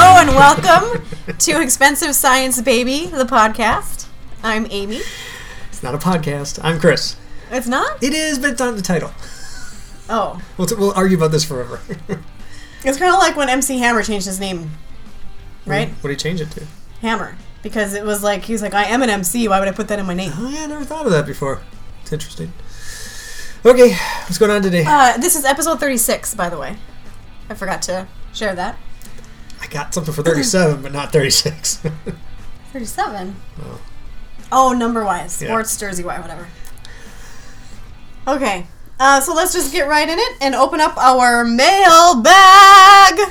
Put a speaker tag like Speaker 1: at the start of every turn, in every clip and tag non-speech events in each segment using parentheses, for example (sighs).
Speaker 1: Welcome to Expensive Science Baby, the podcast. I'm Amy.
Speaker 2: It's not a podcast. I'm Chris.
Speaker 1: It's not?
Speaker 2: It is, but it's not in the title.
Speaker 1: Oh.
Speaker 2: We'll, t- we'll argue about this forever. (laughs)
Speaker 1: It's kind of like when MC Hammer changed his name, right?
Speaker 2: What do you change it to?
Speaker 1: Hammer. Because it was like, he was like, I am an MC. Why would I put that in my name?
Speaker 2: Oh, yeah, I never thought of that before. It's interesting. Okay, what's going on today?
Speaker 1: Uh, this is episode 36, by the way. I forgot to share that.
Speaker 2: I got something for 37, but not 36.
Speaker 1: 37?
Speaker 2: Oh.
Speaker 1: Oh, number wise.
Speaker 2: Yeah.
Speaker 1: Or it's Jersey wise, whatever. Okay. Uh, so let's just get right in it and open up our mail bag.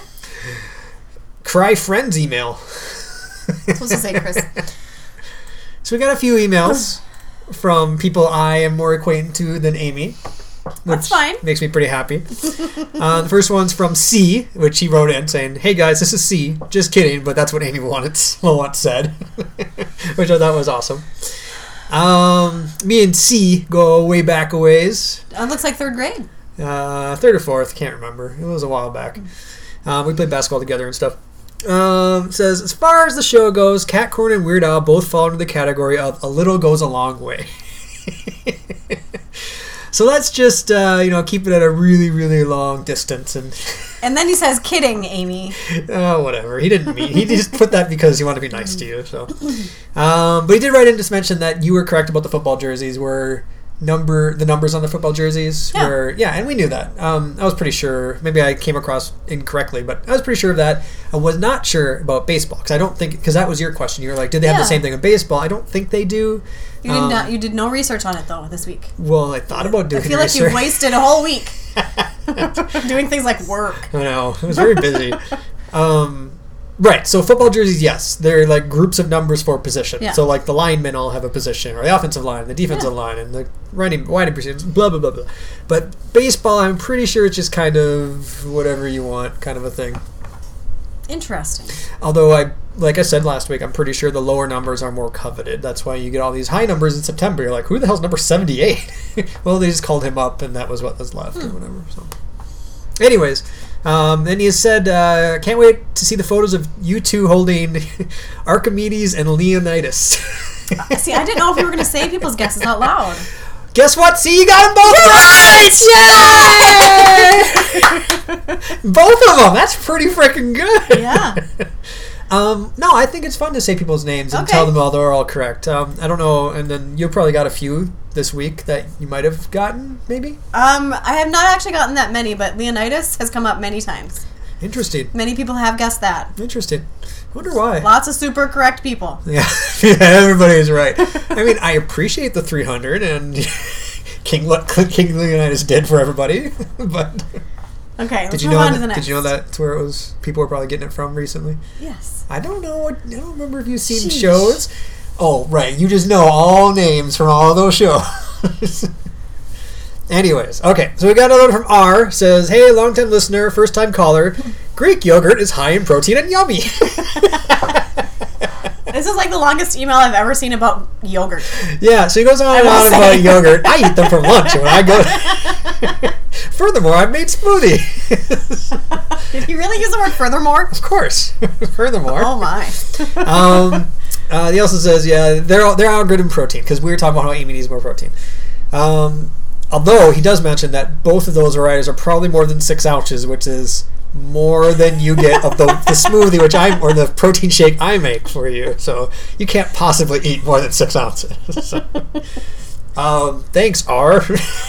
Speaker 2: (laughs) Cry Friends email.
Speaker 1: supposed to say, Chris.
Speaker 2: (laughs) So we got a few emails
Speaker 1: Oh.
Speaker 2: from people I am more acquainted to than Amy. Which
Speaker 1: That's fine.
Speaker 2: Makes me
Speaker 1: (laughs)
Speaker 2: pretty happy. uh, the first one's from C, which he wrote in saying, "Hey guys, this is C. Just kidding, but that's what Amy wanted. (laughs) Once said, which I thought was awesome. Um, me and C go way back a ways
Speaker 1: It looks like third grade.
Speaker 2: uh, third or fourth, can't remember. It was a while back. Um, we played basketball together and stuff. Um, says as far as the show goes, Cat Corn and Weird Al both fall into the category of a little goes a long way. (laughs) so let's just uh, you know keep it at a really really long distance and
Speaker 1: And then he says, kidding, Amy.
Speaker 2: oh, whatever. He didn't mean. He just put that because he wanted to be nice to you. So, um, but he did write in just mention that you were correct about the football jerseys were number the numbers on the football jerseys
Speaker 1: Yeah.
Speaker 2: were yeah, and we knew that. Um, I was pretty sure. Maybe I came across incorrectly, but I was pretty sure of that. I was not sure about baseball because I don't think because that was your question. You were like, did they have
Speaker 1: Yeah.
Speaker 2: the same thing in baseball? I don't think they do.
Speaker 1: You did
Speaker 2: Um,
Speaker 1: not. You did no research on it though this week.
Speaker 2: Well, I thought about
Speaker 1: I
Speaker 2: doing.
Speaker 1: feel like you
Speaker 2: research.
Speaker 1: wasted a whole
Speaker 2: (laughs)
Speaker 1: week doing things like work.
Speaker 2: I know. It was
Speaker 1: (laughs)
Speaker 2: very busy. um, right. So football jerseys, yes, they're like groups of numbers for position.
Speaker 1: Yeah.
Speaker 2: So like the linemen all have a position, or the offensive line, the defensive
Speaker 1: Yeah.
Speaker 2: line, and the running wide positions. Blah blah blah blah. But baseball, I'm pretty sure it's just kind of whatever you want, kind of a thing.
Speaker 1: Interesting.
Speaker 2: Although I, like I said last week, I'm pretty sure the lower numbers are more coveted. That's why you get all these high numbers in September. You're like, who the hell's number 78? (laughs) well, they just called him up, and that was what was left or whatever. So, anyways, um, then he said, uh, "Can't wait to see the photos of you two holding (laughs) Archimedes and Leonidas." (laughs)
Speaker 1: See, I didn't know if we were going to say people's guesses out loud.
Speaker 2: Guess what? See, you got them both right! Yay! (laughs) both of them. That's pretty freaking good.
Speaker 1: Yeah.
Speaker 2: (laughs) Um, no, I think it's fun to say people's names and
Speaker 1: Okay.
Speaker 2: tell them all they're all correct. Um, I don't know, and then you probably got a few this week that you might have gotten, maybe.
Speaker 1: Um, I have not actually gotten that many, but Leonidas has come up many times.
Speaker 2: Interesting,
Speaker 1: Many people have guessed that.
Speaker 2: interesting. Wonder why?
Speaker 1: Lots of super correct people.
Speaker 2: Yeah, (laughs) yeah, everybody's right. I mean, I appreciate the 300 and (laughs) King Le- King Leonidas did for everybody, (laughs) but
Speaker 1: Okay,
Speaker 2: did
Speaker 1: let's
Speaker 2: you
Speaker 1: move
Speaker 2: know?
Speaker 1: on to the
Speaker 2: that-
Speaker 1: next.
Speaker 2: did you know that's where it was? People were probably getting it from recently.
Speaker 1: Yes.
Speaker 2: I don't know. What, I don't remember if you've seen
Speaker 1: Sheesh.
Speaker 2: shows. Oh, right. You just know all names from all those shows. (laughs) Anyways, okay. So we got another one from R. Says, "Hey, longtime listener, first time caller. Greek yogurt is high in protein and yummy." (laughs)
Speaker 1: This is like the longest email I've ever seen about yogurt.
Speaker 2: yeah. So he goes on and
Speaker 1: will
Speaker 2: on
Speaker 1: say.
Speaker 2: about yogurt. I eat them for lunch when I
Speaker 1: (laughs)
Speaker 2: go. (laughs) Furthermore, I've made smoothie.
Speaker 1: Did he really use the word furthermore?
Speaker 2: (laughs) of course. (laughs) Furthermore.
Speaker 1: Oh my.
Speaker 2: um, uh, he also says, yeah, they're all, they're all good in protein because we were talking about how Amy needs more protein. Um, although he does mention that both of those varieties are probably more than six ounces, which is more than you get of the, the smoothie, which I'm or the protein shake I make for you. So you can't possibly eat more than six ounces. (laughs) um, thanks, R.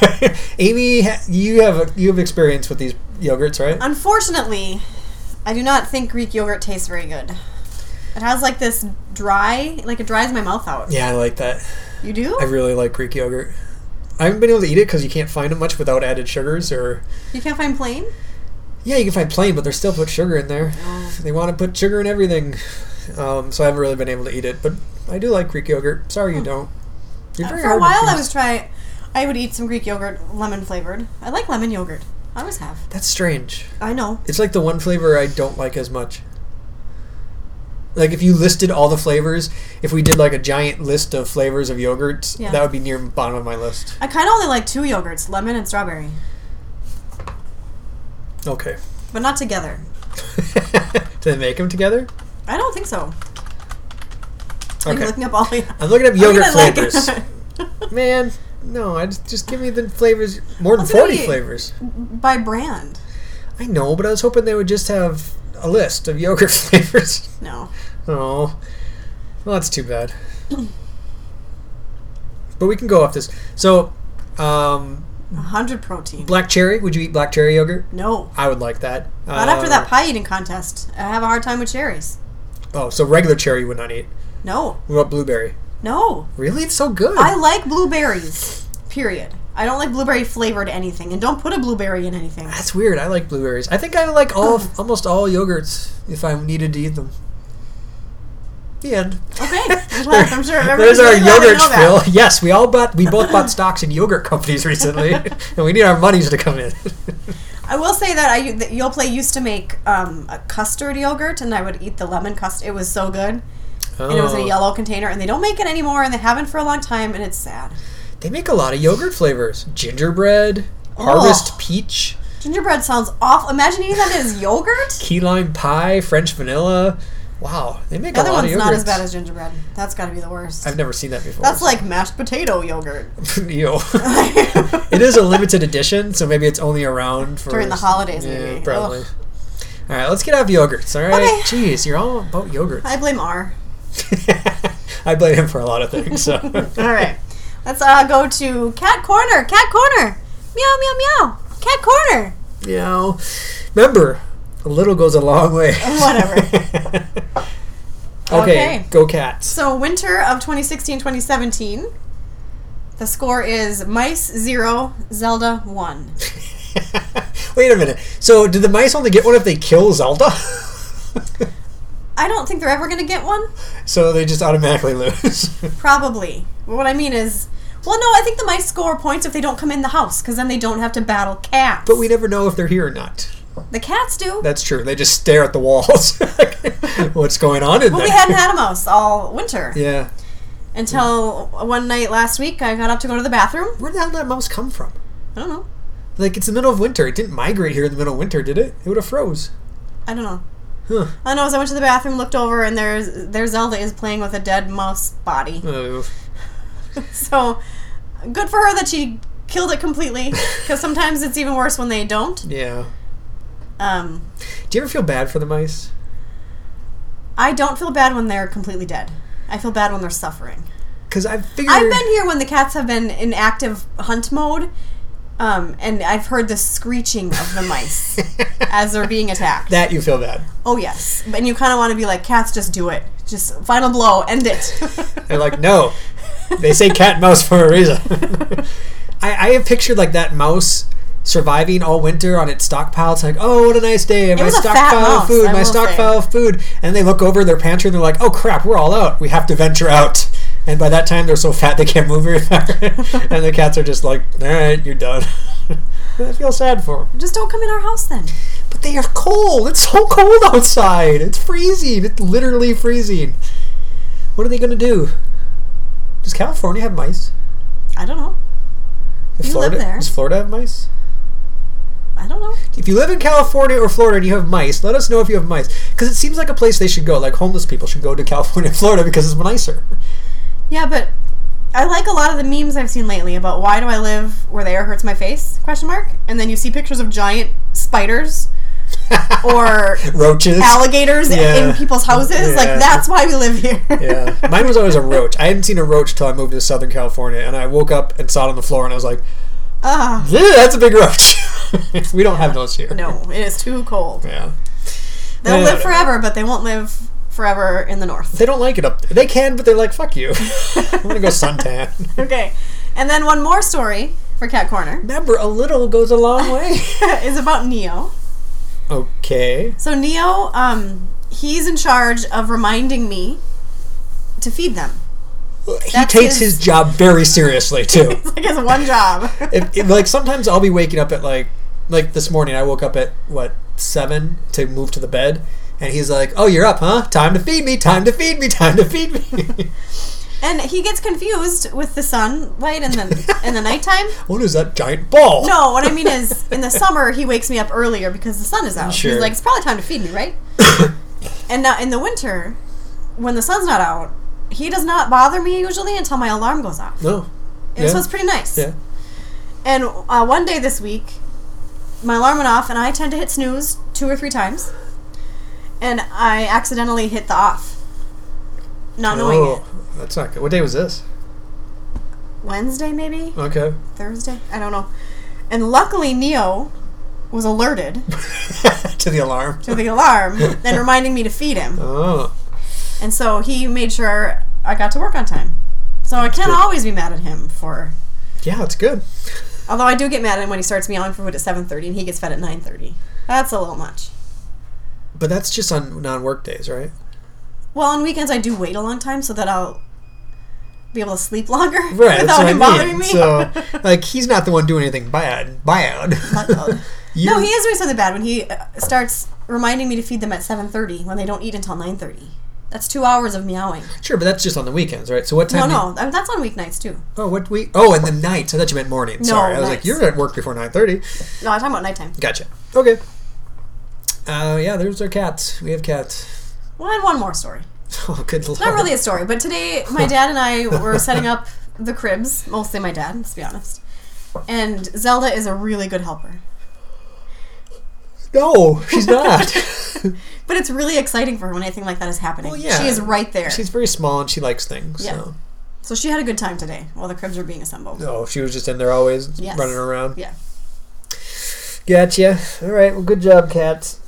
Speaker 2: (laughs) Amy, ha- you have you have experience with these yogurts, right?
Speaker 1: Um, Unfortunately, I do not think Greek yogurt tastes very good. It has like this dry, like it dries my mouth out.
Speaker 2: Yeah, I like that.
Speaker 1: You do?
Speaker 2: I really like Greek yogurt. I haven't been able to eat it because you can't find it much without added sugars or.
Speaker 1: you can't find plain?
Speaker 2: Yeah, you can find plain, but they're still put sugar in there.
Speaker 1: Oh.
Speaker 2: They want to put sugar in everything, um, so I haven't really been able to eat it. But I do like Greek yogurt. Sorry, you don't. You're very
Speaker 1: Oh. Uh, For a
Speaker 2: hard to
Speaker 1: while, I
Speaker 2: please.
Speaker 1: was trying. I would eat some Greek yogurt, lemon flavored. I like lemon yogurt. I always have.
Speaker 2: That's strange.
Speaker 1: I know.
Speaker 2: It's like the one flavor I don't like as much. Like if you listed all the flavors, if we did like a giant list of flavors of yogurts,
Speaker 1: Yeah.
Speaker 2: that would be near the bottom of my list.
Speaker 1: I kind of only like two yogurts, lemon and strawberry,
Speaker 2: Okay. (laughs)
Speaker 1: but not together.
Speaker 2: do they make them together?
Speaker 1: I don't think so. I'm
Speaker 2: Okay.
Speaker 1: looking up all the.
Speaker 2: I'm looking up yogurt
Speaker 1: I'm gonna, like- (laughs)
Speaker 2: flavors. Man, no, I just, just give me the flavors. More than
Speaker 1: That's what
Speaker 2: 40
Speaker 1: we-
Speaker 2: flavors.
Speaker 1: by brand.
Speaker 2: I know, but I was hoping they would just have a list of yogurt (laughs) flavors.
Speaker 1: No.
Speaker 2: Oh, well, that's too bad. (clears throat) but we can go off this. So, um,
Speaker 1: 100 protein.
Speaker 2: black cherry. Would you eat black cherry yogurt?
Speaker 1: No.
Speaker 2: I would like that.
Speaker 1: Not
Speaker 2: Uh,
Speaker 1: after that pie eating contest. I have a hard time with cherries.
Speaker 2: Oh, so regular cherry you would not eat.
Speaker 1: No.
Speaker 2: What about blueberry?
Speaker 1: No.
Speaker 2: Really, it's so good.
Speaker 1: I like blueberries. Period. I don't like blueberry flavored anything, and don't put a blueberry in anything.
Speaker 2: That's weird. I like blueberries. I think I like all almost all yogurts if I needed to eat them. The end. (laughs)
Speaker 1: Okay. I'm glad. I'm sure
Speaker 2: There's
Speaker 1: everybody's
Speaker 2: our
Speaker 1: really glad they
Speaker 2: yogurt
Speaker 1: know that. (laughs)
Speaker 2: spill. Yes, we all bought we both bought stocks in yogurt companies recently, (laughs) and we need our monies to come in.
Speaker 1: I will say that I that Yoplait used to make um, a custard yogurt, and I would eat the lemon custard. It was so good, and it was in a
Speaker 2: Oh.
Speaker 1: yellow container, and they don't make it anymore, and they haven't for a long time, and it's sad.
Speaker 2: They make a lot of yogurt flavors: gingerbread,
Speaker 1: Oh.
Speaker 2: harvest peach,
Speaker 1: Gingerbread sounds awful. Imagine eating that as yogurt.
Speaker 2: key lime pie, French vanilla. Wow, they make
Speaker 1: The
Speaker 2: a
Speaker 1: other
Speaker 2: lot of
Speaker 1: one's
Speaker 2: yogurts.
Speaker 1: not as bad as gingerbread. That's got to be the worst.
Speaker 2: I've never seen that before. (laughs)
Speaker 1: That's like mashed potato yogurt. (laughs)
Speaker 2: Ew. It is a limited edition, so maybe it's only around for
Speaker 1: During the holidays,
Speaker 2: Yeah,
Speaker 1: maybe.
Speaker 2: probably.
Speaker 1: Ugh.
Speaker 2: All right, let's get off yogurts. All right,
Speaker 1: Okay.
Speaker 2: jeez, you're all
Speaker 1: (laughs)
Speaker 2: about
Speaker 1: (laughs)
Speaker 2: yogurts. (laughs)
Speaker 1: I blame R.
Speaker 2: I blame him for a lot of things. So. all
Speaker 1: All right, let's uh, go to cat corner. Cat corner. Meow meow meow. Cat corner.
Speaker 2: you know, remember, a little goes a long way.
Speaker 1: (laughs) Whatever.
Speaker 2: (laughs) okay,
Speaker 1: Okay.
Speaker 2: go cats. (laughs)
Speaker 1: So, winter of 2016 2017, the score is Mice 0, Zelda 1.
Speaker 2: Wait a minute. So, did the mice only get one if they kill Zelda? (laughs)
Speaker 1: I don't think they're ever going to get one.
Speaker 2: so they just automatically lose. (laughs)
Speaker 1: Probably. But what I mean is, well, no, I think the mice score points if they don't come in the house, because then they don't have to battle cats.
Speaker 2: but we never know if they're here or not.
Speaker 1: the cats do.
Speaker 2: That's true. They just stare at the walls. (laughs) What's going on in
Speaker 1: But
Speaker 2: there?
Speaker 1: we
Speaker 2: (laughs)
Speaker 1: hadn't had a mouse all winter
Speaker 2: yeah.
Speaker 1: until one night last week I got up to go to the bathroom.
Speaker 2: Where the hell did that mouse come from?
Speaker 1: I don't know.
Speaker 2: Like it's the middle of winter. It didn't migrate here in the middle of winter, did it? It would have froze.
Speaker 1: I don't know.
Speaker 2: Huh.
Speaker 1: I know as I went to the bathroom, looked over, and there's their Zelda is playing with a dead mouse body.
Speaker 2: Oh.
Speaker 1: So good for her that she killed it completely. Because sometimes it's even worse when they don't.
Speaker 2: Yeah.
Speaker 1: Um,
Speaker 2: Do you ever feel bad for the mice?
Speaker 1: I don't feel bad when they're completely dead. I feel bad when they're suffering.
Speaker 2: Because I've figured.
Speaker 1: I've been here when the cats have been in active hunt mode, um, and I've heard the screeching of the
Speaker 2: (laughs)
Speaker 1: mice as they're being attacked.
Speaker 2: that you feel bad.
Speaker 1: oh yes, and you kind of want to be like, cats, just do it, just final blow, end it.
Speaker 2: (laughs) They're like, no. They say cat and mouse for a reason. (laughs) I, I have pictured like that mouse surviving all winter on its stockpile. It's like, oh, what a nice day! And
Speaker 1: It
Speaker 2: my
Speaker 1: was a fat
Speaker 2: stockpile of
Speaker 1: mouse,
Speaker 2: food,
Speaker 1: I
Speaker 2: my
Speaker 1: will
Speaker 2: stockpile of food. And they look over their pantry and they're like, oh crap, we're all out. We have to venture out. And by that time, they're so fat they can't move very far. (laughs) and the cats are just like, all right, you're done. (laughs) I feel sad for them.
Speaker 1: just don't come in our house then.
Speaker 2: But they are cold. It's so cold outside. It's freezing. It's literally freezing. What are they going to do? Does California have mice?
Speaker 1: I don't know.
Speaker 2: Does
Speaker 1: You live
Speaker 2: Florida,
Speaker 1: there.
Speaker 2: Does Florida have mice?
Speaker 1: I don't know.
Speaker 2: If you live in California or Florida and you have mice, let us know if you have mice. Because it seems like a place they should go. Like homeless people should go to California and Florida because it's nicer.
Speaker 1: Yeah, but I like a lot of the memes I've seen lately about why do I live where the air hurts my face? Question mark. And then you see pictures of giant
Speaker 2: (laughs)
Speaker 1: spiders or
Speaker 2: Roaches.
Speaker 1: alligators
Speaker 2: Yeah.
Speaker 1: in people's houses.
Speaker 2: Yeah.
Speaker 1: Like that's why we live here.
Speaker 2: yeah.
Speaker 1: (laughs)
Speaker 2: (laughs) Mine was always a roach. I hadn't seen a roach till I moved to Southern California. And I woke up and saw it on the floor and I was like,
Speaker 1: Ah,
Speaker 2: "Yeah, that's a big roach. (laughs) we don't have those here.
Speaker 1: no, it is too cold.
Speaker 2: Yeah.
Speaker 1: They'll
Speaker 2: Yeah,
Speaker 1: live
Speaker 2: whatever.
Speaker 1: forever, but they won't live forever in the north.
Speaker 2: They don't like it up there. They can, but they're like, fuck you. (laughs) I'm going to go suntan.
Speaker 1: Okay, and then one more story for Cat Corner (laughs)
Speaker 2: Remember, a little goes a long way.
Speaker 1: is about Neo.
Speaker 2: okay.
Speaker 1: So Neo, um, he's in charge of reminding me to feed them. (laughs)
Speaker 2: He
Speaker 1: That's
Speaker 2: takes
Speaker 1: his-
Speaker 2: his job very
Speaker 1: (laughs)
Speaker 2: seriously, too.
Speaker 1: It's like his one
Speaker 2: (laughs)
Speaker 1: job.
Speaker 2: if, if, like sometimes I'll be waking up at like like this morning I woke up at what seven to move to the bed and he's like oh you're up huh time to feed me time to feed me time to feed me (laughs)
Speaker 1: And he gets confused with the sunlight in the in the nighttime.
Speaker 2: what is that giant ball
Speaker 1: No, what I mean is in the summer he wakes me up earlier because the sun is out.
Speaker 2: Sure. (coughs)
Speaker 1: He's like, it's probably time to feed me, right? And now in the winter, when the sun's not out, he does not bother me usually until my alarm goes off.
Speaker 2: No.
Speaker 1: And
Speaker 2: yeah.
Speaker 1: so it's pretty nice.
Speaker 2: yeah.
Speaker 1: And uh, one day this week, my alarm went off, and I tend to hit snooze two or three times, and I accidentally hit the off, not knowing
Speaker 2: oh, that's not good. What day was this?
Speaker 1: it. Wednesday maybe
Speaker 2: Okay. (laughs)
Speaker 1: Thursday, I don't know. And luckily, Neo was
Speaker 2: (laughs)
Speaker 1: alerted
Speaker 2: to the alarm.
Speaker 1: to the alarm and reminding me to feed him,
Speaker 2: Oh.
Speaker 1: and so he made sure I got to work on time. So I can't
Speaker 2: good.
Speaker 1: always be mad at him for.
Speaker 2: Yeah, it's good.
Speaker 1: Although I do get mad at him when he starts meowing for food at seven thirty, and he gets fed at nine thirty. That's a little much.
Speaker 2: But that's just on non work
Speaker 1: (laughs)
Speaker 2: days, right?
Speaker 1: Well, on weekends I do wait a long time so that I'll be able to sleep longer (laughs)
Speaker 2: Right.
Speaker 1: without
Speaker 2: that's what
Speaker 1: him
Speaker 2: I
Speaker 1: bothering
Speaker 2: mean.
Speaker 1: me. (laughs)
Speaker 2: So, like, he's not the one doing anything bad. Bad.
Speaker 1: Buckled.
Speaker 2: (laughs) You-
Speaker 1: no, he is doing something bad when he uh, starts reminding me to feed them at 7:30 when they don't eat until 9:30. That's two hours of meowing.
Speaker 2: Sure, but that's just on the weekends, right? So what
Speaker 1: No,
Speaker 2: time?
Speaker 1: no, I mean, that's on weeknights too.
Speaker 2: You, oh, what week? Oh, and the night. I thought you meant morning. Sorry, I was like,
Speaker 1: nights.
Speaker 2: you're at work before nine thirty.
Speaker 1: No, I'm talking about nighttime.
Speaker 2: Gotcha. Okay. Uh, yeah, there's our cats. We have cats. (laughs)
Speaker 1: Well, I had one more story.
Speaker 2: Oh, good lord.
Speaker 1: Not really a story, but today
Speaker 2: (laughs)
Speaker 1: my dad and I were setting up the cribs, mostly my dad, let's be honest. And Zelda is a really good helper.
Speaker 2: No, she's not. (laughs)
Speaker 1: But it's really exciting for her when anything like that is happening.
Speaker 2: Well, yeah.
Speaker 1: She is right there.
Speaker 2: she's very small and she likes things.
Speaker 1: Yeah.
Speaker 2: So.
Speaker 1: So she had a good time today while the cribs were being assembled.
Speaker 2: Oh, she was just in there always
Speaker 1: Yes.
Speaker 2: running around.
Speaker 1: Yeah.
Speaker 2: Gotcha. All right. Well, good job, cats.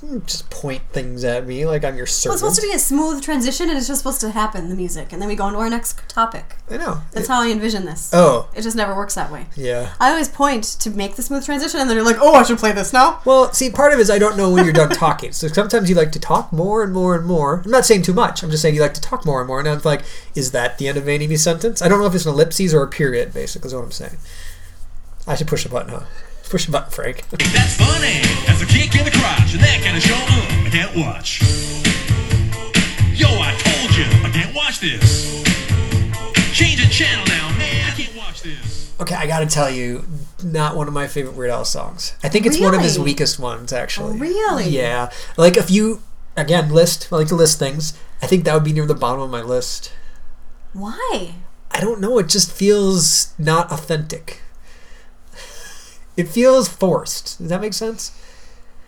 Speaker 2: Don't Just point things at me like I'm your
Speaker 1: Well,
Speaker 2: servant.
Speaker 1: it's supposed to be a smooth transition, and it's just supposed to happen, the music. And then we go into our next topic.
Speaker 2: I know.
Speaker 1: That's how I envision this.
Speaker 2: oh,
Speaker 1: It just never works that way.
Speaker 2: yeah.
Speaker 1: I always point to make the smooth transition, and then you're like, oh, I should play this now.
Speaker 2: Well, see, part of it is I don't know when you're done (laughs) talking. So sometimes you like to talk more and more and more. I'm not saying too much. I'm just saying you like to talk more and more. And I'm like, is that the end of any sentence? I don't know if it's an ellipses or a period, basically, is what I'm saying. I should push a button, huh? Push a button, Frank. (laughs)
Speaker 3: That's funny. That's a kick in the crotch, and that kind of show um, I can't watch. Yo, I told you, I can't watch this. Change the channel now, man. I can't watch this.
Speaker 2: okay, I gotta tell you, not one of my favorite Weird Al songs. I think it's one of his
Speaker 1: Really? Oh,
Speaker 2: weakest ones, actually.
Speaker 1: Really?
Speaker 2: Yeah. Like, if you, again, list, I like to list things. I think that would be near the bottom of my list.
Speaker 1: Why?
Speaker 2: I don't know. It just feels not authentic. It feels forced. Does that make sense?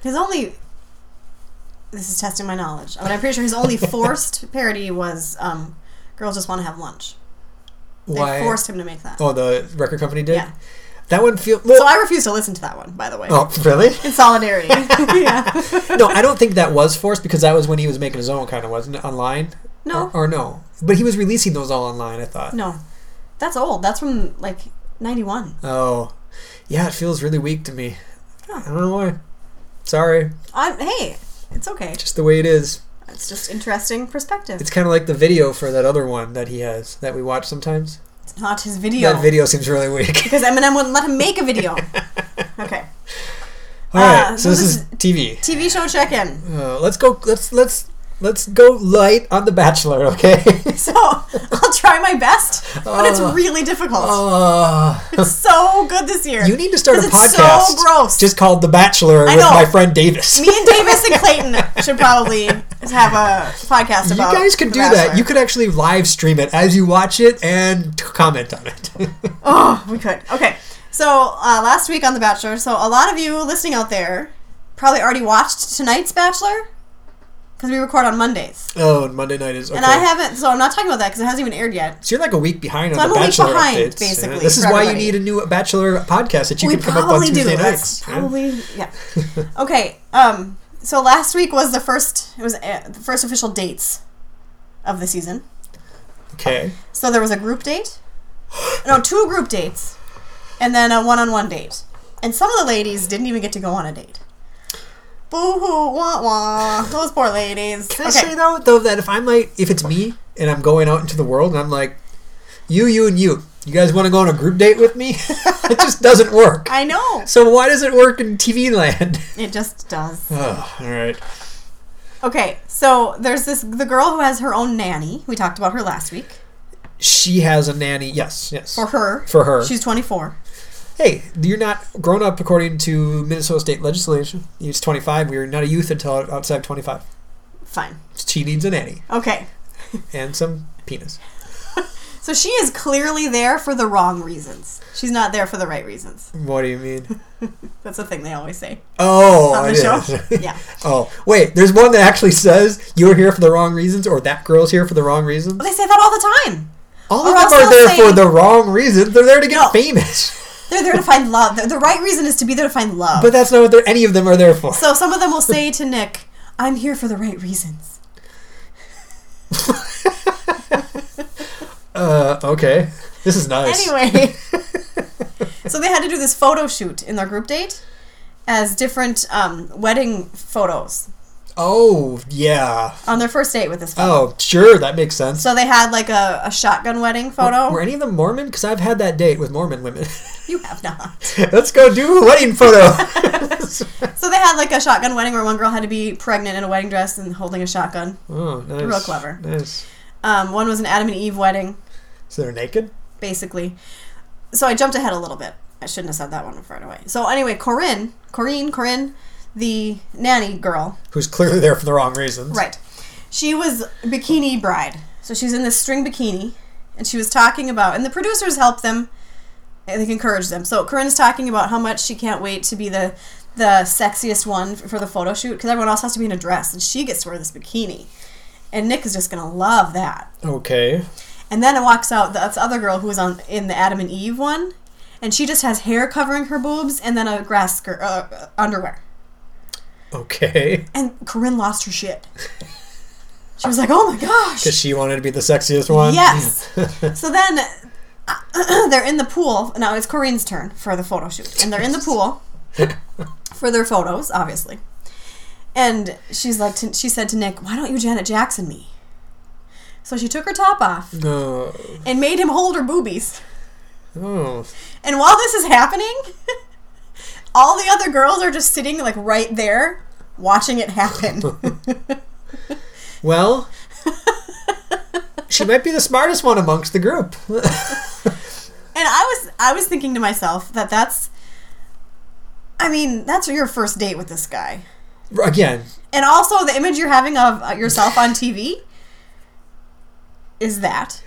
Speaker 1: His only. This is testing my knowledge, but I'm pretty sure his
Speaker 2: (laughs)
Speaker 1: only forced parody was um, Girls Just Want to Have Lunch. They
Speaker 2: Why?
Speaker 1: forced him to make that.
Speaker 2: Oh, the record company did.
Speaker 1: Yeah.
Speaker 2: That one feel. Well,
Speaker 1: So I refuse to listen to that one, by the way.
Speaker 2: oh,
Speaker 1: (laughs)
Speaker 2: really?
Speaker 1: In
Speaker 2: (laughs)
Speaker 1: solidarity. yeah.
Speaker 2: no, I don't think that was forced because that was when he was making his own kind of wasn't it online.
Speaker 1: No.
Speaker 2: Or, or no, but he was releasing those all online. I thought.
Speaker 1: No. That's old. That's from like 91.
Speaker 2: Oh, yeah. It feels really weak to me. I don't know why. Sorry,
Speaker 1: I'm, hey, it's okay.
Speaker 2: just the way it is.
Speaker 1: It's just interesting perspective.
Speaker 2: It's kind of like the video for that other one that he has that we watch sometimes.
Speaker 1: It's not his video.
Speaker 2: That video seems really weak. (laughs)
Speaker 1: Because Eminem wouldn't let him make a video. okay.
Speaker 2: All right,
Speaker 1: Uh,
Speaker 2: so
Speaker 1: so
Speaker 2: this
Speaker 1: this
Speaker 2: is TV.
Speaker 1: TV show check in.
Speaker 2: Uh, let's go. Let's let's let's go light on the Bachelor, (laughs) okay?
Speaker 1: So (laughs) I'll try my best, but
Speaker 2: Oh.
Speaker 1: it's really difficult.
Speaker 2: uh,
Speaker 1: It's so good this year.
Speaker 2: you need to start a
Speaker 1: 'Cause it's
Speaker 2: podcast.
Speaker 1: so gross.
Speaker 2: Just called The Bachelor with
Speaker 1: know.
Speaker 2: my friend Davis.
Speaker 1: Me and Davis
Speaker 2: (laughs)
Speaker 1: and Clayton should probably have a podcast
Speaker 2: you
Speaker 1: about
Speaker 2: guys could
Speaker 1: The
Speaker 2: do that.
Speaker 1: Bachelor.
Speaker 2: You could actually live stream it as you watch it and t- comment on it. (laughs)
Speaker 1: Oh, we could. Okay. So uh, last week on The Bachelor, so a lot of you listening out there probably already watched tonight's Bachelor because we record on Mondays.
Speaker 2: oh, and Monday night is okay.
Speaker 1: And I haven't, so I'm not talking about that because it hasn't even aired yet.
Speaker 2: so you're like a week behind on
Speaker 1: I'm
Speaker 2: the
Speaker 1: a week
Speaker 2: Bachelor
Speaker 1: behind,
Speaker 2: updates.
Speaker 1: basically,
Speaker 2: this is
Speaker 1: for
Speaker 2: why you
Speaker 1: everybody.
Speaker 2: need a new Bachelor podcast that you
Speaker 1: we
Speaker 2: can come up on
Speaker 1: probably do.
Speaker 2: Tuesday
Speaker 1: That's
Speaker 2: nights.
Speaker 1: probably yeah.
Speaker 2: (laughs)
Speaker 1: okay. Um. So last week was the first. It was uh, the first official dates of the season.
Speaker 2: Okay.
Speaker 1: So there was a group date. (gasps) No, two group dates, and then a one-on-one date. And some of the ladies didn't even get to go on a date. Boo hoo! Wah wah! Those poor ladies.
Speaker 2: I say though, though that if I'm like, if it's me and I'm going out into the world and I'm like, you, you, and you, you guys want to go on a group date with me? (laughs) it just doesn't work.
Speaker 1: I know
Speaker 2: So why does it work in TV land? (laughs)
Speaker 1: it just does.
Speaker 2: oh, all right.
Speaker 1: Okay, so there's this the girl who has her own nanny. We talked about her last week.
Speaker 2: She has a nanny. Yes, yes.
Speaker 1: Oh. For her.
Speaker 2: For her.
Speaker 1: She's 24.
Speaker 2: hey, you're not grown up according to Minnesota state legislation. He's 25. We're not a youth until outside 25.
Speaker 1: Fine.
Speaker 2: She needs a nanny
Speaker 1: Okay.
Speaker 2: and some penis.
Speaker 1: So she is clearly there for the wrong reasons. She's not there for the right reasons.
Speaker 2: What do you mean?
Speaker 1: That's the thing they always say
Speaker 2: Oh,
Speaker 1: on
Speaker 2: it
Speaker 1: the show.
Speaker 2: is. (laughs)
Speaker 1: yeah.
Speaker 2: Oh, wait, there's one that actually says you're here for the wrong reasons or that girl's here for the wrong reasons.
Speaker 1: But they say that all the time.
Speaker 2: All
Speaker 1: or
Speaker 2: of
Speaker 1: else
Speaker 2: them are
Speaker 1: they'll
Speaker 2: there
Speaker 1: say-
Speaker 2: for the wrong reasons. They're there to get
Speaker 1: No.
Speaker 2: famous. (laughs)
Speaker 1: They're there to find love. The, the right reason is to be there to find love.
Speaker 2: But that's not what they're, any of them are there for.
Speaker 1: so some of them will say to Nick, I'm here for the right reasons.
Speaker 2: Uh, okay. This is nice.
Speaker 1: Anyway. (laughs) so they had to do this photo shoot in their group date as different um, wedding photos
Speaker 2: Oh, yeah.
Speaker 1: on their first date with this photo.
Speaker 2: Oh, sure, that makes sense.
Speaker 1: So they had like a, a shotgun wedding photo.
Speaker 2: Were any of them Mormon? Because I've had that date with Mormon women. (laughs)
Speaker 1: You have not.
Speaker 2: Let's go do
Speaker 1: (laughs)
Speaker 2: a wedding photo.
Speaker 1: So they had like a shotgun wedding where one girl had to be pregnant in a wedding dress and holding a shotgun.
Speaker 2: oh, nice.
Speaker 1: Real clever.
Speaker 2: Nice.
Speaker 1: Um, one was an Adam and Eve wedding,
Speaker 2: So they're naked?
Speaker 1: basically. So I jumped ahead a little bit. I shouldn't have said that one right away. So anyway, Corinne, Corinne, Corinne, the nanny girl,
Speaker 2: Who's clearly there for the wrong reasons.
Speaker 1: right? She was bikini bride. So she's in this string bikini, and she was talking about, and the producers help them, I think encourage them. So Corinne is talking about how much she can't wait to be the the sexiest one for the photo shoot because everyone else has to be in a dress, and she gets to wear this bikini. And Nick is just gonna love that.
Speaker 2: Okay.
Speaker 1: And then it walks out the, the other girl who was on in the Adam and Eve one, and she just has hair covering her boobs and then a grass skirt, uh, uh, underwear.
Speaker 2: Okay.
Speaker 1: And Corinne lost her shit. She was like, "Oh my gosh!"
Speaker 2: Because she wanted to be the sexiest one?
Speaker 1: Yes. so then (clears throat) uh, they're in the pool. Now it's Corinne's turn for the photo shoot, and they're in the pool for their photos, obviously. And she's like, to, she said to Nick, "Why don't you Janet Jackson me?" So she took her top off
Speaker 2: (laughs) No.
Speaker 1: and made him hold her boobies.
Speaker 2: Oh.
Speaker 1: And while this is happening, (laughs) all the other girls are just sitting like right there watching it happen.
Speaker 2: Well, she might be the smartest one amongst the group. (laughs)
Speaker 1: and I was I was thinking to myself that that's I mean, that's your first date with this guy.
Speaker 2: Again,
Speaker 1: And also the image you're having of uh, yourself on TV is that.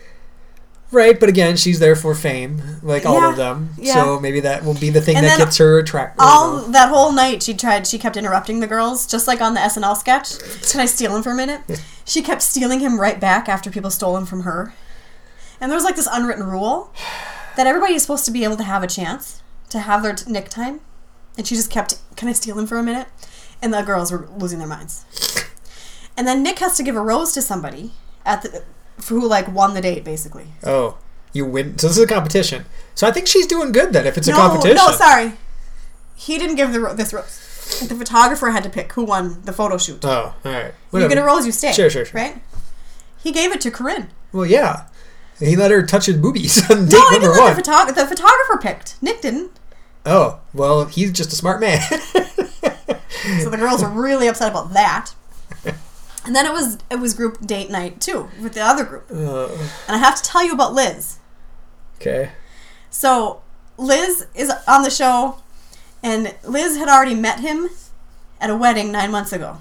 Speaker 2: Right, but again, she's there for fame, like all
Speaker 1: Yeah,
Speaker 2: of them.
Speaker 1: yeah.
Speaker 2: So maybe that will be the thing
Speaker 1: And
Speaker 2: that
Speaker 1: then
Speaker 2: gets her attracted.
Speaker 1: All that whole night she tried she kept interrupting the girls just like on the SNL sketch. Can I steal him for a minute? She kept stealing him right back after people stole him from her. And there was like this unwritten rule (sighs) that everybody is supposed to be able to have a chance to have their t- nick time. And she just kept, "Can I steal him for a minute?" And the girls were losing their minds. And then Nick has to give a rose to somebody at the who like won the date basically.
Speaker 2: oh, you win. So this is a competition. So I think she's doing good then. If it's a
Speaker 1: no,
Speaker 2: competition,
Speaker 1: No, sorry. He didn't give the ro- this rose. The photographer had to pick who won the photo shoot.
Speaker 2: Oh, all right.
Speaker 1: you
Speaker 2: Whatever.
Speaker 1: get a rose, you stay.
Speaker 2: Sure, sure, sure.
Speaker 1: Right? He gave it to Corinne.
Speaker 2: Well, yeah. He let her touch his boobies (laughs) on date
Speaker 1: No, he
Speaker 2: number
Speaker 1: didn't
Speaker 2: one.
Speaker 1: let the, photog- the photographer picked. Nick didn't.
Speaker 2: oh, well, he's just a smart man. (laughs)
Speaker 1: So the girls were really upset about
Speaker 2: (laughs)
Speaker 1: that. And then it was it was group date night too with the other group. And
Speaker 2: Uh.
Speaker 1: I have to tell you about Liz.
Speaker 2: okay.
Speaker 1: So Liz is on the show, and Liz had already met him at a wedding nine months ago.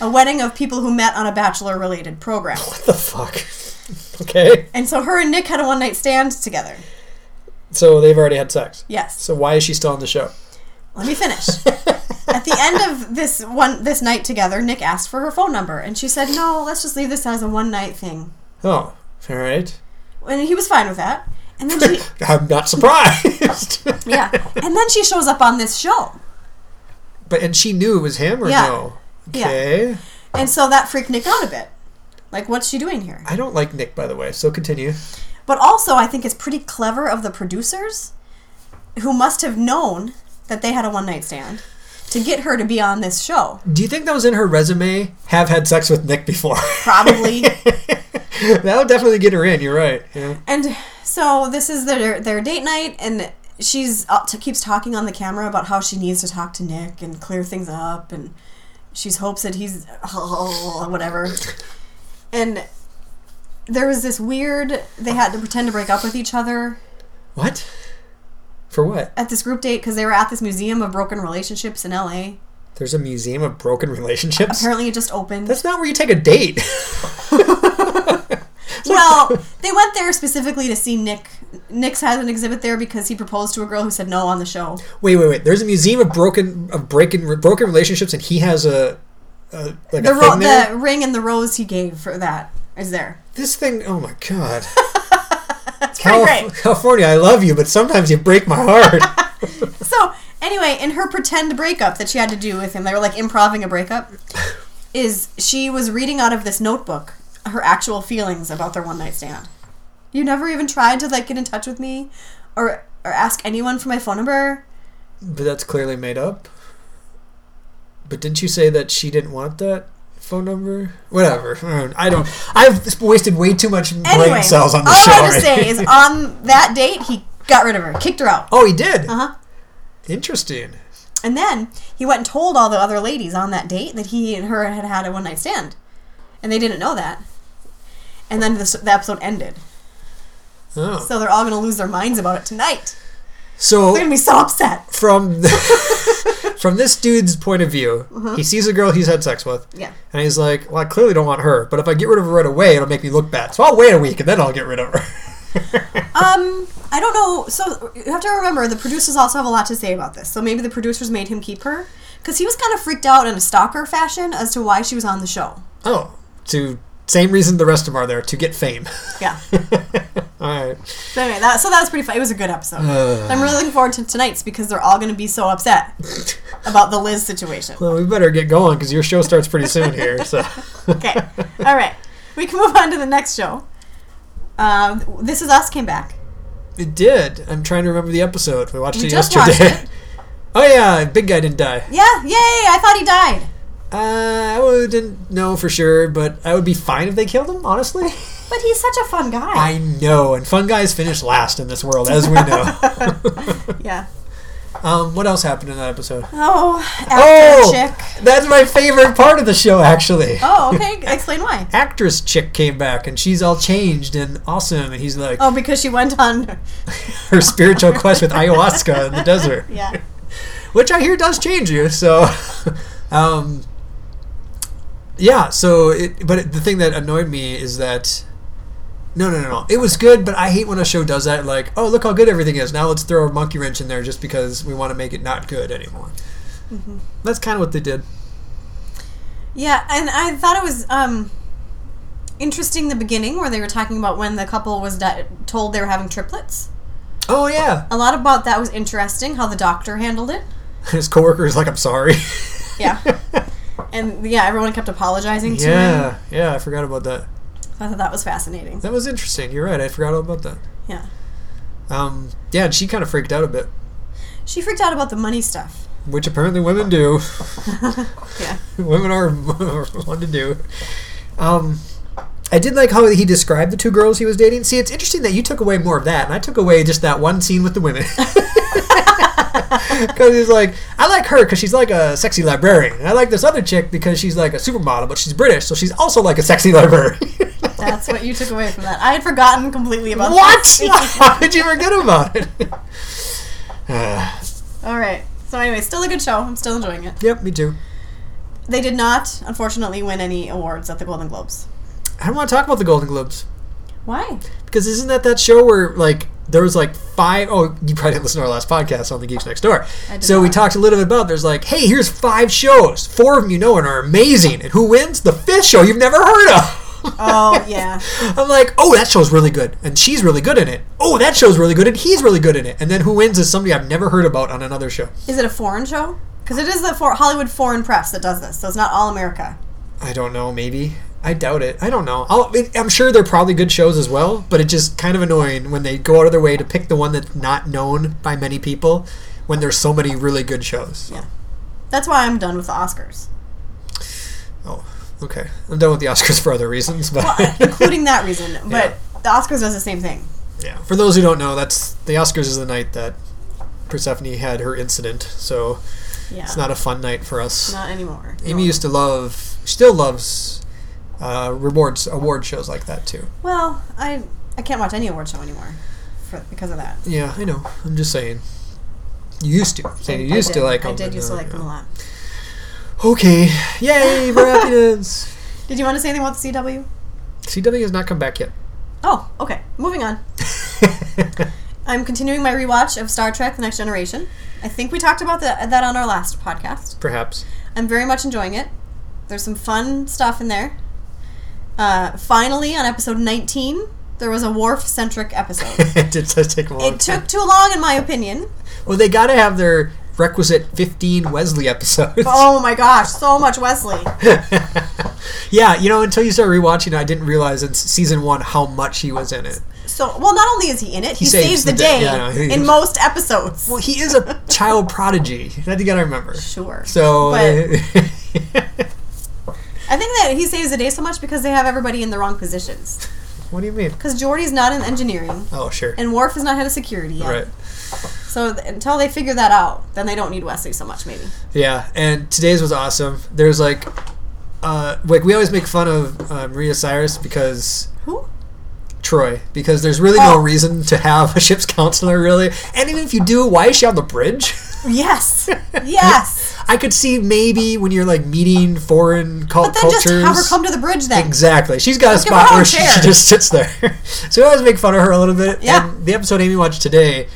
Speaker 1: A wedding of people who met on a bachelor related program.
Speaker 2: What the fuck? (laughs) okay.
Speaker 1: And so her and Nick had a one night stand together.
Speaker 2: So they've already had sex.
Speaker 1: Yes.
Speaker 2: So why is she still on the show? (laughs)
Speaker 1: Let me finish. At the end of this one this night together, Nick asked for her phone number and she said, "No, let's just leave this as a one night thing."
Speaker 2: Oh, all right.
Speaker 1: And he was fine with that. And then she
Speaker 2: I'm not surprised. (laughs)
Speaker 1: yeah. And then she shows up on this show.
Speaker 2: but and she knew it was him or
Speaker 1: Yeah.
Speaker 2: no?
Speaker 1: Yeah.
Speaker 2: Okay.
Speaker 1: And so that freaked Nick out a bit. Like what's she doing here?
Speaker 2: I don't like Nick, by the way. So continue.
Speaker 1: But also, I think it's pretty clever of the producers who must have known that they had a one night stand to get her to be on this show.
Speaker 2: Do you think that was in her resume? Have had sex with Nick before.
Speaker 1: Probably.
Speaker 2: (laughs) that would definitely get her in. You're right. Yeah.
Speaker 1: And so this is their their date night, and she's up to, keeps talking on the camera about how she needs to talk to Nick and clear things up, and she's hopes that he's (laughs) whatever. And there was this weird. They had to pretend to break up with each other.
Speaker 2: What? For what?
Speaker 1: at this group date because they were at this museum of broken relationships in LA.
Speaker 2: There's a museum of broken relationships.
Speaker 1: Apparently, it just opened.
Speaker 2: That's not where you take a date. (laughs)
Speaker 1: well, (laughs) they went there specifically to see Nick. Nick's has an exhibit there because he proposed to a girl who said no on the show.
Speaker 2: wait, wait, wait. There's a museum of broken of breaking broken relationships, and he has a, a like
Speaker 1: The,
Speaker 2: a
Speaker 1: ro-
Speaker 2: thing there.
Speaker 1: the ring and the rose he gave for that is there.
Speaker 2: This thing. Oh my
Speaker 1: (laughs)
Speaker 2: god.
Speaker 1: pretty
Speaker 2: Calif-
Speaker 1: great.
Speaker 2: California, I love you, but sometimes you break my heart. (laughs)
Speaker 1: So anyway, in her pretend breakup that she had to do with him, they were like improving a breakup. Is she was reading out of this notebook her actual feelings about their one night stand. You never even tried to like get in touch with me, or or ask anyone for my phone number.
Speaker 2: but that's clearly made up. But didn't you say that she didn't want that phone number? Whatever. I don't- I don't. I've wasted way too much brain
Speaker 1: Anyway,
Speaker 2: cells on
Speaker 1: all
Speaker 2: this show.
Speaker 1: I want to
Speaker 2: already.
Speaker 1: say is (laughs) on that date he got rid of her, kicked her out.
Speaker 2: (laughs) oh, he did.
Speaker 1: Uh-huh.
Speaker 2: Interesting.
Speaker 1: And then he went and told all the other ladies on that date that he and her had had a one night stand, and they didn't know that. And then this, the episode ended.
Speaker 2: Oh.
Speaker 1: So they're all going to lose their minds about it tonight.
Speaker 2: So
Speaker 1: They're going to be so upset. (laughs)
Speaker 2: from the- (laughs) from this dude's point of view, he sees a girl he's had sex with.
Speaker 1: Uh-huh. Yeah.
Speaker 2: And he's like, "Well, I clearly don't want her, but if I get rid of her right away, it'll make me look bad. So I'll wait a week and then I'll get rid of her." (laughs)
Speaker 1: Um, I don't know. So you have to remember the producers also have a lot to say about this. So maybe the producers made him keep her because he was kind of freaked out in a stalker fashion as to why she was on the show.
Speaker 2: oh, to same reason the rest of them are there to get fame. (laughs)
Speaker 1: Yeah. (laughs)
Speaker 2: All right.
Speaker 1: But anyway, that, so that was pretty fun. It was a good episode.
Speaker 2: Uh.
Speaker 1: I'm really looking forward to tonight's because they're all going to be so upset about the Liz situation.
Speaker 2: Well, we better get going because your show starts pretty soon here. So,
Speaker 1: (laughs)
Speaker 2: (laughs)
Speaker 1: Okay. All right. We can move on to the next show. Um, this is Us came back.
Speaker 2: it did. I'm trying to remember the episode we watched
Speaker 1: We
Speaker 2: it
Speaker 1: just
Speaker 2: yesterday.
Speaker 1: watched it.
Speaker 2: (laughs) Oh yeah, big guy didn't die.
Speaker 1: Yeah. Yay. I thought he died.
Speaker 2: Uh, I wouldn't know for sure, but I would be fine if they killed him. Honestly,
Speaker 1: But he's such a fun guy.
Speaker 2: I know. And fun guys finish last in this world, as
Speaker 1: (laughs)
Speaker 2: we know.
Speaker 1: yeah.
Speaker 2: um, what else happened in that episode?
Speaker 1: Oh, actor
Speaker 2: Oh,
Speaker 1: chick.
Speaker 2: that's my favorite part of the show, actually.
Speaker 1: Oh, okay. Explain
Speaker 2: (laughs)
Speaker 1: why.
Speaker 2: Actress chick came back, and she's all changed and awesome, and he's like
Speaker 1: Oh, because she went on.
Speaker 2: her spiritual quest with ayahuasca in the desert.
Speaker 1: Yeah.
Speaker 2: which I hear does change you. So, (laughs) um, yeah. So, it, but it, the thing that annoyed me is that no, no, no, no. It was good, but I hate when a show does that. Like, oh, look how good everything is. Now let's throw a monkey wrench in there just because we want to make it not good anymore. That's kind of what they did.
Speaker 1: Yeah, and I thought it was um, interesting the beginning where they were talking about when the couple was di- told they were having triplets.
Speaker 2: Oh yeah, (laughs)
Speaker 1: A lot about that was interesting. How the doctor handled it.
Speaker 2: his coworker is like, "I'm sorry." (laughs)
Speaker 1: Yeah. (laughs) and yeah, everyone kept apologizing to him.
Speaker 2: yeah, yeah. I forgot about that.
Speaker 1: I thought that was fascinating.
Speaker 2: That was interesting. You're right. I forgot all about that.
Speaker 1: Yeah.
Speaker 2: Um, yeah, and she kind of freaked out a bit,
Speaker 1: She freaked out about the money stuff.
Speaker 2: which apparently women do. (laughs)
Speaker 1: Yeah.
Speaker 2: women are (laughs) fun to do. Um, I did like how he described the two girls he was dating. See, it's interesting that you took away more of that, and I took away just that one scene with the women. (laughs) Because he's like, I like her because she's like a sexy librarian. And I like this other chick because she's like a supermodel, but she's British, so she's also like a sexy librarian. (laughs)
Speaker 1: That's what you took away from that. I had forgotten completely about (laughs)
Speaker 2: what?
Speaker 1: that.
Speaker 2: (laughs) how did you forget about it? (sighs) Ah,
Speaker 1: All right. So anyway, still a good show. I'm still enjoying it.
Speaker 2: yep, me too.
Speaker 1: They did not, unfortunately, win any awards at the Golden Globes.
Speaker 2: I don't want to talk about the Golden Globes.
Speaker 1: Why?
Speaker 2: Because isn't that that show where like there was like five oh you probably didn't listen to our last podcast on the Geeks Next Door.
Speaker 1: I did
Speaker 2: So we
Speaker 1: not.
Speaker 2: talked a little bit about there's like hey here's five shows four of them you know and are amazing and who wins the fifth show you've never heard of.
Speaker 1: Oh (laughs) yeah.
Speaker 2: (laughs) I'm like oh that show's really good and she's really good in it. Oh that show's really good and he's really good in it. And then who wins is somebody I've never heard about on another show.
Speaker 1: Is it a foreign show? Because it is the for- Hollywood Foreign Press that does this, so it's not all America.
Speaker 2: I don't know maybe. I doubt it. I don't know. I'll, it, I'm sure they're probably good shows as well, but it's just kind of annoying when they go out of their way to pick the one that's not known by many people when there's so many really good shows.
Speaker 1: Yeah. That's why I'm done with the (laughs) Oscars,
Speaker 2: Oh, okay. I'm done with the Oscars for other reasons, but
Speaker 1: well, including that reason. But the Oscars does the same thing.
Speaker 2: (laughs) yeah. For those who don't know, that's the Oscars is the night that Persephone had her incident, so
Speaker 1: Yeah.
Speaker 2: it's not a fun night for us.
Speaker 1: Not anymore.
Speaker 2: Amy
Speaker 1: No.
Speaker 2: used to love, still loves uh, rewards award shows like that too.
Speaker 1: Well, I I can't watch any award show anymore, for, because of that.
Speaker 2: Yeah, I know. I'm just saying. You used to. So you used
Speaker 1: I
Speaker 2: to
Speaker 1: did.
Speaker 2: like
Speaker 1: I
Speaker 2: them,
Speaker 1: did
Speaker 2: and
Speaker 1: used to
Speaker 2: now
Speaker 1: like
Speaker 2: you
Speaker 1: them a
Speaker 2: don't.
Speaker 1: lot.
Speaker 2: Okay.
Speaker 1: (laughs)
Speaker 2: Yay for happiness.
Speaker 1: Did you want to say anything about the CW?
Speaker 2: CW has not come
Speaker 1: (laughs)
Speaker 2: back yet.
Speaker 1: Oh, okay. Moving on. I'm continuing my rewatch of Star Trek: The Next Generation. I think we talked about that that on our last podcast.
Speaker 2: Perhaps. (laughs)
Speaker 1: I'm very much enjoying it. There's some fun stuff in there. Uh, finally, on episode 19, there was a Worf-centric
Speaker 2: (laughs)
Speaker 1: episode.
Speaker 2: it did does take a long
Speaker 1: it
Speaker 2: time.
Speaker 1: took too long, in my opinion.
Speaker 2: Well, they gotta have their requisite 15 Wesley
Speaker 1: (laughs)
Speaker 2: episodes.
Speaker 1: Oh my gosh, so much Wesley.
Speaker 2: yeah, you know, until you start rewatching it, I didn't realize in s- season one how much he was in it.
Speaker 1: So, well, not only is he in it, he,
Speaker 2: saves
Speaker 1: saves,
Speaker 2: the
Speaker 1: the,
Speaker 2: day.
Speaker 1: day
Speaker 2: Yeah, no, he-
Speaker 1: in most episodes.
Speaker 2: Well, he
Speaker 1: (laughs)
Speaker 2: is a child prodigy. That you gotta remember.
Speaker 1: sure.
Speaker 2: So. uh,
Speaker 1: but I think that he saves the day so much because they have everybody in the wrong positions.
Speaker 2: (laughs) what do you mean?
Speaker 1: Because Geordi's not in engineering,
Speaker 2: Oh, sure.
Speaker 1: and Worf is not head of security yet.
Speaker 2: Right.
Speaker 1: So th- until they figure that out, then they don't need Wesley so much, maybe.
Speaker 2: Yeah, and today's was awesome. There's like, uh, like we always make fun of uh, Maria Cyrus because
Speaker 1: Who?
Speaker 2: Troy, because there's really no
Speaker 1: Oh.
Speaker 2: reason to have a (laughs) ship's counselor, really. And even if you do, why is she on the bridge? (laughs)
Speaker 1: Yes. Yes.
Speaker 2: I could see maybe when you're like meeting foreign cult
Speaker 1: But then
Speaker 2: cultures.
Speaker 1: just have her come to the bridge then.
Speaker 2: Exactly. She's got a
Speaker 1: give her
Speaker 2: spot
Speaker 1: own
Speaker 2: where she,
Speaker 1: chair.
Speaker 2: she just sits there. (laughs) so we always make fun of her a little bit.
Speaker 1: Yeah.
Speaker 2: And the episode Amy watched today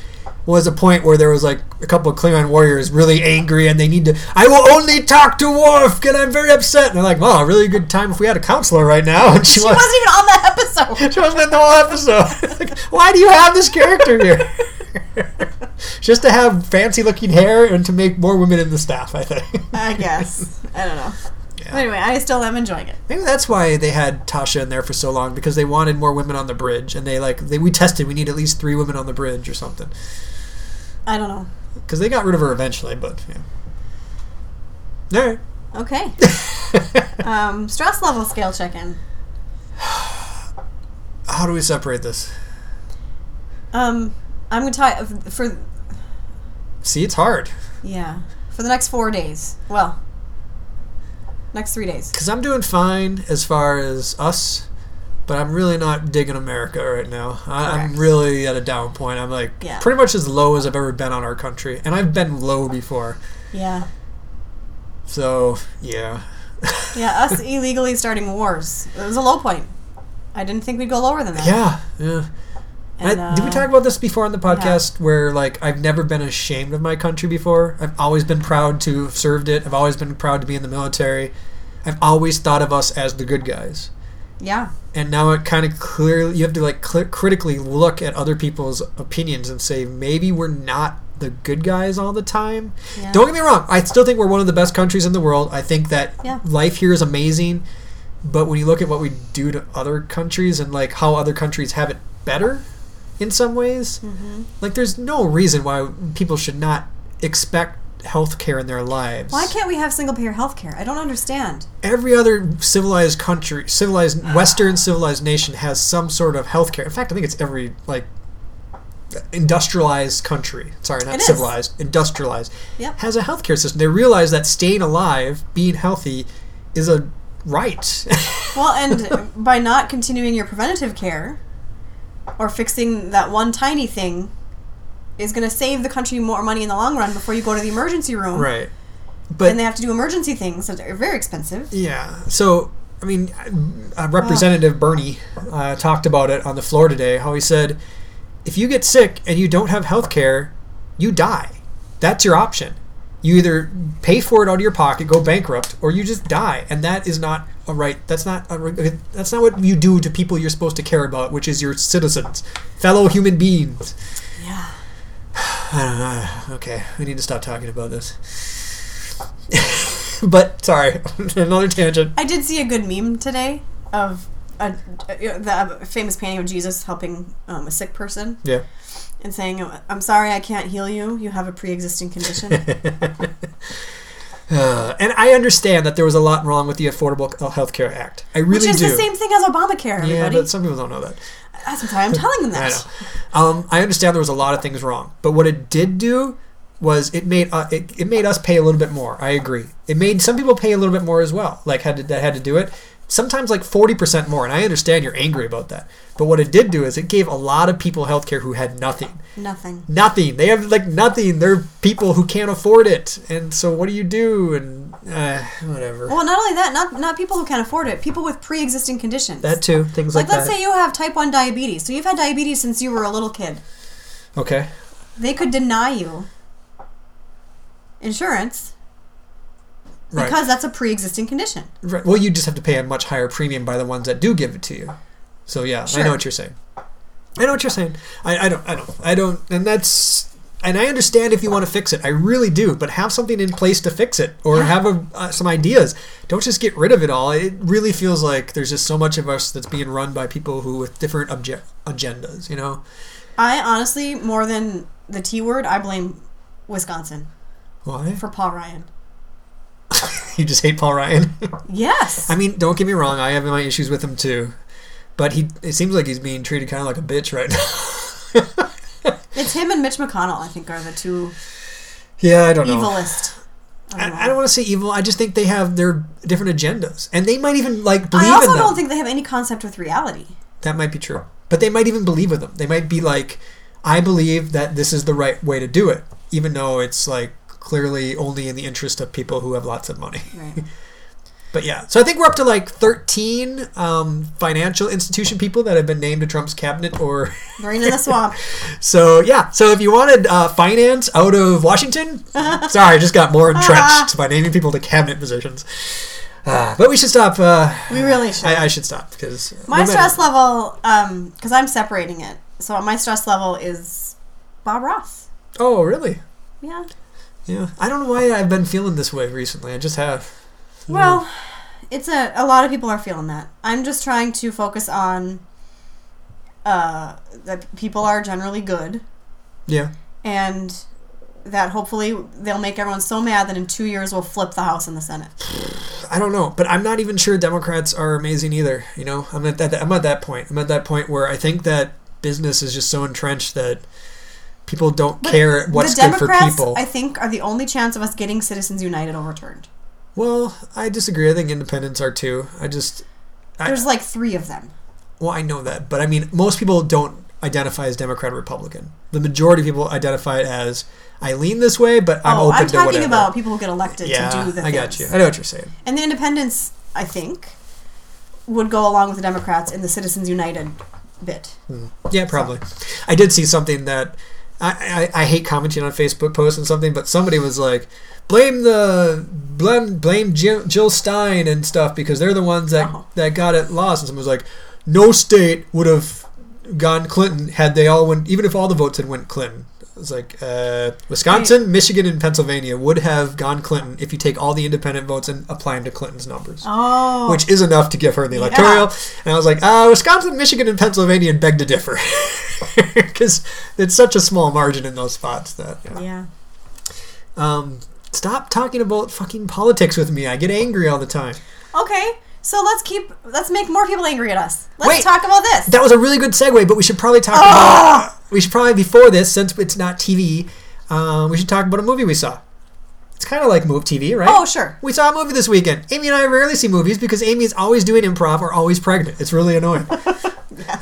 Speaker 2: was a point where there was like a couple of Klingon warriors really angry and they need to I will only talk to Worf and I'm very upset and they're like, Wow, a really good time if we had a counselor right now and
Speaker 1: She
Speaker 2: she, was
Speaker 1: wasn't even on that
Speaker 2: (laughs)
Speaker 1: episode.
Speaker 2: she wasn't in the whole episode. (laughs) Like, why do you have this character here? (laughs) Just to have fancy looking hair and to make more women in the staff, I think. (laughs)
Speaker 1: I guess. I don't know. But Uh, anyway, I still am enjoying it.
Speaker 2: Maybe that's why they had Tasha in there for so long because they wanted more women on the bridge, and they like they, we tested we need at least three women on the bridge or something
Speaker 1: I don't know.
Speaker 2: because they got rid of her eventually. But yeah, all right. (laughs)
Speaker 1: Okay. um, stress level scale check in.
Speaker 2: How do we separate this?
Speaker 1: Um, I'm going to tell you for,
Speaker 2: See, it's hard
Speaker 1: yeah, for the next four days. Well, next three days.
Speaker 2: because I'm doing fine as far as us, but I'm really not digging America right now. I, I'm
Speaker 1: Correct.
Speaker 2: really at a down point. I'm like
Speaker 1: Yeah.
Speaker 2: pretty much as low as I've ever been on our country, and I've been low before.
Speaker 1: Yeah.
Speaker 2: So yeah,
Speaker 1: Yeah, us illegally starting wars. It was a low point. I didn't think we'd go lower than that.
Speaker 2: (laughs) yeah, yeah.
Speaker 1: And,
Speaker 2: I- did we
Speaker 1: uh,
Speaker 2: talk about this before on the podcast? Where like I've never been ashamed of my country before. I've always been proud to have served it. I've always been proud to be in the military. I've always thought of us as the good guys.
Speaker 1: Yeah.
Speaker 2: And now it kind of clearly you have to like cl- critically look at other people's opinions and say maybe we're not the good guys all the time.
Speaker 1: Yeah.
Speaker 2: Don't get me wrong. I still think we're one of the best countries in the world. I think that
Speaker 1: Yeah.
Speaker 2: life here is amazing. But when you look at what we do to other countries and like how other countries have it better in some ways,
Speaker 1: Mm-hmm.
Speaker 2: like there's no reason why people should not expect health care in their lives.
Speaker 1: Why can't we have single payer health care? I don't understand.
Speaker 2: Every other civilized country, civilized
Speaker 1: (sighs)
Speaker 2: Western civilized nation has some sort of health care. In fact, I think it's every like industrialized country. Sorry, not
Speaker 1: It is.
Speaker 2: civilized, industrialized.
Speaker 1: Yep.
Speaker 2: Has a healthcare system. They realize that staying alive, being healthy, is a right.
Speaker 1: Well,
Speaker 2: (laughs)
Speaker 1: and (laughs) by not continuing your preventative care or fixing that one tiny thing is going to save the country more money in the long run before you go to the emergency room.
Speaker 2: right. But
Speaker 1: And they have to do emergency things that are very expensive.
Speaker 2: Yeah. So, I mean, uh, Representative Bernie uh, talked about it on the floor today. How he said, if you get sick and you don't have health care, you die. That's your option. You either pay for it out of your pocket, go bankrupt, or you just die. And that is not a right. That's not a, right- that's not what you do to people you're supposed to care about, which is your citizens, fellow human beings.
Speaker 1: Yeah.
Speaker 2: I don't know. Okay, we need to stop talking about this. (laughs) but sorry, (laughs) another tangent.
Speaker 1: I did see a good meme today of a, uh, the famous painting of Jesus helping um, a sick person
Speaker 2: Yeah.
Speaker 1: and saying, I'm sorry, I can't heal you. You have a pre existing
Speaker 2: (laughs)
Speaker 1: condition.
Speaker 2: Uh, and I understand that there was a lot wrong with the Affordable Health Care Act. I really
Speaker 1: Which is
Speaker 2: do.
Speaker 1: the same thing as Obamacare,
Speaker 2: yeah,
Speaker 1: everybody.
Speaker 2: but some people don't know that.
Speaker 1: That's why I'm telling them
Speaker 2: (laughs) I
Speaker 1: that.
Speaker 2: know. Um, I understand there was a lot of things wrong, but what it did do was it made uh, it, it made us pay a little bit more. I agree. It made some people pay a little bit more as well. Like had to, that had to do it. sometimes like 40% more. And I understand you're angry about that. But what it did do is it gave a lot of people healthcare who had nothing.
Speaker 1: Nothing.
Speaker 2: Nothing. They have like nothing. They're people who can't afford it. And so what do you do? And uh, whatever.
Speaker 1: Well, not only that, not not people who can afford it, people with pre-existing conditions.
Speaker 2: That too. Things like,
Speaker 1: like, let's
Speaker 2: that.
Speaker 1: say you have type one diabetes. So you've had diabetes since you were a little kid.
Speaker 2: okay.
Speaker 1: They could deny you insurance
Speaker 2: Right.
Speaker 1: because that's a pre-existing condition.
Speaker 2: Right. Well, you just have to pay a much higher premium by the ones that do give it to you. So yeah, I
Speaker 1: Sure.
Speaker 2: know what you're saying. I know what you're saying. I, I don't. I don't. I don't. And that's. And I understand if you want to fix it. I really do. But have something in place to fix it, or have a, uh, some ideas. Don't just get rid of it all. It really feels like there's just so much of us that's being run by people who with different obje- agendas. You know.
Speaker 1: I honestly, more than the T word, I blame Wisconsin
Speaker 2: Why? (laughs)
Speaker 1: for Paul Ryan.
Speaker 2: You just hate Paul Ryan. (laughs)
Speaker 1: Yes.
Speaker 2: I mean, don't get me wrong. I have my issues with him too. But he. It seems like he's being treated kind of like a bitch right now. (laughs)
Speaker 1: It's him and Mitch McConnell, I think, are the two
Speaker 2: yeah, I don't know.
Speaker 1: evilest. of them all.
Speaker 2: I, I don't want to say evil. I just think they have their different agendas, and they might even like believe
Speaker 1: I also
Speaker 2: in them.
Speaker 1: don't think they have any concept with reality.
Speaker 2: that might be true, but they might even believe in them. They might be like, "I believe that this is the right way to do it," even though it's like clearly only in the interest of people who have lots of money. (laughs)
Speaker 1: Right.
Speaker 2: But yeah, so I think we're up to like thirteen um, financial institution people that have been named to Trump's cabinet or. (laughs)
Speaker 1: Brain in the swamp.
Speaker 2: So yeah, so if you wanted uh, finance out of Washington,
Speaker 1: Uh-huh.
Speaker 2: sorry, I just got more entrenched by naming people to cabinet positions. Uh, but we should stop. Uh,
Speaker 1: We really
Speaker 2: (laughs)
Speaker 1: should.
Speaker 2: I, I should stop uh, because
Speaker 1: my stress level, um, because I'm separating it, so my stress level is Bob Ross.
Speaker 2: Oh really?
Speaker 1: Yeah.
Speaker 2: Yeah. I don't know why I've been feeling this way recently. I just have. Hmm.
Speaker 1: Well, it's a a lot of people are feeling that. I'm just trying to focus on uh, that people are generally good,
Speaker 2: Yeah.
Speaker 1: and that hopefully they'll make everyone so mad that in two years we'll flip the House and the Senate.
Speaker 2: I don't know, but I'm not even sure Democrats are amazing either. You know, I'm at that. I'm at that point. I'm at that point where I think that business is just so entrenched that people don't care what's
Speaker 1: the
Speaker 2: good for
Speaker 1: Democrats,
Speaker 2: people.
Speaker 1: I think, are the only chance of us getting Citizens United overturned.
Speaker 2: Well, I disagree. I think independents are too. I just, I-
Speaker 1: There's like three of them.
Speaker 2: well, I know that, but I mean, most people don't identify as Democrat or Republican. The majority of people identify as I lean this way, but I'm
Speaker 1: oh,
Speaker 2: open
Speaker 1: I'm
Speaker 2: to
Speaker 1: talking
Speaker 2: whatever.
Speaker 1: about people who get elected
Speaker 2: yeah,
Speaker 1: to do the
Speaker 2: I
Speaker 1: things.
Speaker 2: got you. I know what you're saying.
Speaker 1: And the independents, I think, would go along with the Democrats in the Citizens United bit.
Speaker 2: Yeah, probably. I did see something that I, I, I hate commenting on Facebook posts and something, but somebody was like, blame the blame blame Jill, Jill Stein and stuff because they're the ones that
Speaker 1: Oh.
Speaker 2: that got it lost. And someone was like, no state would have gone Clinton had they all went even if all the votes had went Clinton. It was like uh, Wisconsin, Michigan, and Pennsylvania would have gone Clinton if you take all the independent votes and apply them to Clinton's numbers
Speaker 1: Oh,
Speaker 2: which is enough to give her the electoral. And I was like, uh, Wisconsin, Michigan, and Pennsylvania beg to differ (laughs) because it's such a small margin in those spots that. yeah.
Speaker 1: yeah.
Speaker 2: Um, stop talking about fucking politics with me. I get angry all the time.
Speaker 1: Okay, so let's keep let's make more people angry at us. Let's
Speaker 2: Wait.
Speaker 1: talk about this.
Speaker 2: That was a really good segue, but we should probably talk
Speaker 1: Ah!
Speaker 2: about. We should probably before this, since it's not TV, um, we should talk about a movie we saw. It's kind of like move TV, right?
Speaker 1: Oh, sure.
Speaker 2: We saw a movie this weekend. Amy and I rarely see movies because Amy is always doing improv or always pregnant. It's
Speaker 1: (laughs)
Speaker 2: really annoying.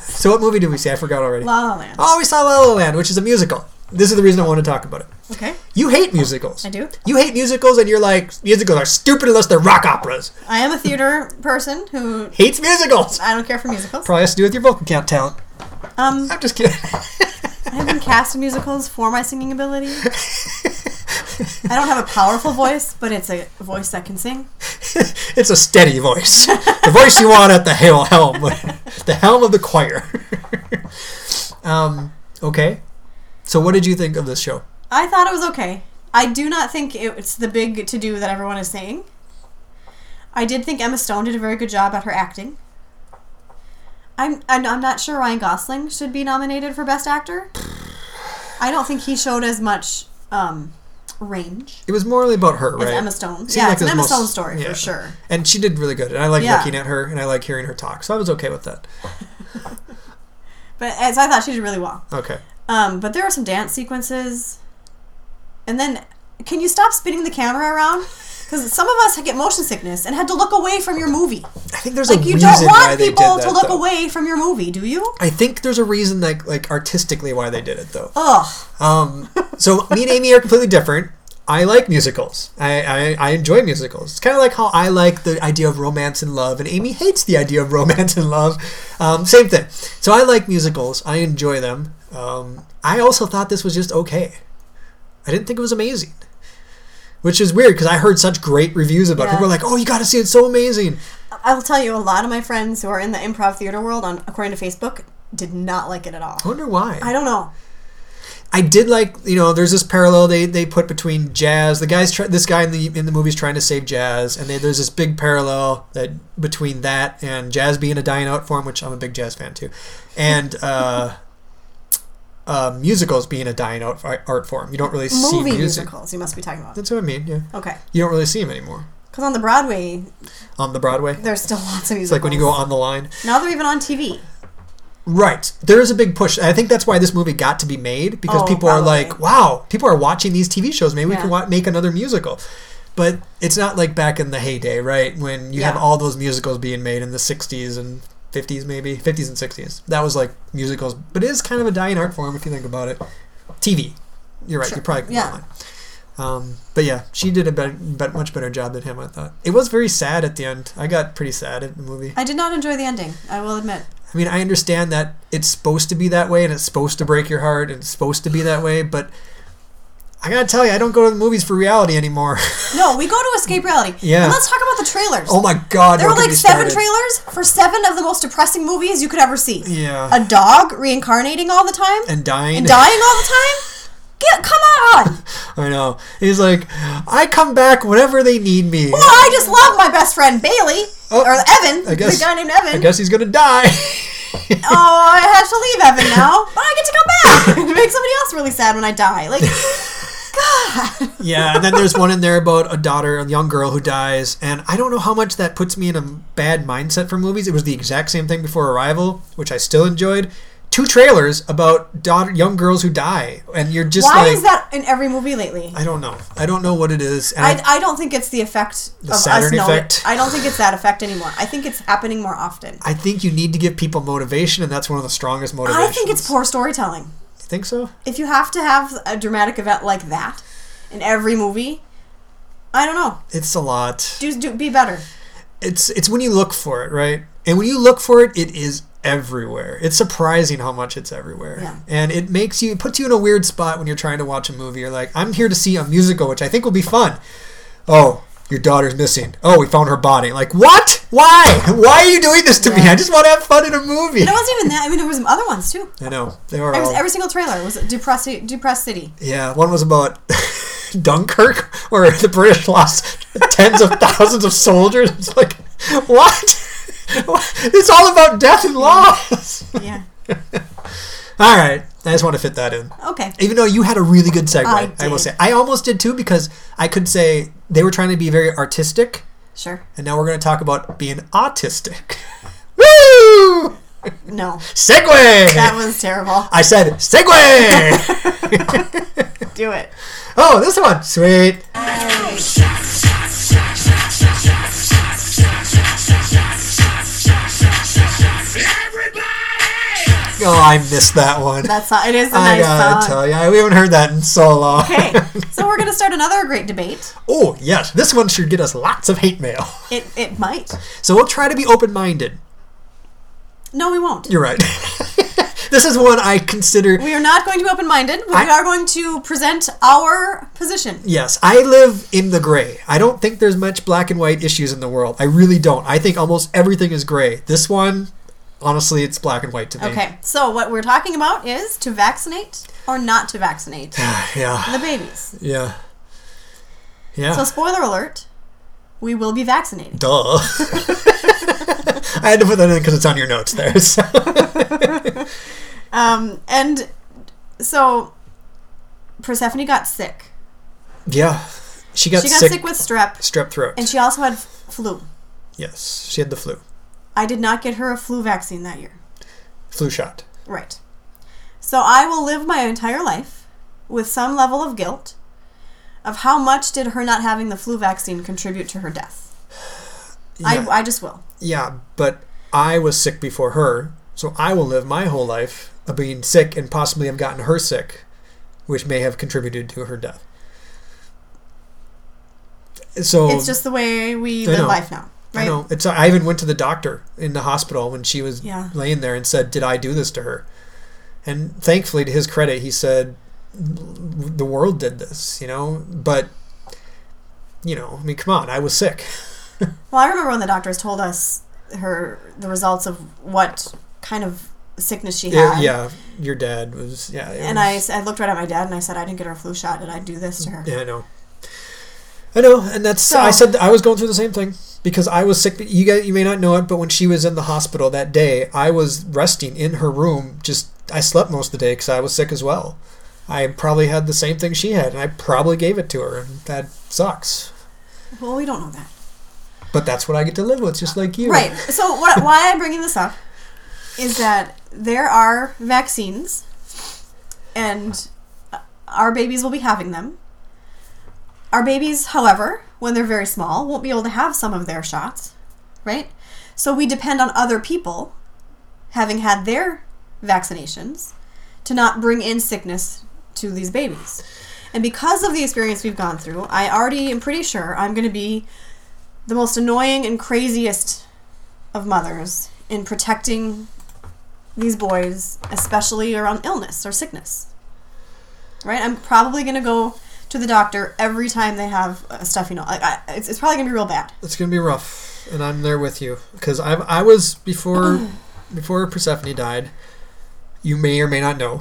Speaker 2: So what movie did we see? I forgot already.
Speaker 1: La La Land.
Speaker 2: Oh, we saw La La Land, which is a musical. This is the reason I want to talk about it.
Speaker 1: Okay,
Speaker 2: You hate musicals.
Speaker 1: I do.
Speaker 2: You hate musicals, and you're like, musicals are stupid unless they're rock operas.
Speaker 1: I am a theater person who
Speaker 2: Hates musicals.
Speaker 1: I don't care for musicals.
Speaker 2: Probably has to do with your vocal count talent.
Speaker 1: Um,
Speaker 2: I'm just kidding. (laughs)
Speaker 1: I've been cast in musicals for my singing ability. I don't have a powerful voice, but it's a voice that can sing.
Speaker 2: it's a steady voice. The voice you want at the hel- helm, (laughs) the helm of the choir. (laughs) um, okay. So, what did you think of this show?
Speaker 1: I thought it was okay. I do not think it- it's the big to do that everyone is saying. I did think Emma Stone did a very good job at her acting. I'm, I'm, I'm not sure Ryan Gosling should be nominated for Best Actor. I don't think he showed as much um, range
Speaker 2: It was morally about her,
Speaker 1: as
Speaker 2: right?
Speaker 1: Emma Stone.
Speaker 2: Seemed
Speaker 1: yeah,
Speaker 2: like
Speaker 1: it's an
Speaker 2: it
Speaker 1: Emma
Speaker 2: was
Speaker 1: Stone
Speaker 2: most-
Speaker 1: story
Speaker 2: yeah.
Speaker 1: for sure.
Speaker 2: And she did really good. And I like
Speaker 1: Yeah.
Speaker 2: looking at her, and I like hearing her talk. So I was okay with that.
Speaker 1: But as I thought she did really well.
Speaker 2: Okay.
Speaker 1: Um, but there were some dance sequences. And then, can you stop spinning the camera around? Because some of us get motion sickness and had to look away from your movie.
Speaker 2: I think there's
Speaker 1: Like
Speaker 2: a
Speaker 1: you
Speaker 2: reason
Speaker 1: don't
Speaker 2: why
Speaker 1: want
Speaker 2: they did
Speaker 1: people
Speaker 2: that.
Speaker 1: to look
Speaker 2: though.
Speaker 1: away from your movie, do you?
Speaker 2: I think there's a reason, like like artistically, why they did it though.
Speaker 1: Ugh.
Speaker 2: Um, so me and Amy are completely different. I like musicals. I, I, I enjoy musicals. It's kind of like how I like the idea of romance and love, and Amy hates the idea of romance and love. Um, same thing. So I like musicals. I enjoy them. Um, I also thought this was just okay. I didn't think it was amazing, which is weird because I heard such great reviews about it.
Speaker 1: Yeah.
Speaker 2: People were like, "Oh, you got to see it! It's so amazing!"
Speaker 1: I will tell you, a lot of my friends who are in the improv theater world, on according to Facebook, did not like it at all.
Speaker 2: I wonder why.
Speaker 1: I don't know.
Speaker 2: I did like you know there's this parallel they, they put between jazz the guys try, this guy in the in the movie's trying to save jazz and they, there's this big parallel that between that and jazz being a dying out form which I'm a big jazz fan too and uh, (laughs) uh, musicals being a dying out ar- art form you don't really see
Speaker 1: Movie
Speaker 2: music.
Speaker 1: musicals, you must be talking about.
Speaker 2: that's what I mean yeah
Speaker 1: Okay.
Speaker 2: you don't really see them anymore
Speaker 1: Because on the Broadway,
Speaker 2: on the Broadway it's
Speaker 1: there's still (laughs) lots of musicals.
Speaker 2: like when you go on the line
Speaker 1: Now they're even on TV.
Speaker 2: Right. There is a big push. I think that's why this movie got to be made because
Speaker 1: Oh,
Speaker 2: people are
Speaker 1: probably.
Speaker 2: like, wow, people are watching these TV shows. Maybe we
Speaker 1: Yeah.
Speaker 2: can wa- make another musical. But it's not like back in the heyday, right? When you have
Speaker 1: Yeah.
Speaker 2: all those musicals being made in the 60s and 50s, maybe 50s and 60s. That was like musicals, but it is kind of a dying art form if you think about it. TV. You're right.
Speaker 1: Sure.
Speaker 2: You're probably
Speaker 1: Yeah.
Speaker 2: online. Um, but yeah, she did a better, bet much better job than him. I thought it was very sad at the end. I got pretty sad at the movie.
Speaker 1: I did not enjoy the ending, I will admit.
Speaker 2: I mean, I understand that it's supposed to be that way and it's supposed to break your heart and it's supposed to be that way, but I gotta tell you, I don't go to the movies for reality anymore.
Speaker 1: (laughs) No, we go to escape reality.
Speaker 2: Yeah.
Speaker 1: And let's talk about the trailers.
Speaker 2: (laughs) oh my god,
Speaker 1: there were
Speaker 2: don't get
Speaker 1: like
Speaker 2: me
Speaker 1: seven
Speaker 2: started.
Speaker 1: trailers for seven of the most depressing movies you could ever see.
Speaker 2: Yeah.
Speaker 1: A dog reincarnating all the time
Speaker 2: and dying.
Speaker 1: and dying all the time. Get come on!
Speaker 2: (laughs) I know. He's like, I come back whenever they need me.
Speaker 1: Well, Oh, I just love my best friend Bailey
Speaker 2: Oh,
Speaker 1: or Evan,
Speaker 2: I guess-
Speaker 1: the guy named Evan.
Speaker 2: I guess he's gonna die. (laughs)
Speaker 1: Oh, I have to leave Evan now, but I get to come back. It makes somebody else really sad when I die.
Speaker 2: (laughs)
Speaker 1: Like, God.
Speaker 2: yeah, and then there's one in there about a daughter, a young girl who dies, and I don't know how much that puts me in a bad mindset for movies. It was the exact same thing before Arrival, which I still enjoyed. Two trailers about daughter, young girls who die, and you're just
Speaker 1: Why
Speaker 2: like,
Speaker 1: is that in every movie lately?
Speaker 2: I don't know. I don't know what it is. And I,
Speaker 1: I, I don't think it's the effect of us
Speaker 2: Saturn
Speaker 1: knowing.
Speaker 2: effect?
Speaker 1: I don't think it's that effect anymore. I think it's happening more often.
Speaker 2: I think you need to give people motivation, and that's one of the strongest motivations.
Speaker 1: I think it's poor storytelling.
Speaker 2: You think so?
Speaker 1: If you have to have a dramatic event like that in every movie, I don't know.
Speaker 2: It's a lot.
Speaker 1: Do, do be better.
Speaker 2: it's it's when you look for it, right? And when you look for it, it is everywhere. It's surprising how much it's everywhere.
Speaker 1: Yeah.
Speaker 2: And it makes you it puts you in a weird spot when you're trying to watch a movie. You're like, I'm here to see a musical, which I think will be fun. Oh, your daughter's missing. Oh, we found her body. Like, what? Why? (laughs) Why are you doing this to me? I just want to have fun in a movie.
Speaker 1: And it wasn't even that. I mean, there was some other ones too.
Speaker 2: I know. They were
Speaker 1: There was
Speaker 2: all,
Speaker 1: every single trailer was depressed. Depressed city.
Speaker 2: Yeah, one was about (laughs) Dunkirk, where the British lost tens of thousands of soldiers. It's like, what? (laughs) It's all about death and loss. (laughs)
Speaker 1: Yeah.
Speaker 2: All right, I just want to fit that in.
Speaker 1: Okay.
Speaker 2: Even though you had a really good segue, I,
Speaker 1: I
Speaker 2: will
Speaker 1: did.
Speaker 2: say. I almost did too because I could say they were trying to be very artistic,
Speaker 1: Sure.
Speaker 2: and now we're going to talk about being autistic. (laughs) Woo! (laughs)
Speaker 1: No.
Speaker 2: Segue!
Speaker 1: That was terrible.
Speaker 2: I said segue!
Speaker 1: Do it.
Speaker 2: oh, this one. Sweet.
Speaker 3: Everybody!
Speaker 2: Oh, I missed that one.
Speaker 1: That's not, it is a
Speaker 2: I
Speaker 1: nice
Speaker 2: gotta
Speaker 1: song.
Speaker 2: tell you, we haven't heard that in so long. (laughs)
Speaker 1: Okay, so we're gonna start another great debate.
Speaker 2: oh, yes, this one should get us lots of hate mail. (laughs)
Speaker 1: It it might.
Speaker 2: So we'll try to be open minded.
Speaker 1: No, we won't.
Speaker 2: You're right. (laughs) this is one I consider.
Speaker 1: We are not going to be open minded. We
Speaker 2: I-
Speaker 1: are going to present our position.
Speaker 2: Yes, I live in the gray. I don't think there's much black and white issues in the world. I really don't. I think almost everything is gray. This one, honestly, it's black and white to me.
Speaker 1: Okay, so what we're talking about is to vaccinate or not to vaccinate
Speaker 2: (sighs) Yeah.
Speaker 1: the
Speaker 2: (laughs)
Speaker 1: babies.
Speaker 2: Yeah. Yeah.
Speaker 1: So, spoiler alert, we will be vaccinated.
Speaker 2: Duh. (laughs) I had to put that in because it's on your notes there. (laughs) So.
Speaker 1: Um, and so Persephone got sick.
Speaker 2: Yeah. She got,
Speaker 1: She got
Speaker 2: sick,
Speaker 1: sick with strep,
Speaker 2: strep throat.
Speaker 1: and she also had flu.
Speaker 2: Yes, she had the flu.
Speaker 1: I did not get her a flu vaccine that year.
Speaker 2: Flu shot.
Speaker 1: Right. So I will live my entire life with some level of guilt of how much did her not having the flu vaccine contribute to her death.
Speaker 2: Yeah.
Speaker 1: I, I just will.
Speaker 2: Yeah, but I was sick before her, so I will live my whole life of being sick and possibly have gotten her sick, which may have contributed to her death. So
Speaker 1: It's just the way we
Speaker 2: I
Speaker 1: live
Speaker 2: know.
Speaker 1: life now, right?
Speaker 2: I know it's. I even went to the doctor in the hospital when she was
Speaker 1: Yeah.
Speaker 2: laying there and said, "Did I do this to her?" And thankfully, to his credit, he said, "The world did this," you know. But you know, I mean, come on, I was sick.
Speaker 1: Well, I remember when the doctors told us her the results of what kind of sickness she
Speaker 2: Yeah,
Speaker 1: had.
Speaker 2: yeah your dad was. Yeah, it
Speaker 1: And
Speaker 2: was-
Speaker 1: I, s- I looked right at my dad and I said, I didn't get her a flu shot. Did I do this to her?
Speaker 2: Yeah, I know. I know, and that's I
Speaker 1: So-
Speaker 2: said I was going through the same thing because I was sick. You guys, you may not know it, but when she was in the hospital that day, I was resting in her room. Just I slept most of the day because I was sick as well. I probably had the same thing she had, and I probably gave it to her, and that sucks.
Speaker 1: Well, we don't know that.
Speaker 2: But that's what I get to live with, just like you.
Speaker 1: Right. So, what, why I'm bringing this up is that there are vaccines, and uh, our babies will be having them. Our babies, however, when they're very small, won't be able to have some of their shots, right? So, we depend on other people having had their vaccinations to not bring in sickness to these babies. And because of the experience we've gone through, I already am pretty sure I'm going to be the most annoying and craziest of mothers in protecting these boys, especially around illness or sickness. Right? I'm probably going to go to the doctor every time they have a stuffy nose. Like, I, it's, it's probably going to be real bad.
Speaker 2: It's gonna be rough, and I'm there with you because I I was
Speaker 1: (clears throat)
Speaker 2: before before Persephone died. You may or may not know,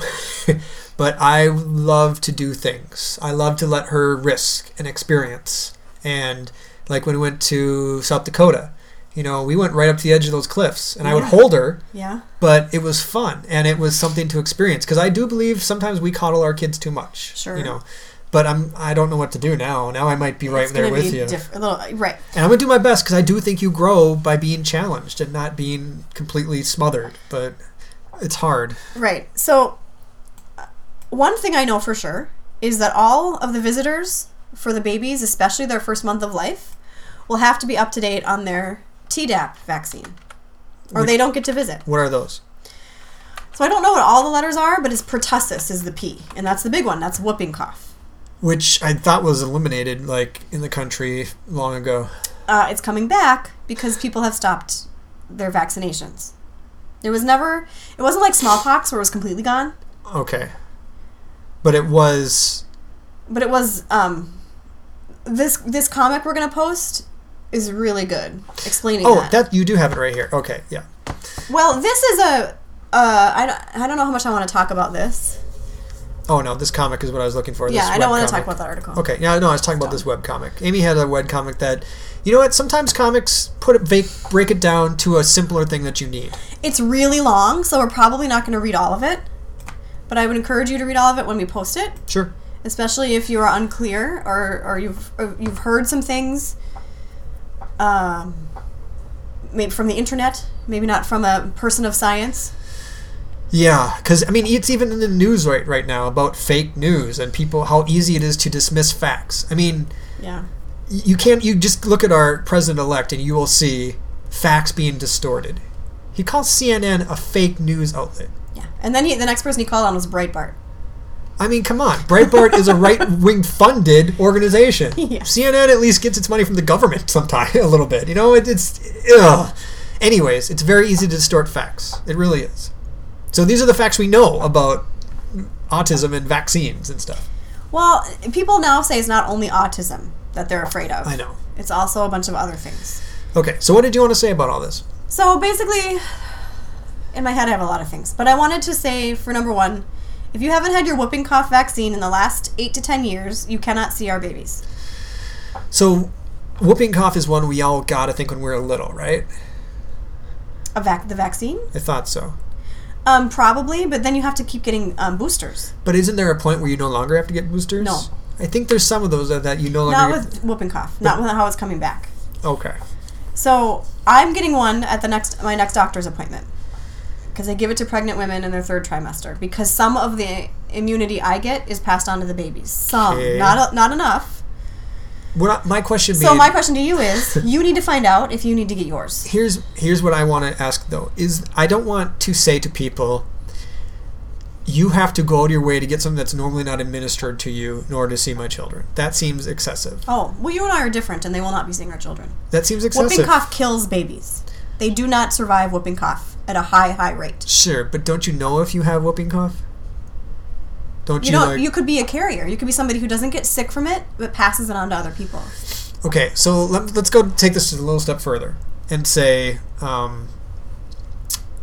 Speaker 2: (laughs) but I love to do things. I love to let her risk and experience. And like when we went to South Dakota, you know, we went right up to the edge of those cliffs, and I would
Speaker 1: Yeah.
Speaker 2: hold her,
Speaker 1: Yeah.
Speaker 2: but it was fun and it was something to experience because I do believe sometimes we coddle our kids too much.
Speaker 1: Sure.
Speaker 2: You know. But I'm. I don't know what to do now. Now I might be right
Speaker 1: it's
Speaker 2: there
Speaker 1: gonna
Speaker 2: with
Speaker 1: be
Speaker 2: you.
Speaker 1: diff- a little, right.
Speaker 2: And I'm gonna do my best because I do think you grow by being challenged and not being completely smothered. But it's hard.
Speaker 1: Right. So, uh, one thing I know for sure is that all of the visitors for the babies, especially their first month of life, will have to be up to date on their Tdap vaccine, or they don't get to visit.
Speaker 2: What are those?
Speaker 1: So I don't know what all the letters are, but it's pertussis is the P, and that's the big one. That's whooping cough.
Speaker 2: Which I thought was eliminated, like in the country long ago.
Speaker 1: Uh, it's coming back because people have stopped their vaccinations. There was never. It wasn't like smallpox where it was completely gone,
Speaker 2: Okay, but it was
Speaker 1: but it was. Um, this this comic we're gonna post is really good explaining.
Speaker 2: oh
Speaker 1: that.
Speaker 2: that you do have it right here. Okay, yeah.
Speaker 1: Well, this is a. Uh, I don't. I don't know how much I want to talk about this.
Speaker 2: Oh no, this comic is what I was looking for.
Speaker 1: Yeah,
Speaker 2: this
Speaker 1: I don't want
Speaker 2: webcomic.
Speaker 1: to talk about that article.
Speaker 2: Okay, yeah, no, I was talking about this web comic. Amy had a web comic that, you know what? Sometimes comics put it, break, break it down to a simpler thing that you need.
Speaker 1: It's really long, so we're probably not going to read all of it. But I would encourage you to read all of it when we post it.
Speaker 2: Sure.
Speaker 1: especially if you are unclear or, or you've or you've heard some things um, maybe from the internet maybe not from a person of science
Speaker 2: Yeah, because I mean, it's even in the news right right now about fake news and people how easy it is to dismiss facts. I mean,
Speaker 1: yeah
Speaker 2: y- you can't. You just look at our president elect, and you will see facts being distorted. He calls CNN a fake news outlet.
Speaker 1: yeah and then he, the next person he called on was breitbart
Speaker 2: I mean, come on. Breitbart is a right wing funded organization.
Speaker 1: (laughs) Yeah.
Speaker 2: CNN at least gets its money from the government sometime, (laughs) a little bit. You know, it, it's. Ugh. Anyways, it's very easy to distort facts. It really is. So these are the facts we know about autism and vaccines and stuff.
Speaker 1: well people now say it's not only autism that they're afraid of
Speaker 2: I know.
Speaker 1: it's also a bunch of other things
Speaker 2: Okay, so what did you want to say about all this?
Speaker 1: so basically in my head i have a lot of things but i wanted to say for number one if you haven't had your whooping cough vaccine in the last eight to ten years you cannot see our babies
Speaker 2: So, whooping cough is one we all got, I think, when we were little, right?
Speaker 1: a vac- the vaccine
Speaker 2: I thought so.
Speaker 1: Um, probably, but then you have to keep getting um, boosters.
Speaker 2: But isn't there a point where you no longer have to get boosters?
Speaker 1: No.
Speaker 2: I think there's some of those that, that you no longer.
Speaker 1: Not
Speaker 2: get-
Speaker 1: with whooping cough. Not with how it's coming back.
Speaker 2: okay.
Speaker 1: So I'm getting one at the next my next doctor's appointment because they give it to pregnant women in their third trimester because some of the immunity I get is passed on to the babies. Some,
Speaker 2: Okay.
Speaker 1: not a, not enough.
Speaker 2: What I, my question
Speaker 1: So
Speaker 2: being,
Speaker 1: my question to you is: you need to find out if you need to get yours.
Speaker 2: here's here's what I want to ask though is I don't want to say to people you have to go out of your way to get something that's normally not administered to you in order to see my children. That seems excessive.
Speaker 1: Oh, well, you and I are different, and they will not be seeing our children.
Speaker 2: That seems
Speaker 1: Whooping
Speaker 2: excessive.
Speaker 1: cough kills babies. They do not survive whooping cough at a high, high rate.
Speaker 2: Sure, but don't you know if you have whooping cough? Don't
Speaker 1: You
Speaker 2: you,
Speaker 1: don't.
Speaker 2: like,
Speaker 1: you could be a carrier. You could be somebody who doesn't get sick from it, but passes it on to other people.
Speaker 2: Okay, so let, let's go take this a little step further and say, um,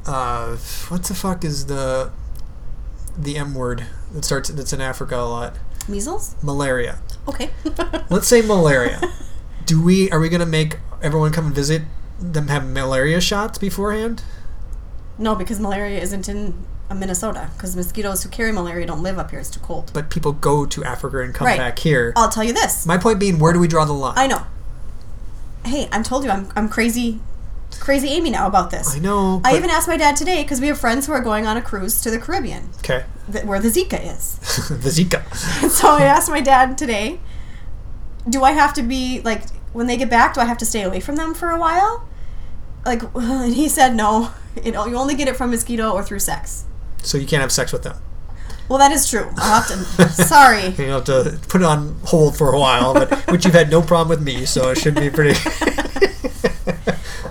Speaker 2: uh, what the fuck is the the M word that starts that's in Africa a lot?
Speaker 1: Measles.
Speaker 2: Malaria.
Speaker 1: Okay. (laughs)
Speaker 2: Let's say malaria. Do we are we gonna make everyone come and visit them have malaria shots beforehand?
Speaker 1: no, because malaria isn't in uh, Minnesota. Because mosquitoes who carry malaria don't live up here. It's too cold.
Speaker 2: But people go to Africa and come
Speaker 1: Right.
Speaker 2: back here.
Speaker 1: I'll tell you this.
Speaker 2: My point being, where do we draw the line?
Speaker 1: I know. Hey, I'm told you I'm I'm crazy, crazy Amy now about this.
Speaker 2: I know.
Speaker 1: I
Speaker 2: but-
Speaker 1: even asked my dad today because we have friends who are going on a cruise to the Caribbean,
Speaker 2: okay. (laughs)
Speaker 1: th- where the Zika is.
Speaker 2: the Zika.
Speaker 1: (laughs) so I asked my dad today, do I have to be like when they get back? Do I have to stay away from them for a while? Like, (laughs) and he said no. It, you only get it from mosquito or through sex.
Speaker 2: So you can't have sex with them.
Speaker 1: Well, that is true. I'll have
Speaker 2: (laughs)
Speaker 1: to. sorry.
Speaker 2: you have to put it on hold for a while,
Speaker 1: (laughs)
Speaker 2: but which you've had no problem with me, so it should be pretty. (laughs)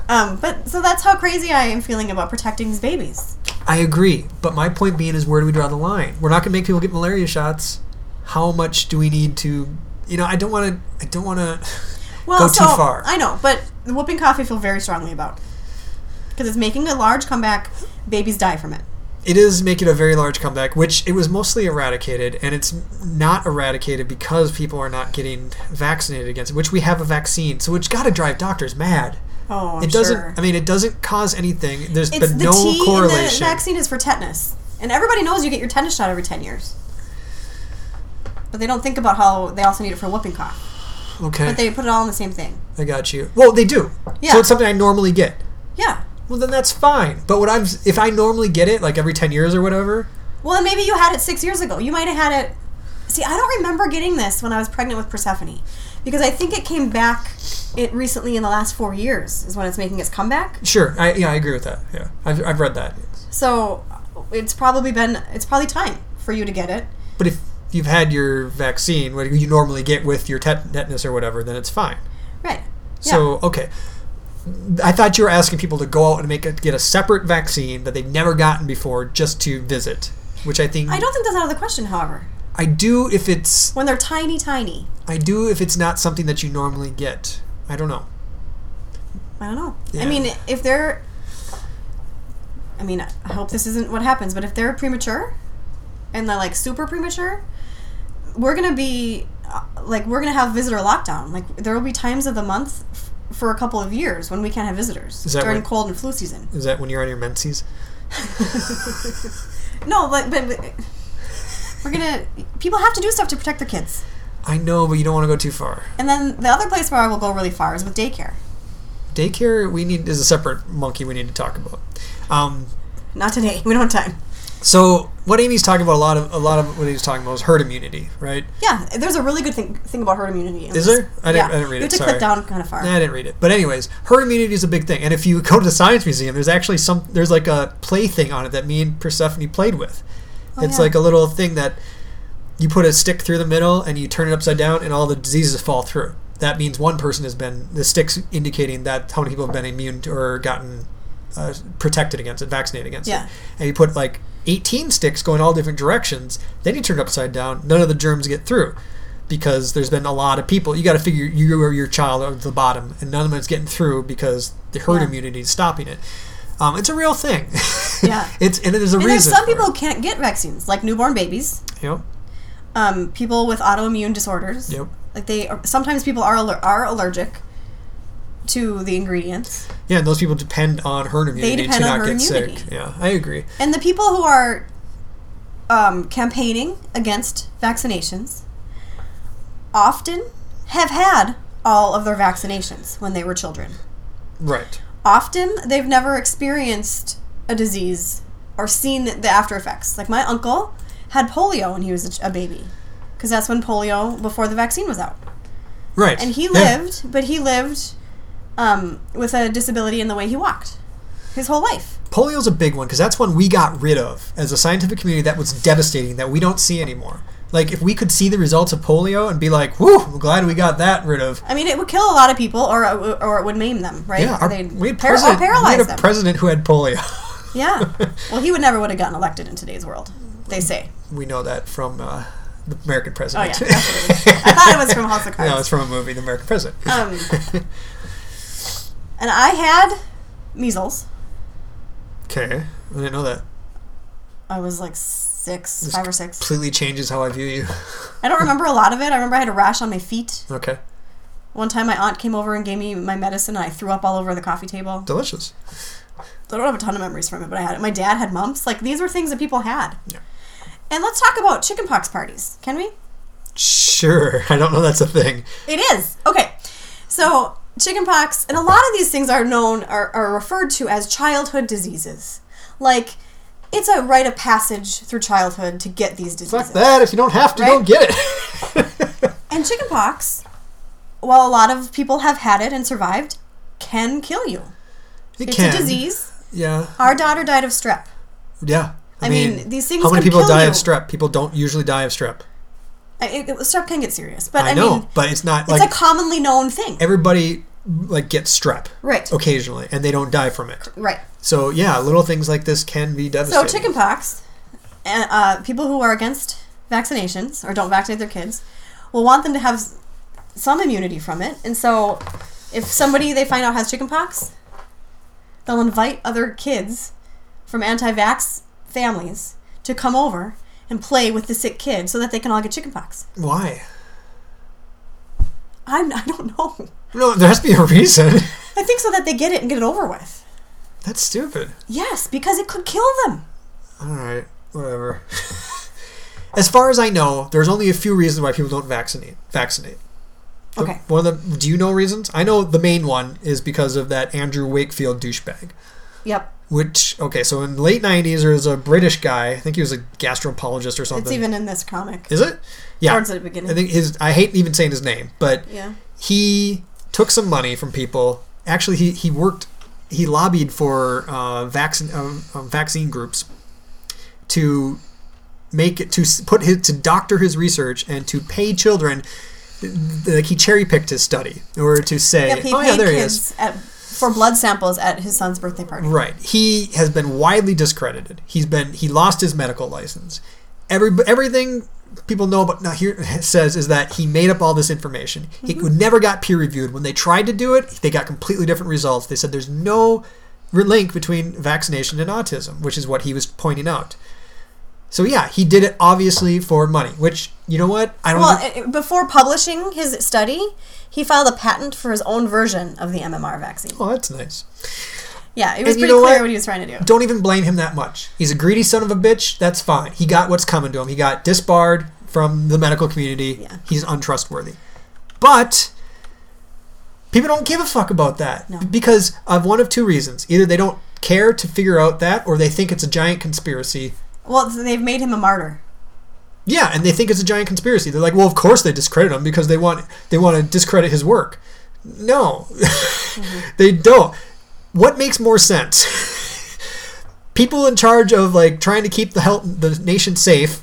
Speaker 1: Um, but so that's how crazy I am feeling about protecting these babies.
Speaker 2: I agree, but my point being is, where do we draw the line? We're not going to make people get malaria shots. How much do we need to? You know, I don't want to. I don't want to.
Speaker 1: Well,
Speaker 2: Go too
Speaker 1: so
Speaker 2: far.
Speaker 1: I know, but the whooping cough I feel very strongly about because it's making a large comeback. Babies die from it.
Speaker 2: It is making a very large comeback, which it was mostly eradicated, and it's not eradicated because people are not getting vaccinated against it, which we have a vaccine, so it's got to drive doctors mad.
Speaker 1: Oh, I'm
Speaker 2: it doesn't.
Speaker 1: sure.
Speaker 2: I mean, it doesn't cause anything. There's
Speaker 1: it's
Speaker 2: been
Speaker 1: the
Speaker 2: no
Speaker 1: T in the
Speaker 2: correlation.
Speaker 1: vaccine is for tetanus, and everybody knows you get your tetanus shot every ten years. But they don't think about how they also need it for whooping cough.
Speaker 2: okay.
Speaker 1: But they put it all in the same thing.
Speaker 2: I got you. Well, they do.
Speaker 1: Yeah.
Speaker 2: So it's something I normally get.
Speaker 1: Yeah.
Speaker 2: Well, then that's fine. But what I'm if I normally get it like every 10 years or whatever,
Speaker 1: Well, then maybe you had it six years ago. You might have had it. See, I don't remember getting this when I was pregnant with Persephone, because I think it came back it recently in the last four years is when it's making its comeback.
Speaker 2: sure. I yeah, I agree with that. Yeah. I've I've read that.
Speaker 1: So it's probably been it's probably time for you to get it.
Speaker 2: But if you've had your vaccine, what you normally get with your tet- tetanus or whatever, then it's fine.
Speaker 1: Right.
Speaker 2: So, okay. I thought you were asking people to go out and make a, get a separate vaccine that they've never gotten before just to visit, which I think
Speaker 1: I don't think that's out of the question, however.
Speaker 2: I do if it's
Speaker 1: When they're tiny, tiny.
Speaker 2: I do if it's not something that you normally get. I don't know.
Speaker 1: I don't know.
Speaker 2: Yeah.
Speaker 1: I mean, if they're I mean, I hope this isn't what happens, but if they're premature and they're like super premature, we're going to be uh, like we're going to have visitor lockdown. Like there will be times of the month f- for a couple of years when we can't have visitors
Speaker 2: Is that
Speaker 1: during
Speaker 2: when-
Speaker 1: cold and flu season.
Speaker 2: Is that when you're on your menses?
Speaker 1: No, but, but but we're going to people have to do stuff to protect their kids.
Speaker 2: I know, but you don't want to go too far.
Speaker 1: And then the other place where I will go really far is with daycare.
Speaker 2: Daycare we need is a separate monkey we need to talk about. Um,
Speaker 1: Not today. (laughs) We don't have time.
Speaker 2: so what Amy's talking about a lot of a lot of what he's talking about is herd immunity, right?
Speaker 1: Yeah, there's a really good thing, thing about herd immunity. in this.
Speaker 2: Is there? I didn't- I didn't read
Speaker 1: you have
Speaker 2: it,
Speaker 1: to
Speaker 2: sorry.
Speaker 1: click down kind of far.
Speaker 2: Nah, I didn't read it, but anyways, herd immunity is a big thing. And if you go to the science museum, there's actually some there's like a play thing on it that me and Persephone played with. it's
Speaker 1: Oh, yeah.
Speaker 2: like a little thing that you put a stick through the middle and you turn it upside down, and all the diseases fall through. That means one person has been the sticks indicating that how many people have been immune to, or gotten uh, protected against it, vaccinated against
Speaker 1: Yeah.
Speaker 2: it. And you put like 18 sticks going all different directions. Then you turn it upside down. None of the germs get through because there's been a lot of people. You got to figure you or your child are at the bottom, and none of them is getting through because the herd
Speaker 1: Yeah.
Speaker 2: immunity is stopping it. Um, it's a real thing.
Speaker 1: Yeah.
Speaker 2: (laughs) it's and there's a
Speaker 1: and
Speaker 2: reason.
Speaker 1: there's some
Speaker 2: for it,
Speaker 1: people who can't get vaccines, like newborn babies,
Speaker 2: you know?
Speaker 1: um, people with autoimmune disorders.
Speaker 2: Yep.
Speaker 1: Like they are, sometimes people are aller- are allergic to the ingredients,
Speaker 2: Yeah, and those people depend on herd immunity
Speaker 1: depend
Speaker 2: to
Speaker 1: on
Speaker 2: not
Speaker 1: herd
Speaker 2: get
Speaker 1: immunity.
Speaker 2: sick. Yeah, I agree.
Speaker 1: and the people who are um, campaigning against vaccinations often have had all of their vaccinations when they were children.
Speaker 2: Right.
Speaker 1: often they've never experienced a disease or seen the after effects. Like my uncle had polio when he was a, ch- a baby, because that's when polio before the vaccine was out.
Speaker 2: Right.
Speaker 1: And he
Speaker 2: Yeah.
Speaker 1: lived, but he lived um, with a disability in the way he walked his whole life.
Speaker 2: Polio's a big one because that's one we got rid of as a scientific community that was devastating that we don't see anymore. Like if we could see the results of polio and be like, "Whew, I'm glad we got that rid of."
Speaker 1: I mean, it would kill a lot of people, or uh, or it would maim them, right?
Speaker 2: Yeah, our,
Speaker 1: They'd
Speaker 2: we had,
Speaker 1: par- or
Speaker 2: president, we had
Speaker 1: paralyze
Speaker 2: a
Speaker 1: them.
Speaker 2: president who had polio. (laughs)
Speaker 1: yeah. Well, he would never would have gotten elected in today's world. They say.
Speaker 2: we know that from uh, the American
Speaker 1: Oh
Speaker 2: President.
Speaker 1: yeah, that's what it is. I thought it was from House of Cards.
Speaker 2: (laughs) no, it's from a movie, The American President. (laughs)
Speaker 1: Um, and I had measles.
Speaker 2: Okay, I didn't know that.
Speaker 1: I was like six,
Speaker 2: This
Speaker 1: five or six.
Speaker 2: Completely changes how I view you. (laughs)
Speaker 1: I don't remember a lot of it. I remember I had a rash on my feet.
Speaker 2: Okay,
Speaker 1: One time, my aunt came over and gave me my medicine, and I threw up all over the coffee table.
Speaker 2: delicious.
Speaker 1: I don't have a ton of memories from it, but I had it. My dad had mumps. Like these were things that people had.
Speaker 2: Yeah.
Speaker 1: And let's talk about chickenpox parties, can we?
Speaker 2: Sure, (laughs) I don't know that's a thing.
Speaker 1: It is okay. So chickenpox, and a lot of these things are known are, are referred to as childhood diseases. Like it's a rite of passage through childhood to get these diseases.
Speaker 2: Fuck that. If you don't have to,
Speaker 1: Right?
Speaker 2: don't (laughs) get it.
Speaker 1: And chickenpox, while a lot of people have had it and survived, can kill you.
Speaker 2: It
Speaker 1: It's
Speaker 2: can.
Speaker 1: a disease.
Speaker 2: Yeah,
Speaker 1: Our daughter died of strep.
Speaker 2: yeah.
Speaker 1: I mean, these things
Speaker 2: How many
Speaker 1: can
Speaker 2: people
Speaker 1: kill
Speaker 2: die
Speaker 1: you.
Speaker 2: of strep? People don't usually die of strep.
Speaker 1: I- It, it, strep can get serious, but I,
Speaker 2: I, know,
Speaker 1: mean,
Speaker 2: but it's not
Speaker 1: it's
Speaker 2: like
Speaker 1: a commonly known thing.
Speaker 2: everybody like gets strep
Speaker 1: Right.
Speaker 2: occasionally, and they don't die from it.
Speaker 1: Right.
Speaker 2: So yeah, little things like this can be
Speaker 1: So
Speaker 2: devastating.
Speaker 1: chickenpox, uh, uh, people who are against vaccinations or don't vaccinate their kids will want them to have s- some immunity from it. And so, if somebody they find out has chickenpox, they'll invite other kids from anti-vax families to come over and play with the sick kid so that they can all get chickenpox.
Speaker 2: Why?
Speaker 1: I'm, (laughs) I don't know.
Speaker 2: No, there has to be a reason. (laughs)
Speaker 1: I think so that they get it and get it over with.
Speaker 2: That's stupid.
Speaker 1: Yes, because it could kill them.
Speaker 2: All right, whatever. (laughs) as far as I know, there's only a few reasons why people don't vaccinate. Vaccinate. The-
Speaker 1: Okay.
Speaker 2: One of the do you know reasons? I know the main one is because of that Andrew Wakefield douchebag.
Speaker 1: Yep.
Speaker 2: Which okay, so in the late '90s, there was a British guy. I think he was a gastroenterologist or something.
Speaker 1: It's even in this comic.
Speaker 2: Is it? Yeah.
Speaker 1: Towards the beginning.
Speaker 2: I think his. I hate even saying his name, but
Speaker 1: Yeah.
Speaker 2: he took some money from people. Actually, he, he worked, he lobbied for uh, vaccine um, um, vaccine groups to make it to s- put his to doctor his research and to pay children. th- th- Like he cherry picked his study in order to say,
Speaker 1: Yep, he
Speaker 2: oh
Speaker 1: paid
Speaker 2: yeah, there he is.
Speaker 1: kids at, for blood samples at his son's birthday party.
Speaker 2: Right. He has been widely discredited. He's been he lost his medical license. Every everything people know about now here (laughs) says is that he made up all this information. It would never got peer reviewed. When they tried to do it, they got completely different results. They said there's no re- link between vaccination and autism, which is what he was pointing out. So yeah, he did it obviously for money, which you know what? I don't
Speaker 1: Well,
Speaker 2: think-
Speaker 1: i- i- before publishing his study, he filed a patent for his own version of the MMR vaccine.
Speaker 2: Oh, that's nice.
Speaker 1: Yeah, it was
Speaker 2: And you
Speaker 1: pretty
Speaker 2: know
Speaker 1: clear
Speaker 2: what?
Speaker 1: what he was trying to do.
Speaker 2: don't even blame him that much. He's a greedy son of a bitch. That's fine. He got what's coming to him. He got disbarred from the medical community.
Speaker 1: Yeah.
Speaker 2: He's untrustworthy. But people don't give a fuck about that
Speaker 1: No.
Speaker 2: because of one of two reasons: either they don't care to figure out that, or they think it's a giant conspiracy.
Speaker 1: Well, so they've made him a martyr.
Speaker 2: Yeah, and they think it's a giant conspiracy. They're like, well, of course they discredit him because they want they want to discredit his work. No, (laughs) they don't. What makes more sense? (laughs) People in charge of like trying to keep the health the nation safe,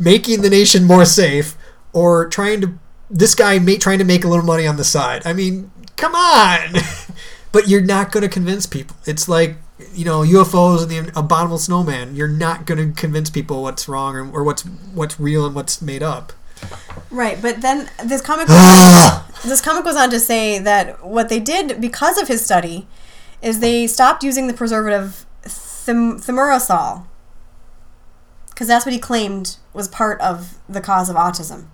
Speaker 2: making the nation more safe, or trying to this guy ma- trying to make a little money on the side. I mean, come on. (laughs) but you're not going to convince people. It's like you know UFOs and the abominable snowman. You're not going to convince people what's wrong or, or what's what's real and what's made up.
Speaker 1: Right, but then this
Speaker 2: (gasps)
Speaker 1: comic goes, this comic goes on to say that what they did because of his study is they stopped using the preservative thim- thimerosal because that's what he claimed was part of the cause of autism.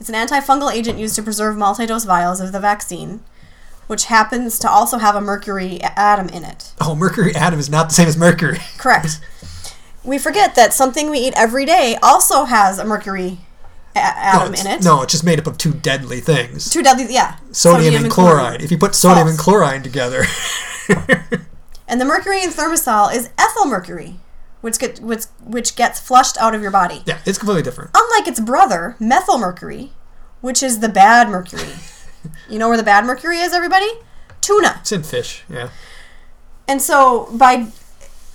Speaker 1: It's an antifungal agent used to preserve multi-dose vials of the vaccine, which happens to also have a mercury a- atom in it.
Speaker 2: Oh, mercury atom is not the same as mercury.
Speaker 1: Correct. We forget that something we eat every day also has a mercury a-
Speaker 2: No,
Speaker 1: atom
Speaker 2: (laughs) it's-
Speaker 1: in it.
Speaker 2: No, it's just made up of two deadly things.
Speaker 1: Two W's, yeah.
Speaker 2: Sodium, and chloride. If you put sodium
Speaker 1: False.
Speaker 2: and chlorine together, (laughs)
Speaker 1: And the mercury in thermosol is ethyl mercury, which get, which, which gets flushed out of your body.
Speaker 2: Yeah, it's completely different.
Speaker 1: Unlike its brother, methyl mercury, which is the bad
Speaker 2: (laughs)
Speaker 1: mercury. you know where the bad mercury is, everybody? Tuna.
Speaker 2: It's in fish. Yeah.
Speaker 1: And so by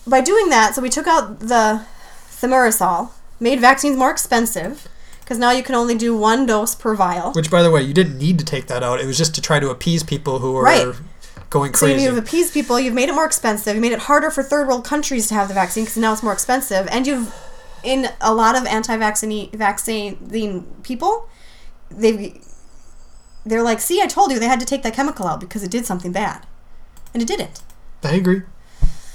Speaker 1: by doing that, so we took out the thimerosal, made vaccines more expensive because now you can only do one dose per vial.
Speaker 2: Which, by the way, you didn't need to take that out. It was just to try to appease people who were
Speaker 1: Right.
Speaker 2: going
Speaker 1: So
Speaker 2: crazy.
Speaker 1: you've appeased people, you've made it more expensive, you made it harder for third world countries to have the vaccine because now it's more expensive, and you've in a lot of anti-vaccine vaccine people, they they're like, see, I told you they had to take that chemical out because it did something bad, and it didn't.
Speaker 2: I agree.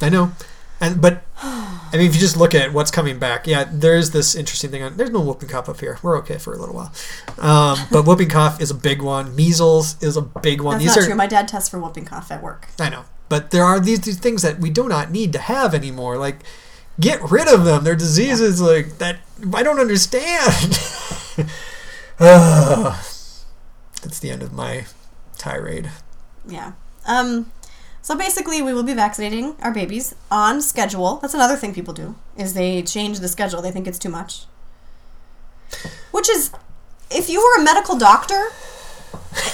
Speaker 2: I know. And but I mean, if you just look at what's coming back, yeah, there's this interesting thing. On, there's no whooping cough up here. We're okay for a little while. Um, but whooping cough is a big one. Measles is a big one.
Speaker 1: That's
Speaker 2: These
Speaker 1: not
Speaker 2: are
Speaker 1: true. My dad tests for whooping cough at work.
Speaker 2: I know, but there are these, these things that we do not need to have anymore. Like, get rid of them. They're diseases like that. I don't understand. (laughs) (sighs) Ugh. That's the end of my tirade.
Speaker 1: Yeah. Um, so basically, we will be vaccinating our babies on schedule. That's another thing people do is they change the schedule. They think it's too much. Which is, if you were a medical doctor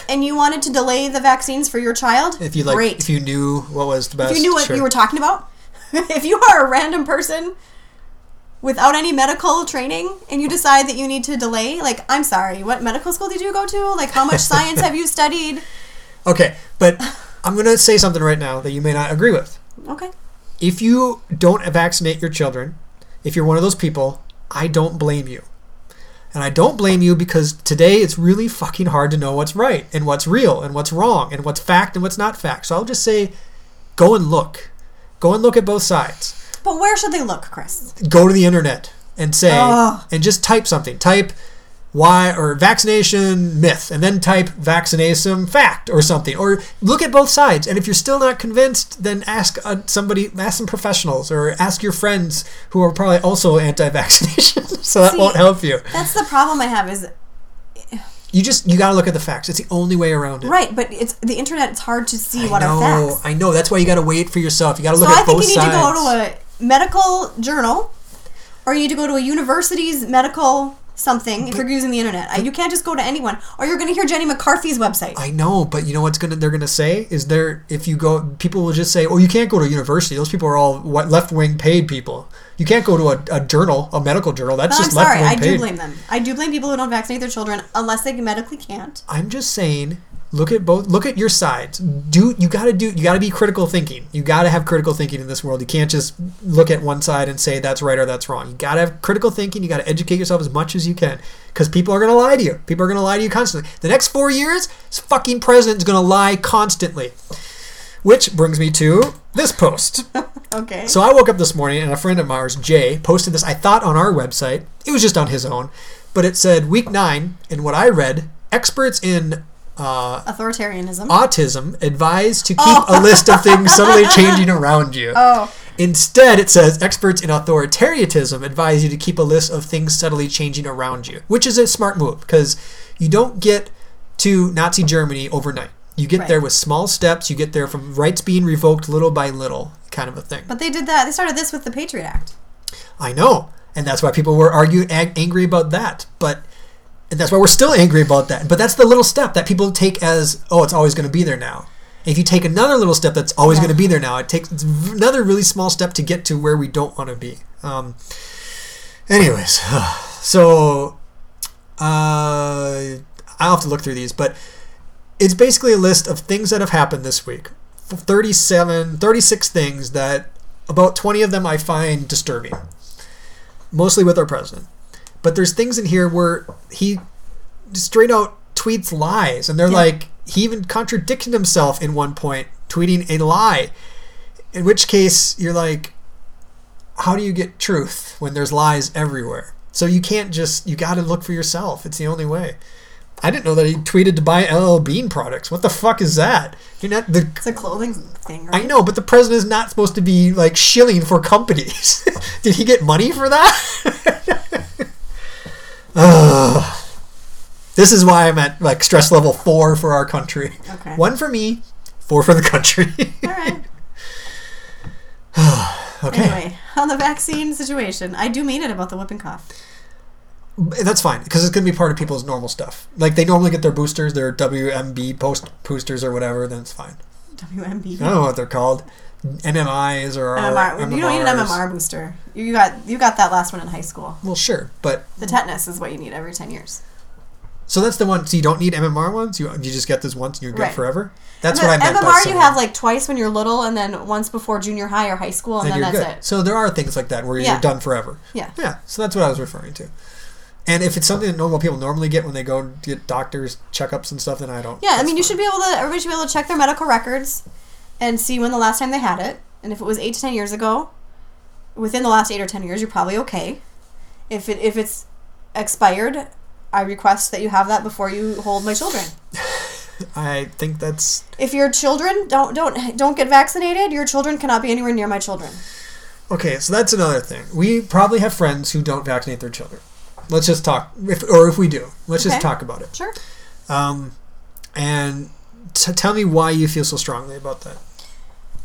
Speaker 1: and you wanted to delay the vaccines for your child,
Speaker 2: If you like,
Speaker 1: great.
Speaker 2: if you knew what was the best,
Speaker 1: If you knew what
Speaker 2: sure.
Speaker 1: you were talking about, (laughs) if you are a random person without any medical training and you decide that you need to delay, like, I'm sorry, what medical school did you go to? Like, how much science
Speaker 2: (laughs)
Speaker 1: have you studied?
Speaker 2: Okay, but I'm going to say something right now that you may not agree with.
Speaker 1: Okay.
Speaker 2: If you don't vaccinate your children, if you're one of those people, I don't blame you. And I don't blame you because today it's really fucking hard to know what's right and what's real and what's wrong and what's fact and what's not fact. So I'll just say go and look. Go and look at both sides
Speaker 1: But where should they look, Chris?
Speaker 2: go to the internet and say
Speaker 1: Ugh.
Speaker 2: and just type something type why or vaccination myth and then type vaccination fact or something or look at both sides and if you're still not convinced then ask uh, somebody ask some professionals or ask your friends who are probably also anti-vaccination (laughs) so that
Speaker 1: See,
Speaker 2: won't help you
Speaker 1: That's the problem I have is
Speaker 2: you just you got to look at the facts it's the only way around it
Speaker 1: right, but it's the internet. It's hard to see
Speaker 2: I
Speaker 1: what
Speaker 2: know,
Speaker 1: are facts.
Speaker 2: I know. That's why you got to wait for yourself. You got to look
Speaker 1: so
Speaker 2: at
Speaker 1: I think
Speaker 2: both
Speaker 1: you need
Speaker 2: sides.
Speaker 1: to go to a medical journal, or you need to go to a university's medical something if you're using the internet. I- you can't just go to anyone, or you're going to hear Jenny McCarthy's website.
Speaker 2: I know, but you know what's gonna they're gonna say is there if you go people will just say oh you can't go to university those people are all what left wing paid people you can't go to a, a journal a medical journal that's
Speaker 1: no, I'm
Speaker 2: just left
Speaker 1: sorry.
Speaker 2: wing
Speaker 1: I
Speaker 2: paid.
Speaker 1: do blame them. I do blame people who don't vaccinate their children unless they medically can't.
Speaker 2: I'm just saying look at both look at your sides do you gotta do you gotta be critical thinking you gotta have critical thinking in this world you can't just look at one side and say that's right or that's wrong you gotta have critical thinking you gotta educate yourself as much as you can because people are gonna lie to you people are gonna lie to you constantly the next four years this fucking president's gonna lie constantly which brings me to this post
Speaker 1: Okay.
Speaker 2: so I woke up this morning and a friend of ours, Jay, posted this, I thought, on our website. It was just on his own. But it said, Week 9, and what I read, experts in uh,
Speaker 1: Authoritarianism.
Speaker 2: autism advise to keep a list of things subtly
Speaker 1: (laughs)
Speaker 2: changing around you.
Speaker 1: oh,
Speaker 2: Instead, it says, experts in authoritarianism advise you to keep a list of things subtly changing around you, which is a smart move because you don't get to Nazi Germany overnight. You get
Speaker 1: Right.
Speaker 2: there with small steps, you get there from rights being revoked little by little, kind of a thing.
Speaker 1: but they did that. They started this with the Patriot Act.
Speaker 2: I know, and that's why people were arguing ang- angry about that. But and that's why we're still angry about that. But that's the little step that people take as oh, it's always going to be there now. If you take another little step, that's always
Speaker 1: Yeah.
Speaker 2: going to be there now. It takes it's v- another really small step to get to where we don't want to be. Um, anyways, (sighs) so uh, I'll have to look through these, but it's basically a list of things that have happened this week. 37, 36 things that about 20 of them I find disturbing, mostly with our president. But there's things in here where he straight out tweets lies, and they're
Speaker 1: Yeah.
Speaker 2: like, he even contradicted himself in one point, tweeting a lie. In which case, you're like, how do you get truth when there's lies everywhere? So you can't just you got to look for yourself. It's the only way. I didn't know that he tweeted to buy LL Bean products. What the fuck is that? You're not the
Speaker 1: It's a clothing thing, right?
Speaker 2: I know, but the president is not supposed to be like shilling for companies. (laughs) Did he get money for that? (laughs) Ugh. This is why I'm at like stress level four for our country.
Speaker 1: Okay.
Speaker 2: One for me, four for the country.
Speaker 1: All right.
Speaker 2: (laughs) okay.
Speaker 1: Anyway, on the vaccine situation. I do mean it about the whooping cough.
Speaker 2: And that's fine because it's going to be part of people's normal stuff. Like they normally get their boosters, their WMB post boosters or whatever. Then it's fine.
Speaker 1: WMB.
Speaker 2: I don't know what they're called, NMIs or
Speaker 1: MMR. You don't need an
Speaker 2: MMRs.
Speaker 1: MMR booster. You got you got that last one in high school.
Speaker 2: Well, sure, but
Speaker 1: The tetanus is what you need every ten years.
Speaker 2: so that's the one. So you don't need MMR ones. You you just get this once and you're good
Speaker 1: Right.
Speaker 2: forever. That's
Speaker 1: The
Speaker 2: what I meant. by
Speaker 1: MMR you
Speaker 2: similar.
Speaker 1: have like twice when you're little, and then once before junior high or high school, and
Speaker 2: then
Speaker 1: then,
Speaker 2: you're
Speaker 1: that's
Speaker 2: good.
Speaker 1: it.
Speaker 2: So there are things like that where
Speaker 1: Yeah.
Speaker 2: you're done forever.
Speaker 1: Yeah.
Speaker 2: Yeah. So that's what I was referring to. And if it's something that normal people normally get when they go get doctors checkups and stuff, then I don't.
Speaker 1: Yeah, I
Speaker 2: that's
Speaker 1: mean, you
Speaker 2: fine.
Speaker 1: should be able to. Everybody should be able to check their medical records and see when the last time they had it. And if it was eight to ten years ago, within the last eight or ten years, you're probably okay. If it if it's expired, I request that you have that before you hold my children.
Speaker 2: I think that's
Speaker 1: If your children don't don't don't get vaccinated, your children cannot be anywhere near my children.
Speaker 2: okay. So that's another thing. We probably have friends who don't vaccinate their children. Let's just talk, if, or if we do, let's just
Speaker 1: Okay.
Speaker 2: talk about it.
Speaker 1: Sure.
Speaker 2: Um, and t- tell me why you feel so strongly about that.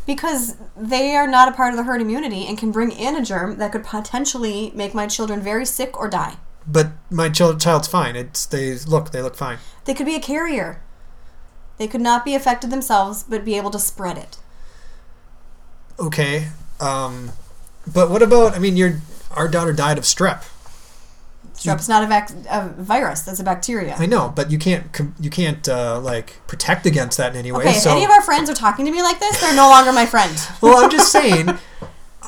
Speaker 1: Because they are not a part of the herd immunity and can bring in a germ that could potentially make my children very sick or die.
Speaker 2: But my child, child's fine. It's they look, they look fine.
Speaker 1: They could be a carrier. They could not be affected themselves, but be able to spread it.
Speaker 2: Okay. Um, but what about? I mean, your our daughter died of strep.
Speaker 1: Strep's not a, vac- a virus; that's a bacteria.
Speaker 2: I know, but you can't com- you can't uh, like protect against that in any way.
Speaker 1: okay, if
Speaker 2: so,
Speaker 1: any of our friends are talking to me like this, they're no longer my friend.
Speaker 2: well, I'm
Speaker 1: (laughs)
Speaker 2: just saying.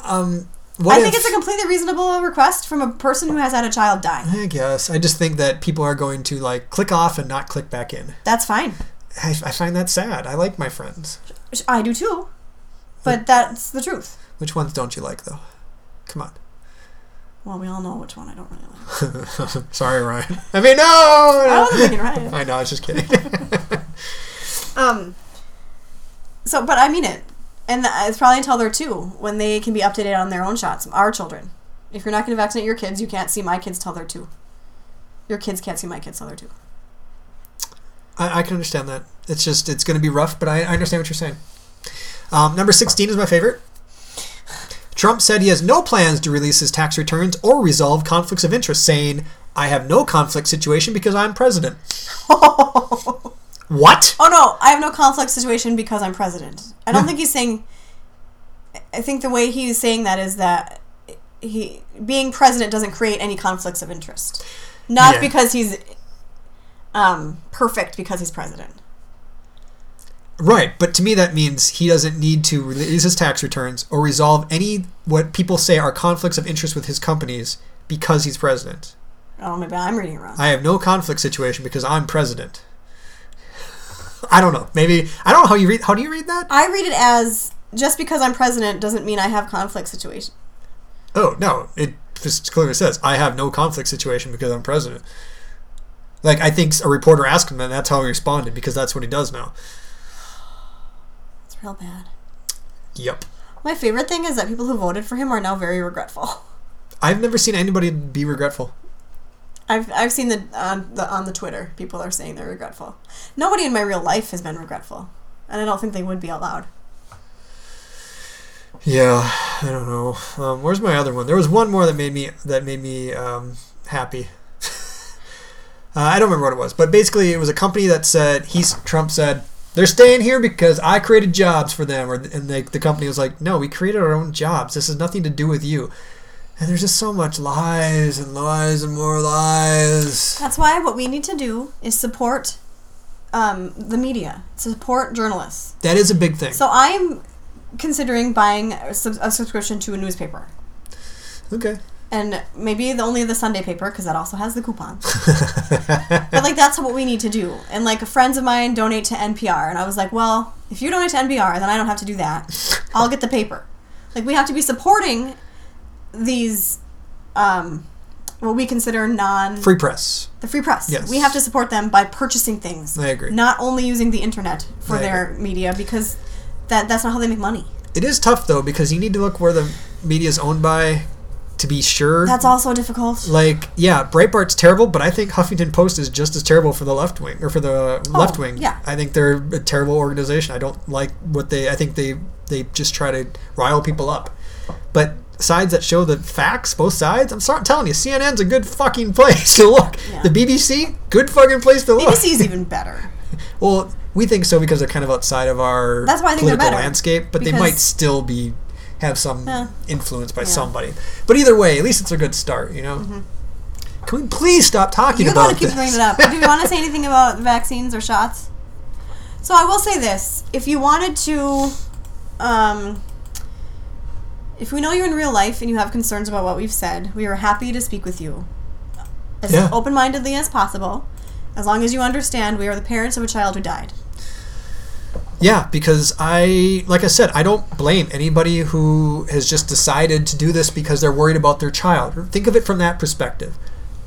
Speaker 2: Um, what
Speaker 1: I think
Speaker 2: if-
Speaker 1: it's a completely reasonable request from a person who has had a child die.
Speaker 2: I guess I just think that people are going to like click off and not click back in.
Speaker 1: That's fine.
Speaker 2: I, I find that sad. I like my friends.
Speaker 1: Which I do too, but that's the truth.
Speaker 2: Which ones don't you like though? Come on.
Speaker 1: Well, we all know which one I don't really like.
Speaker 2: Sorry, Ryan. (laughs) I mean, no.
Speaker 1: I
Speaker 2: no.
Speaker 1: wasn't thinking
Speaker 2: (laughs)
Speaker 1: right.
Speaker 2: I know. I was just kidding.
Speaker 1: Um. So, but I mean it, and it's probably until they're two when they can be updated on their own shots. Our children. If you're not going to vaccinate your kids, you can't see my kids till they're two. Your kids can't see my kids till they're two.
Speaker 2: I, I can understand that. It's just it's going to be rough, but I, I understand what you're saying. Um, number sixteen is my favorite. Trump said he has no plans to release his tax returns or resolve conflicts of interest, saying, "I have no conflict situation because I'm president." (laughs) what?
Speaker 1: Oh no, I have no conflict situation because I'm president. I don't think he's saying. I think the way he's saying that is that he being president doesn't create any conflicts of interest, not
Speaker 2: Yeah.
Speaker 1: because he's um, perfect because he's president.
Speaker 2: Right, but to me that means he doesn't need to release his tax returns or resolve any what people say are conflicts of interest with his companies because he's president.
Speaker 1: Oh, maybe I'm reading it wrong.
Speaker 2: I have no conflict situation because I'm president. I don't know. Maybe I don't know how you read. How do you read that?
Speaker 1: I read it as just because I'm president doesn't mean I have conflict situation.
Speaker 2: Oh no, it just clearly says I have no conflict situation because I'm president. Like I think a reporter asked him, and that's how he responded because that's what he does now.
Speaker 1: It's real bad.
Speaker 2: Yep.
Speaker 1: My favorite thing is that people who voted for him are now very regretful. (laughs)
Speaker 2: I've never seen anybody be regretful.
Speaker 1: I've, I've seen the on the on the Twitter people are saying they're regretful. Nobody in my real life has been regretful, and I don't think they would be out loud.
Speaker 2: Yeah, I don't know. Um, where's my other one? There was one more that made me that made me um, happy. (laughs) uh, I don't remember what it was, but basically it was a company that said he's Trump said they're staying here because I created jobs for them, or and they, the company was like, no, we created our own jobs. This has nothing to do with you. And there's just so much lies and lies and more lies.
Speaker 1: That's why what we need to do is support um, the media, support journalists.
Speaker 2: That is a big thing.
Speaker 1: So I'm considering buying a, sub- a subscription to a newspaper.
Speaker 2: okay.
Speaker 1: and maybe the only the Sunday paper because that also has the
Speaker 2: (laughs)
Speaker 1: coupon. but like that's what we need to do. And like friends of mine donate to NPR, and I was like, well, if you donate to NPR, then I don't have to do that. I'll get the paper. Like we have to be supporting these, um, what we consider non
Speaker 2: Free press.
Speaker 1: the free press.
Speaker 2: Yes.
Speaker 1: We have to support them by purchasing things.
Speaker 2: I agree.
Speaker 1: Not only using the internet for
Speaker 2: I
Speaker 1: their media because that that's not how they make
Speaker 2: (clears throat)
Speaker 1: money.
Speaker 2: It is tough though because you need to look where the media is owned by to be sure.
Speaker 1: That's also difficult.
Speaker 2: Like, yeah, Breitbart's terrible, but I think Huffington Post is just as terrible for the left wing or for the left wing.
Speaker 1: Oh, yeah.
Speaker 2: I think they're a terrible organization. I don't like what they. I think they they just try to rile people up. But sides that show the facts, both sides. I'm sorry, I'm telling you, CNN's a good fucking (laughs) place to look.
Speaker 1: Yeah.
Speaker 2: The BBC, good fucking place to look.
Speaker 1: BBC's even better.
Speaker 2: Well, we think so because they're kind of outside of our
Speaker 1: That's why I think they're
Speaker 2: political
Speaker 1: better.
Speaker 2: landscape, but they
Speaker 1: Because-
Speaker 2: might still be have some
Speaker 1: Yeah. Mm-hmm.
Speaker 2: influence by somebody. But either way, at least it's a good start, you know. Can we please stop talking
Speaker 1: You
Speaker 2: about
Speaker 1: gotta keep
Speaker 2: this?
Speaker 1: bringing it up. Do you want to say anything about vaccines or shots? So I will say this: if you wanted to, um, if we know you're in real life and you have concerns about what we've said, we are happy to speak with you as
Speaker 2: Yeah.
Speaker 1: open-mindedly as possible, as long as you understand we are the parents of a child who died.
Speaker 2: (laughs) Yeah, because I, like I said, I don't blame anybody who has just decided to do this because they're worried about their child. Think of it from that perspective.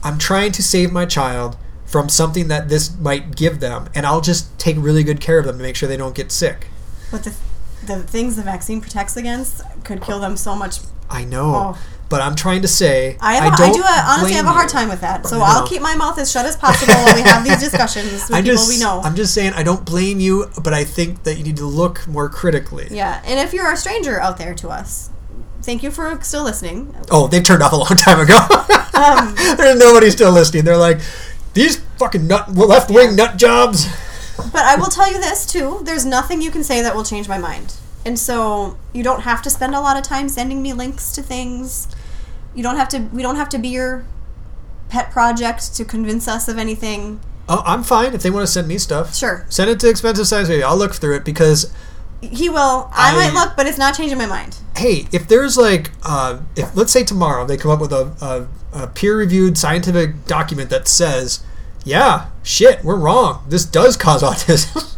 Speaker 2: I'm trying to save my child from something that this might give them, and I'll just take really good care of them to make sure they don't get sick.
Speaker 1: But the the things the vaccine protects against could kill them so much.
Speaker 2: I know,
Speaker 1: Oh.
Speaker 2: but I'm trying to say
Speaker 1: I, have, I,
Speaker 2: don't
Speaker 1: do uh honestly
Speaker 2: blame
Speaker 1: have a hard
Speaker 2: you.
Speaker 1: time with that, so
Speaker 2: No.
Speaker 1: I'll keep my mouth as shut as possible while we have
Speaker 2: (laughs)
Speaker 1: these discussions with
Speaker 2: I'm
Speaker 1: people
Speaker 2: just,
Speaker 1: we know.
Speaker 2: I'm just saying I don't blame you, but I think that you need to look more critically.
Speaker 1: Yeah, and if you're a stranger out there to us, thank you for still listening.
Speaker 2: Oh, they turned off a long time ago.
Speaker 1: Um,
Speaker 2: (laughs) There's nobody still listening. They're like, these fucking nut left wing nut jobs.
Speaker 1: But I will tell you this too: there's nothing you can say that will change my mind, and so you don't have to spend a lot of time sending me links to things. You don't have to. We don't have to be your pet project to convince us of anything.
Speaker 2: Oh, I'm fine if they want to send me stuff.
Speaker 1: Sure,
Speaker 2: Send it to expensive science baby. I'll look through it because
Speaker 1: he will. I,
Speaker 2: I-
Speaker 1: might look, but it's not changing my mind.
Speaker 2: hey, if there's like, uh, if let's say tomorrow they come up with a, a, a peer-reviewed scientific document that says, yeah, shit, we're wrong. This does cause (laughs) autism.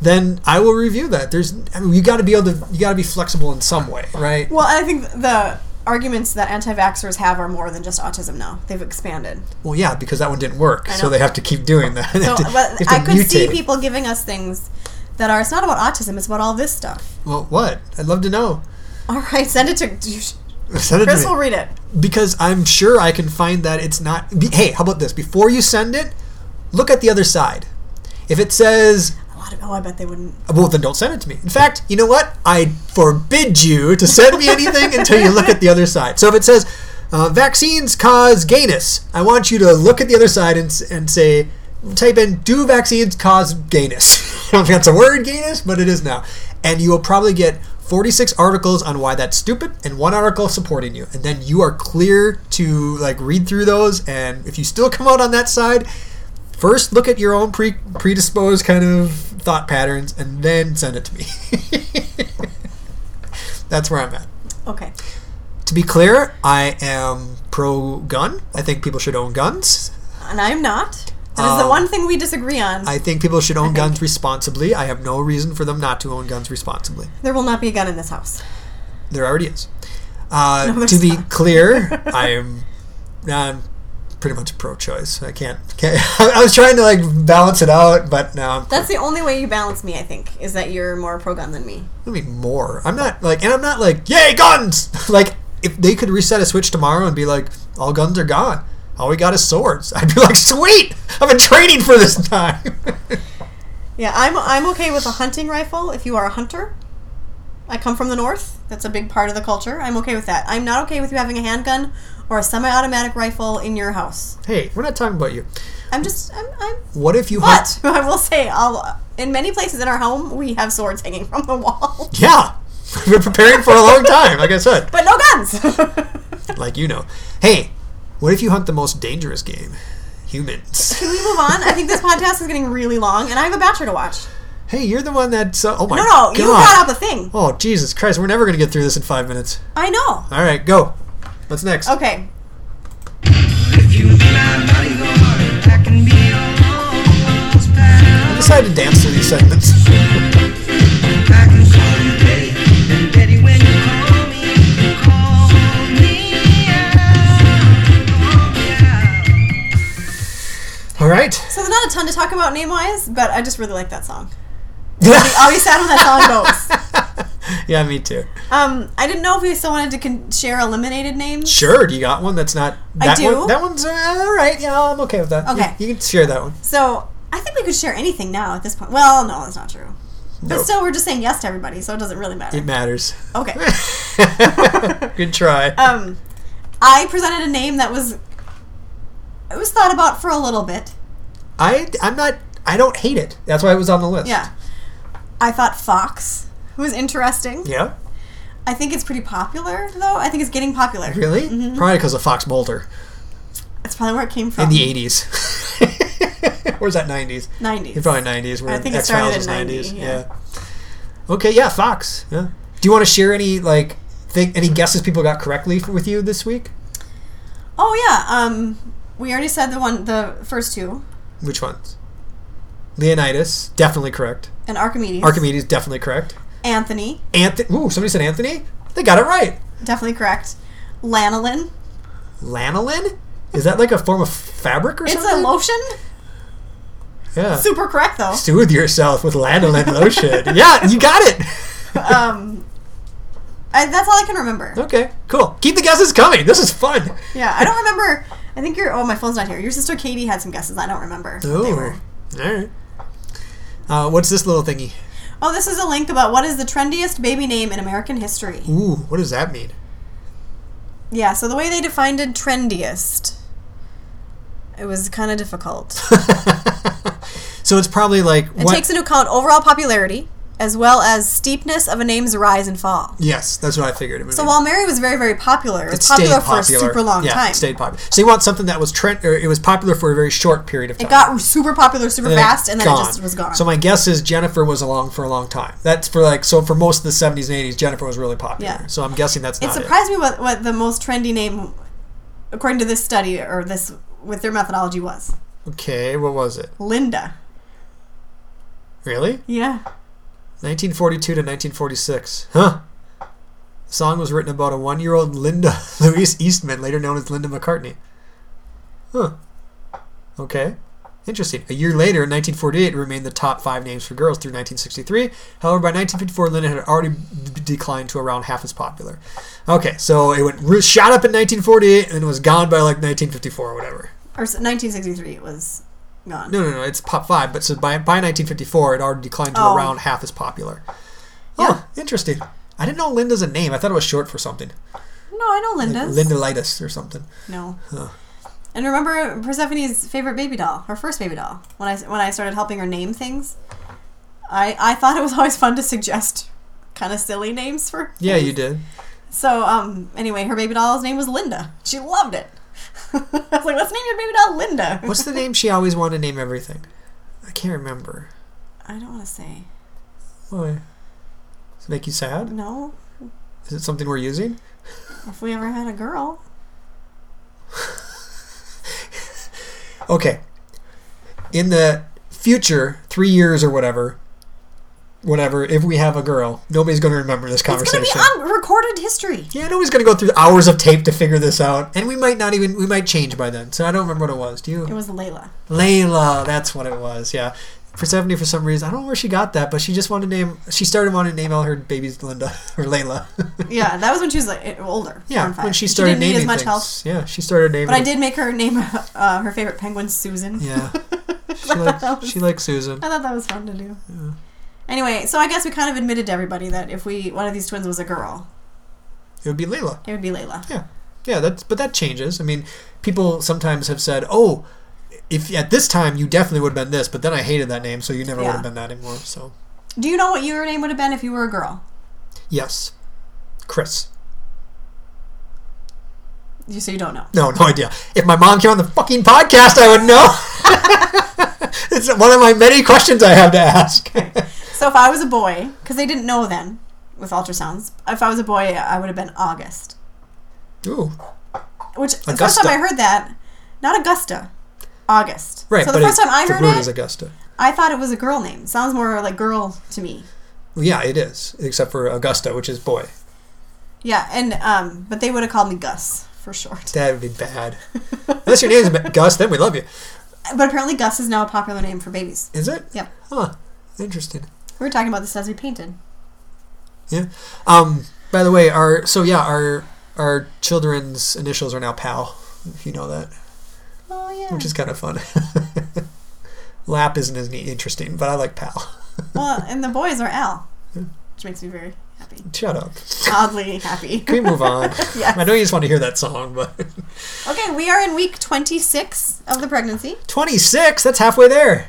Speaker 2: then I will review that. There's, I mean, you got to be able to, you got to be flexible in some way, right?
Speaker 1: Well, I think the arguments that anti-vaxxers have are more than just autism. Now they've expanded.
Speaker 2: Well, yeah, because that one didn't work, so
Speaker 1: know.
Speaker 2: they have to keep doing that. (laughs) They
Speaker 1: So,
Speaker 2: have to-
Speaker 1: but
Speaker 2: they have to
Speaker 1: I could see
Speaker 2: mutate.
Speaker 1: people giving us things that are. It's not about autism. It's about all this stuff.
Speaker 2: Well, what? I'd love to know. (laughs)
Speaker 1: All right, send it to Chris.
Speaker 2: Send it to me.
Speaker 1: Will read it.
Speaker 2: because I'm sure I can find that it's not. Be, hey, how about this? Before you send it, look at the other side. If it says,
Speaker 1: A lot of, oh, I bet they wouldn't.
Speaker 2: well, then don't send it to me. In fact, you know what? I forbid you to send me anything until you look at the other side. So if it says, uh, vaccines cause gayness, I want you to look at the other side and, s- and say, type in, do vaccines cause gayness? (laughs) I don't think that's a word, gayness, but it is now. And you will probably get 46 articles on why that's stupid and one article supporting you. And then you are clear to like read through those. And if you still come out on that side, first look at your own pre- predisposed kind of thought patterns and then send it to me (laughs) that's where i'm at
Speaker 1: Okay.
Speaker 2: to be clear i am pro gun i think people should own guns
Speaker 1: And I'm not. That is
Speaker 2: Um,
Speaker 1: the one thing we disagree on.
Speaker 2: i think people should own guns responsibly i have no reason for them not to own guns responsibly
Speaker 1: there will not be a gun in this house.
Speaker 2: there already is uh,
Speaker 1: No,
Speaker 2: to
Speaker 1: there's
Speaker 2: be
Speaker 1: not. (laughs)
Speaker 2: clear i am I'm pretty much pro-choice i can't, can't (laughs) i was trying to like balance it out but now i'm
Speaker 1: That's the only way you balance me, I think, is that you're more pro gun than me.
Speaker 2: I mean, more. I'm not like, and I'm not like, yay, guns! (laughs) like, if they could reset a switch tomorrow and be like, all guns are gone, all we got is swords, (laughs) I'd be like, sweet! I've been training for this time! (laughs)
Speaker 1: Yeah, I'm, I'm okay with a hunting rifle if you are a hunter. I come from the north. That's a big part of the culture. I'm okay with that. I'm not okay with you having a handgun or a semi automatic rifle in your house.
Speaker 2: hey, we're not talking about you.
Speaker 1: I'm just, I'm, I'm
Speaker 2: What if you
Speaker 1: But (laughs)
Speaker 2: hunt?
Speaker 1: I will say, I'll, in many places in our home, we have swords hanging from the wall,
Speaker 2: Yeah! (laughs) I've been preparing for a long time, like I said,
Speaker 1: but no
Speaker 2: (laughs)
Speaker 1: guns.
Speaker 2: like you know. Hey, what if you hunt the most dangerous game? Humans.
Speaker 1: (laughs) Can we move on? I think this podcast is getting really long, and I have a bachelor to watch.
Speaker 2: Hey, you're the one that's. Uh, oh my
Speaker 1: No, no,
Speaker 2: god.
Speaker 1: you brought up a thing.
Speaker 2: Oh, Jesus Christ, we're never gonna get through this in five minutes.
Speaker 1: I know.
Speaker 2: Alright, go. What's next?
Speaker 1: Okay.
Speaker 4: If you fly money, go on, I can be almost
Speaker 2: I
Speaker 4: past.
Speaker 2: decided to dance through these segments. (laughs)
Speaker 4: I can call you Betty, and Betty, when you call me, call me out, call me out.
Speaker 2: Alright.
Speaker 1: (laughs) So there's not a ton to talk about name wise, but I just really like that
Speaker 2: (laughs)
Speaker 1: song. I'll be sad when that song goes.
Speaker 2: yeah, me too.
Speaker 1: Um, I didn't know if we still wanted to con- share eliminated names.
Speaker 2: Sure, do you got one that's not that
Speaker 1: do.
Speaker 2: one? That one's uh, all right. Yeah, I'm okay with that. You-
Speaker 1: Okay.
Speaker 2: you, can share that one.
Speaker 1: So I think we could share anything now at this point. Well, no, that's not true. But
Speaker 2: Nope.
Speaker 1: still, we're just saying yes to everybody, so it doesn't really matter.
Speaker 2: It
Speaker 1: (laughs)
Speaker 2: matters.
Speaker 1: Okay.
Speaker 2: (laughs) Good try.
Speaker 1: Um, I presented a name that was it was thought about for a little bit.
Speaker 2: I I'm not. I don't hate it. That's why it was on the list.
Speaker 1: Yeah, I thought Fox was interesting.
Speaker 2: Yeah.
Speaker 1: I think it's pretty popular though. I think it's getting popular.
Speaker 2: Really?
Speaker 1: Mm-hmm.
Speaker 2: Probably because of Fox Mulder
Speaker 1: That's probably where it came from.
Speaker 2: in the (laughs) '80s. Where's that '90s?
Speaker 1: nineties.
Speaker 2: It's probably '90s. Where
Speaker 1: I think it
Speaker 2: X Files
Speaker 1: started
Speaker 2: was
Speaker 1: in 90,
Speaker 2: '90s.
Speaker 1: yeah.
Speaker 2: yeah. Okay. Yeah. Fox. Yeah. Do you want to share any like think any guesses people got correctly f with you this week?
Speaker 1: Oh yeah. Um, we already said the one, the first two,
Speaker 2: Which ones? Leonidas, definitely correct.
Speaker 1: and Archimedes.
Speaker 2: Archimedes, definitely correct.
Speaker 1: Anthony,
Speaker 2: Anthony. Ooh, somebody said Anthony. They got it right.
Speaker 1: definitely correct. Lanolin.
Speaker 2: Lanolin. Is that like a form of fabric or
Speaker 1: It's
Speaker 2: something?
Speaker 1: a lotion.
Speaker 2: yeah.
Speaker 1: Super correct though.
Speaker 2: Soothe yourself with lanolin lotion. (laughs) Yeah, you got it.
Speaker 1: Um, I, that's all I can remember.
Speaker 2: Okay, cool. Keep the guesses coming. This is fun.
Speaker 1: Yeah, I don't remember. I think your oh my phone's not here. Your sister Katie had some guesses. I don't remember. what they were.
Speaker 2: Ooh. All right. Uh, what's this little thingy?
Speaker 1: Oh, this is a link about what is the trendiest baby name in American history.
Speaker 2: Ooh, what does that mean? (laughs)
Speaker 1: Yeah, so the way they defined it, trendiest, it was kind of
Speaker 2: (laughs)
Speaker 1: difficult.
Speaker 2: so it's probably like
Speaker 1: It
Speaker 2: what?
Speaker 1: takes into account overall popularity as well as steepness of a name's rise and fall.
Speaker 2: yes, that's what I figured. It would
Speaker 1: So
Speaker 2: be.
Speaker 1: while Mary was very, very popular, it
Speaker 2: it
Speaker 1: was
Speaker 2: stayed
Speaker 1: popular,
Speaker 2: popular
Speaker 1: for a super long
Speaker 2: yeah,
Speaker 1: time.
Speaker 2: It stayed popular. So you want something that was trend, or it was popular for a very short period of time.
Speaker 1: It got super popular super
Speaker 2: then it
Speaker 1: fast, and then it just was gone.
Speaker 2: So my guess is Jennifer was along for a long time. That's for like so for most of the seventies and eighties, Jennifer was really popular.
Speaker 1: Yeah.
Speaker 2: So I'm guessing that's
Speaker 1: it
Speaker 2: not
Speaker 1: surprised me what, what the most trendy name, according to this study or this with their methodology, was
Speaker 2: it. Okay, what was it?
Speaker 1: Linda.
Speaker 2: Really?
Speaker 1: Yeah.
Speaker 2: 1942 to 1946. Huh. The song was written about a one-year-old Linda (laughs) Louise Eastman, later known as Linda McCartney. Huh. Okay. Interesting. A year later, in 1948, it remained the top five names for girls through 1963. However, by 1954, Linda had already d- declined to around half as popular. Okay, so it went re- shot up in 1948 and was gone by like 1954 or whatever.
Speaker 1: Or s- 1963 it was gone.
Speaker 2: No, no, no. It's pop five, but so by by 1954, it already declined to
Speaker 1: Oh.
Speaker 2: around half as popular.
Speaker 1: Yeah.
Speaker 2: Oh, interesting. I didn't know Linda's a name. I thought it was short for something,
Speaker 1: No, I know
Speaker 2: like
Speaker 1: Linda's.
Speaker 2: Linda Litis or something.
Speaker 1: No. And remember Persephone's favorite baby doll, her first baby doll. When I when I started helping her name things, I I thought it was always fun to suggest kind of silly names for.
Speaker 2: Yeah, you did.
Speaker 1: So um anyway, her baby doll's name was Linda. She loved it. (laughs) I was like, let's name your baby doll Linda.
Speaker 2: What's the name she always wanted to name everything? I can't remember.
Speaker 1: I don't want to say
Speaker 2: Why? Does it make you sad?
Speaker 1: no.
Speaker 2: Is it something we're using?
Speaker 1: If we ever had a girl,
Speaker 2: Okay. In the future, three years or whatever, whatever, if we have a girl, nobody's going to remember this
Speaker 1: it's
Speaker 2: conversation.
Speaker 1: gonna be unrecorded history.
Speaker 2: Yeah, nobody's gonna go through hours of tape to figure this out, and we might not even we might change by then. So I don't remember what it was. Do
Speaker 1: It
Speaker 2: you?
Speaker 1: was Layla.
Speaker 2: Layla, that's what it was. Yeah, for seventy for some reason I don't know where she got that, but she just wanted to name. She started wanting to name all her babies Linda (laughs) or Layla.
Speaker 1: Yeah, that was when she was like older. four
Speaker 2: yeah,
Speaker 1: and five.
Speaker 2: when she started
Speaker 1: didn't
Speaker 2: naming
Speaker 1: need as much
Speaker 2: things.
Speaker 1: help.
Speaker 2: Yeah, she started naming.
Speaker 1: But I did make her name (laughs) uh, her favorite penguin Susan. (laughs)
Speaker 2: Yeah, she
Speaker 1: that
Speaker 2: liked
Speaker 1: was-
Speaker 2: she liked Susan.
Speaker 1: I thought that was fun to do. Anyway, so I guess we kind of admitted to everybody that if we one of these twins was a girl,
Speaker 2: It would be Layla.
Speaker 1: it would be Layla.
Speaker 2: Yeah, yeah. That's but that changes. I mean, people sometimes have said, "Oh, if at this time you definitely would have been this," but then I hated that name, so you never would
Speaker 1: Yeah.
Speaker 2: have been that anymore. So
Speaker 1: Do you know what your name would have been if you were a girl?
Speaker 2: yes, Chris.
Speaker 1: You so you don't know.
Speaker 2: No, no idea. If my mom came on the fucking podcast, I would know. (laughs) it's one of my many questions I have to ask. (laughs)
Speaker 1: So if I was a boy, because they didn't know then with ultrasounds, if I was a boy, I would have been August.
Speaker 2: Ooh,
Speaker 1: Which the first
Speaker 2: Augusta.
Speaker 1: time I heard that, not Augusta, August.
Speaker 2: right.
Speaker 1: So
Speaker 2: but
Speaker 1: the first
Speaker 2: it-
Speaker 1: time I
Speaker 2: the
Speaker 1: heard
Speaker 2: root is
Speaker 1: it,
Speaker 2: Augusta.
Speaker 1: I thought it was a girl name. Sounds more like girl to me.
Speaker 2: Well, yeah, it is, except for Augusta, which is boy.
Speaker 1: Yeah, and um, but they would have called me Gus for short.
Speaker 2: That would be bad. Unless your name's (laughs) Gus, then we love you.
Speaker 1: (laughs) But apparently, Gus is now a popular name for babies.
Speaker 2: Is it?
Speaker 1: Yeah,
Speaker 2: Huh. Interesting.
Speaker 1: we were talking about this as we painted.
Speaker 2: Yeah. Um. By the way, our so yeah, our our children's initials are now PAL. If you know that.
Speaker 1: Oh yeah.
Speaker 2: (laughs) which is kind of fun. Lap isn't as neat- interesting, but I like Pal. (laughs)
Speaker 1: Well, and the boys are Al, which makes me very
Speaker 2: (laughs)
Speaker 1: happy.
Speaker 2: Shut up.
Speaker 1: Oddly happy.
Speaker 2: Can we move on?
Speaker 1: (laughs) Yes.
Speaker 2: I know you just want to hear that song, but (laughs)
Speaker 1: Okay, we are in week 26 of the pregnancy.
Speaker 2: 26. That's halfway there.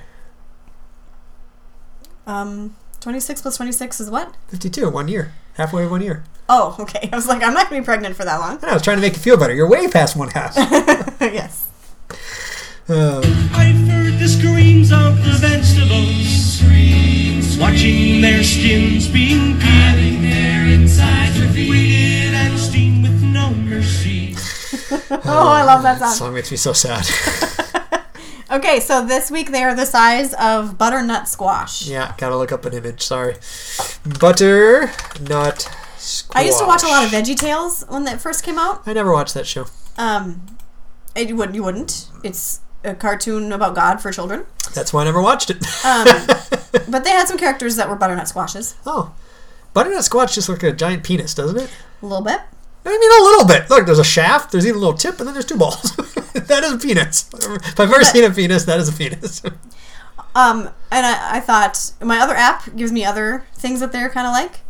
Speaker 1: Um, 26 plus 26 is what?
Speaker 2: 52. One year. Halfway one year.
Speaker 1: Oh, okay. I was like, I'm not going to be pregnant for that long. (laughs)
Speaker 2: I was trying to make you feel better. You're way past one half.
Speaker 1: yes.
Speaker 2: Uh,
Speaker 3: I've heard the screams of the vegetables. Watching their skins being peeled. Having their insides revealed. Waited and steamed with no mercy.
Speaker 1: Oh, I love that
Speaker 2: that
Speaker 1: song.
Speaker 2: song makes me
Speaker 1: (laughs)
Speaker 2: so sad. (laughs)
Speaker 1: Okay, so this week they are the size of butternut squash.
Speaker 2: yeah, gotta look up an image. Sorry. Butter, nut,
Speaker 1: I used to watch a lot of
Speaker 2: squash.
Speaker 1: Veggie Tales when that first came out.
Speaker 2: I never watched that show.
Speaker 1: Um, and you wouldn't. You wouldn't. It's a cartoon about God for children.
Speaker 2: That's why I never watched it.
Speaker 1: Um, but they had some characters that were butternut squashes.
Speaker 2: (laughs) oh. Butternut squash just looks like a giant penis, doesn't it?
Speaker 1: A little bit.
Speaker 2: I mean, a little bit. Look, there's a shaft, there's even a little tip, and then there's two balls. (laughs) that is a penis. If I've ever seen a penis, that is a penis. (laughs)
Speaker 1: Um, and I, I thought my other app gives me other things that they're kind of like.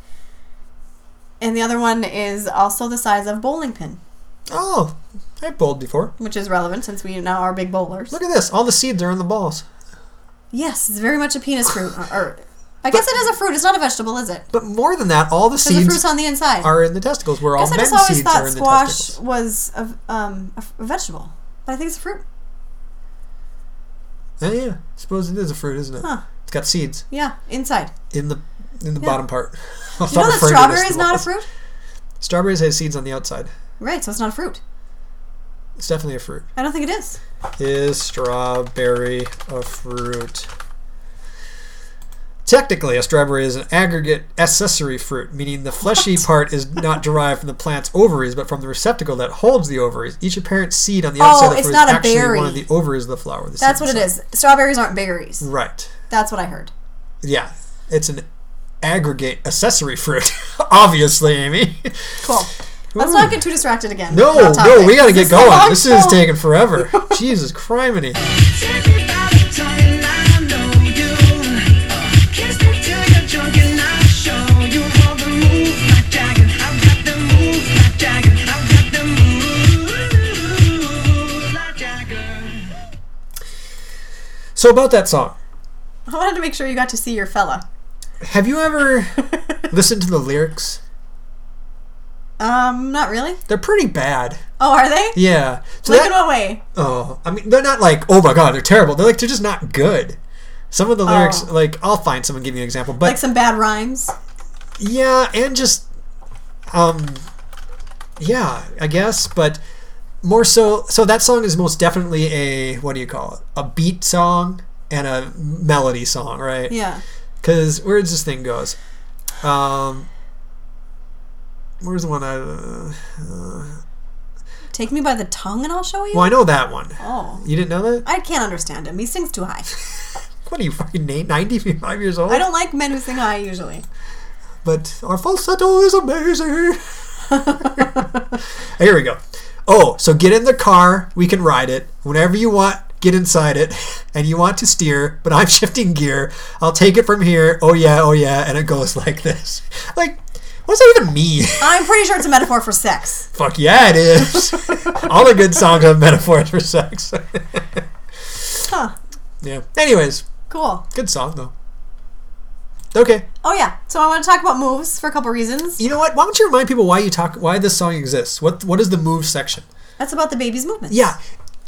Speaker 1: And the other one is also the size of bowling pin,
Speaker 2: oh, I bowled before.
Speaker 1: which is relevant since we now are big bowlers.
Speaker 2: Look at this. All the seeds are in the balls.
Speaker 1: Yes, it's very much a penis fruit. Or, or- I guess it is a fruit. It's not a vegetable, is it?
Speaker 2: But more than that, all the
Speaker 1: There's a
Speaker 2: seeds
Speaker 1: fruit on the inside.
Speaker 2: are in the testicles, where
Speaker 1: I
Speaker 2: all
Speaker 1: guess I
Speaker 2: men's
Speaker 1: just always
Speaker 2: seeds
Speaker 1: thought
Speaker 2: are in the
Speaker 1: squash
Speaker 2: testicles.
Speaker 1: was a, um, a f- a vegetable, but I think it's a fruit.
Speaker 2: Oh, yeah, I suppose it is a fruit, isn't it?
Speaker 1: Huh.
Speaker 2: It's got seeds
Speaker 1: Yeah, inside.
Speaker 2: in the in the bottom part. (laughs) I'll
Speaker 1: You
Speaker 2: stop
Speaker 1: know that
Speaker 2: referring to it as
Speaker 1: strawberry
Speaker 2: the
Speaker 1: is not a
Speaker 2: balls.
Speaker 1: fruit?
Speaker 2: Strawberries have seeds on the outside.
Speaker 1: Right, so it's not a fruit.
Speaker 2: It's definitely a fruit.
Speaker 1: I don't think it is.
Speaker 2: Is strawberry a fruit? Technically, a strawberry is an aggregate accessory fruit, meaning the fleshy part is not derived from the plant's ovaries, but from the receptacle that holds the ovaries. Each apparent seed on the
Speaker 1: Oh,
Speaker 2: outside of the
Speaker 1: it's
Speaker 2: fruit
Speaker 1: not
Speaker 2: is
Speaker 1: a
Speaker 2: actually
Speaker 1: berry.
Speaker 2: one of the ovaries of the flower. The
Speaker 1: That's
Speaker 2: seed
Speaker 1: what it
Speaker 2: inside.
Speaker 1: is. Strawberries aren't berries.
Speaker 2: Right.
Speaker 1: That's what I heard.
Speaker 2: Yeah. It's an aggregate accessory fruit, (laughs) obviously, Amy.
Speaker 1: Cool. Let's
Speaker 2: Ooh.
Speaker 1: not get too distracted again.
Speaker 2: No,
Speaker 1: We're off
Speaker 2: no,
Speaker 1: topic.
Speaker 2: we got to get
Speaker 1: is a long
Speaker 2: going. This is
Speaker 1: show. (laughs)
Speaker 2: taking forever. Jesus criminy. So about that song.
Speaker 1: I wanted to make sure you got to see your fella. (laughs)
Speaker 2: Have you ever listened to the lyrics?
Speaker 1: Um, not really.
Speaker 2: They're pretty bad.
Speaker 1: Oh, are they?
Speaker 2: Yeah. So
Speaker 1: Look
Speaker 2: that,
Speaker 1: in what way?
Speaker 2: oh, I mean, they're not like, oh my god, they're terrible. They're like, they're just not good. Some of the lyrics,
Speaker 1: Oh.
Speaker 2: like, I'll find someone give you an example, but
Speaker 1: Like some bad rhymes.
Speaker 2: yeah, and just, um, yeah, I guess, but more so. So that song is most definitely a what do you call it? A beat song and a melody song, right?
Speaker 1: Yeah.
Speaker 2: Because where does this thing goes? Um, where's the one I? Uh,
Speaker 1: Take me by the tongue and I'll show you.
Speaker 2: well, I know that one.
Speaker 1: Oh.
Speaker 2: You didn't know that?
Speaker 1: I can't understand him. He sings too high.
Speaker 2: What are you fucking na- 95 years old?
Speaker 1: I don't like men who sing high usually.
Speaker 2: But our falsetto is amazing. (laughs) Here we go. Oh, so get in the car. We can ride it whenever you want. Get inside it, (laughs) and you want to steer, but I'm (laughs) shifting gear. I'll take it from here. Oh yeah, oh yeah, and it goes (laughs) like this. Like, what does that even mean? (laughs)
Speaker 1: I'm pretty sure it's a metaphor for sex.
Speaker 2: Fuck yeah, it is. (laughs) All the good songs have metaphors for sex. (laughs)
Speaker 1: Huh.
Speaker 2: yeah. Anyways,
Speaker 1: Cool.
Speaker 2: good song though. Okay.
Speaker 1: Oh yeah. So I want to talk about moves for a couple reasons.
Speaker 2: You know what? Why don't you remind people why you talk, why this song exists? What what is the move section?
Speaker 1: That's about the baby's movement.
Speaker 2: Yeah,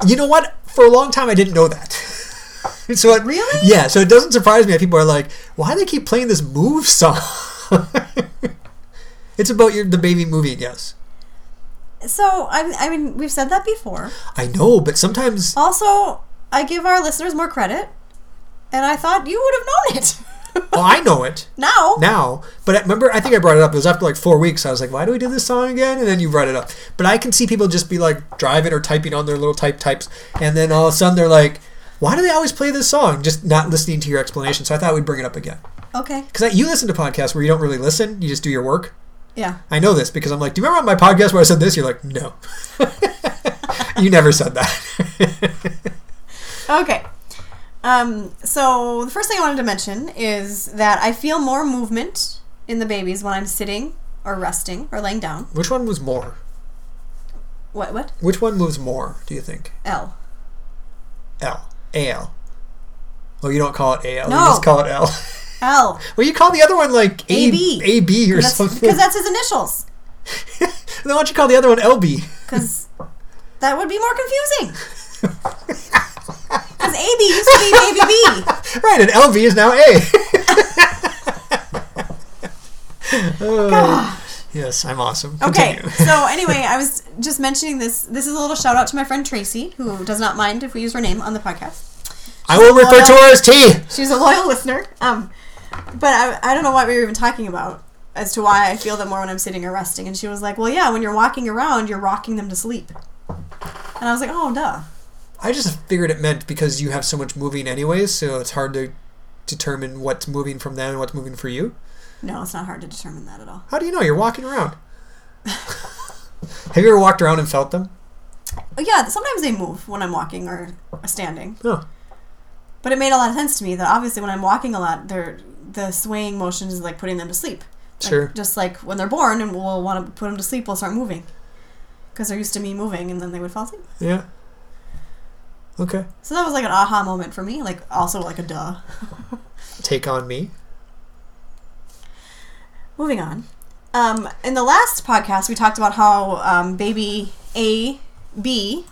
Speaker 2: you know what? For a long time, I didn't know that. (laughs) so it,
Speaker 1: Really?
Speaker 2: yeah. So it doesn't surprise me that people are like, why do they keep playing this move song? (laughs) it's about your the baby moving. Yes,
Speaker 1: So I, I mean, we've said that before.
Speaker 2: I know, but sometimes
Speaker 1: Also, I give our listeners more credit, and I thought you would have known it.
Speaker 2: oh, I know it.
Speaker 1: now,
Speaker 2: now. But I, remember, I think I brought it up. It was after like four weeks. I was like, why do we do this song again? And then you brought it up. But I can see people just be like driving or typing on their little type types. And then all of a sudden they're like, why do they always play this song? Just not listening to your explanation. So I thought we'd bring it up again.
Speaker 1: okay,
Speaker 2: Because you listen to podcasts where you don't really listen, you just do your work.
Speaker 1: yeah,
Speaker 2: I know this because I'm like, do you remember on my podcast where I said this? You're like, no. (laughs) you never said that. (laughs)
Speaker 1: okay. Um, so the first thing I wanted to mention is that I feel more movement in the babies when I'm sitting or resting or laying down.
Speaker 2: Which one moves more?
Speaker 1: What? What?
Speaker 2: Which one moves more? Do you think?
Speaker 1: L.
Speaker 2: L. AL. Oh, you don't call it AL.
Speaker 1: No.
Speaker 2: You just call it L.
Speaker 1: L.
Speaker 2: well, you call the other one like A-
Speaker 1: AB.
Speaker 2: AB or
Speaker 1: That's-
Speaker 2: something.
Speaker 1: Because that's his initials.
Speaker 2: (laughs) then why don't you call the other one LB?
Speaker 1: Because that would be more confusing. (laughs) Because AB used to be baby B.
Speaker 2: Right, and LB is now (laughs) A. Oh, yes, I'm awesome.
Speaker 1: Okay.
Speaker 2: Continue.
Speaker 1: so anyway, I was just mentioning this. This is a little shout out to my friend Tracy, who does not mind if we use her name on the podcast.
Speaker 2: I will refer to her as T.
Speaker 1: She's a loyal listener. Um, but I, I don't know what we were even talking about as to why I feel them more when I'm sitting or resting. And she was like, "Well, yeah, when you're walking around, you're rocking them to sleep." And I was like, "Oh, duh."
Speaker 2: I just figured it meant because you have so much moving anyways, so it's hard to determine what's moving from them and what's moving for you.
Speaker 1: No, it's not hard to determine that at all.
Speaker 2: How do you know? You're walking around. (laughs) have you ever walked around and felt them?
Speaker 1: But yeah, sometimes they move when I'm walking or standing.
Speaker 2: No.
Speaker 1: But it made a lot of sense to me that obviously when I'm walking a lot, they're the swaying motion is like putting them to sleep. Like,
Speaker 2: Sure.
Speaker 1: Just like when they're born and we'll want to put them to sleep, we'll start moving. Because they're used to me moving and then they would fall asleep.
Speaker 2: Yeah. Okay.
Speaker 1: So that was like an aha moment for me. Like also like a duh.
Speaker 2: Take on me.
Speaker 1: Moving on. Um, in the last podcast, we talked about how um, baby A, B,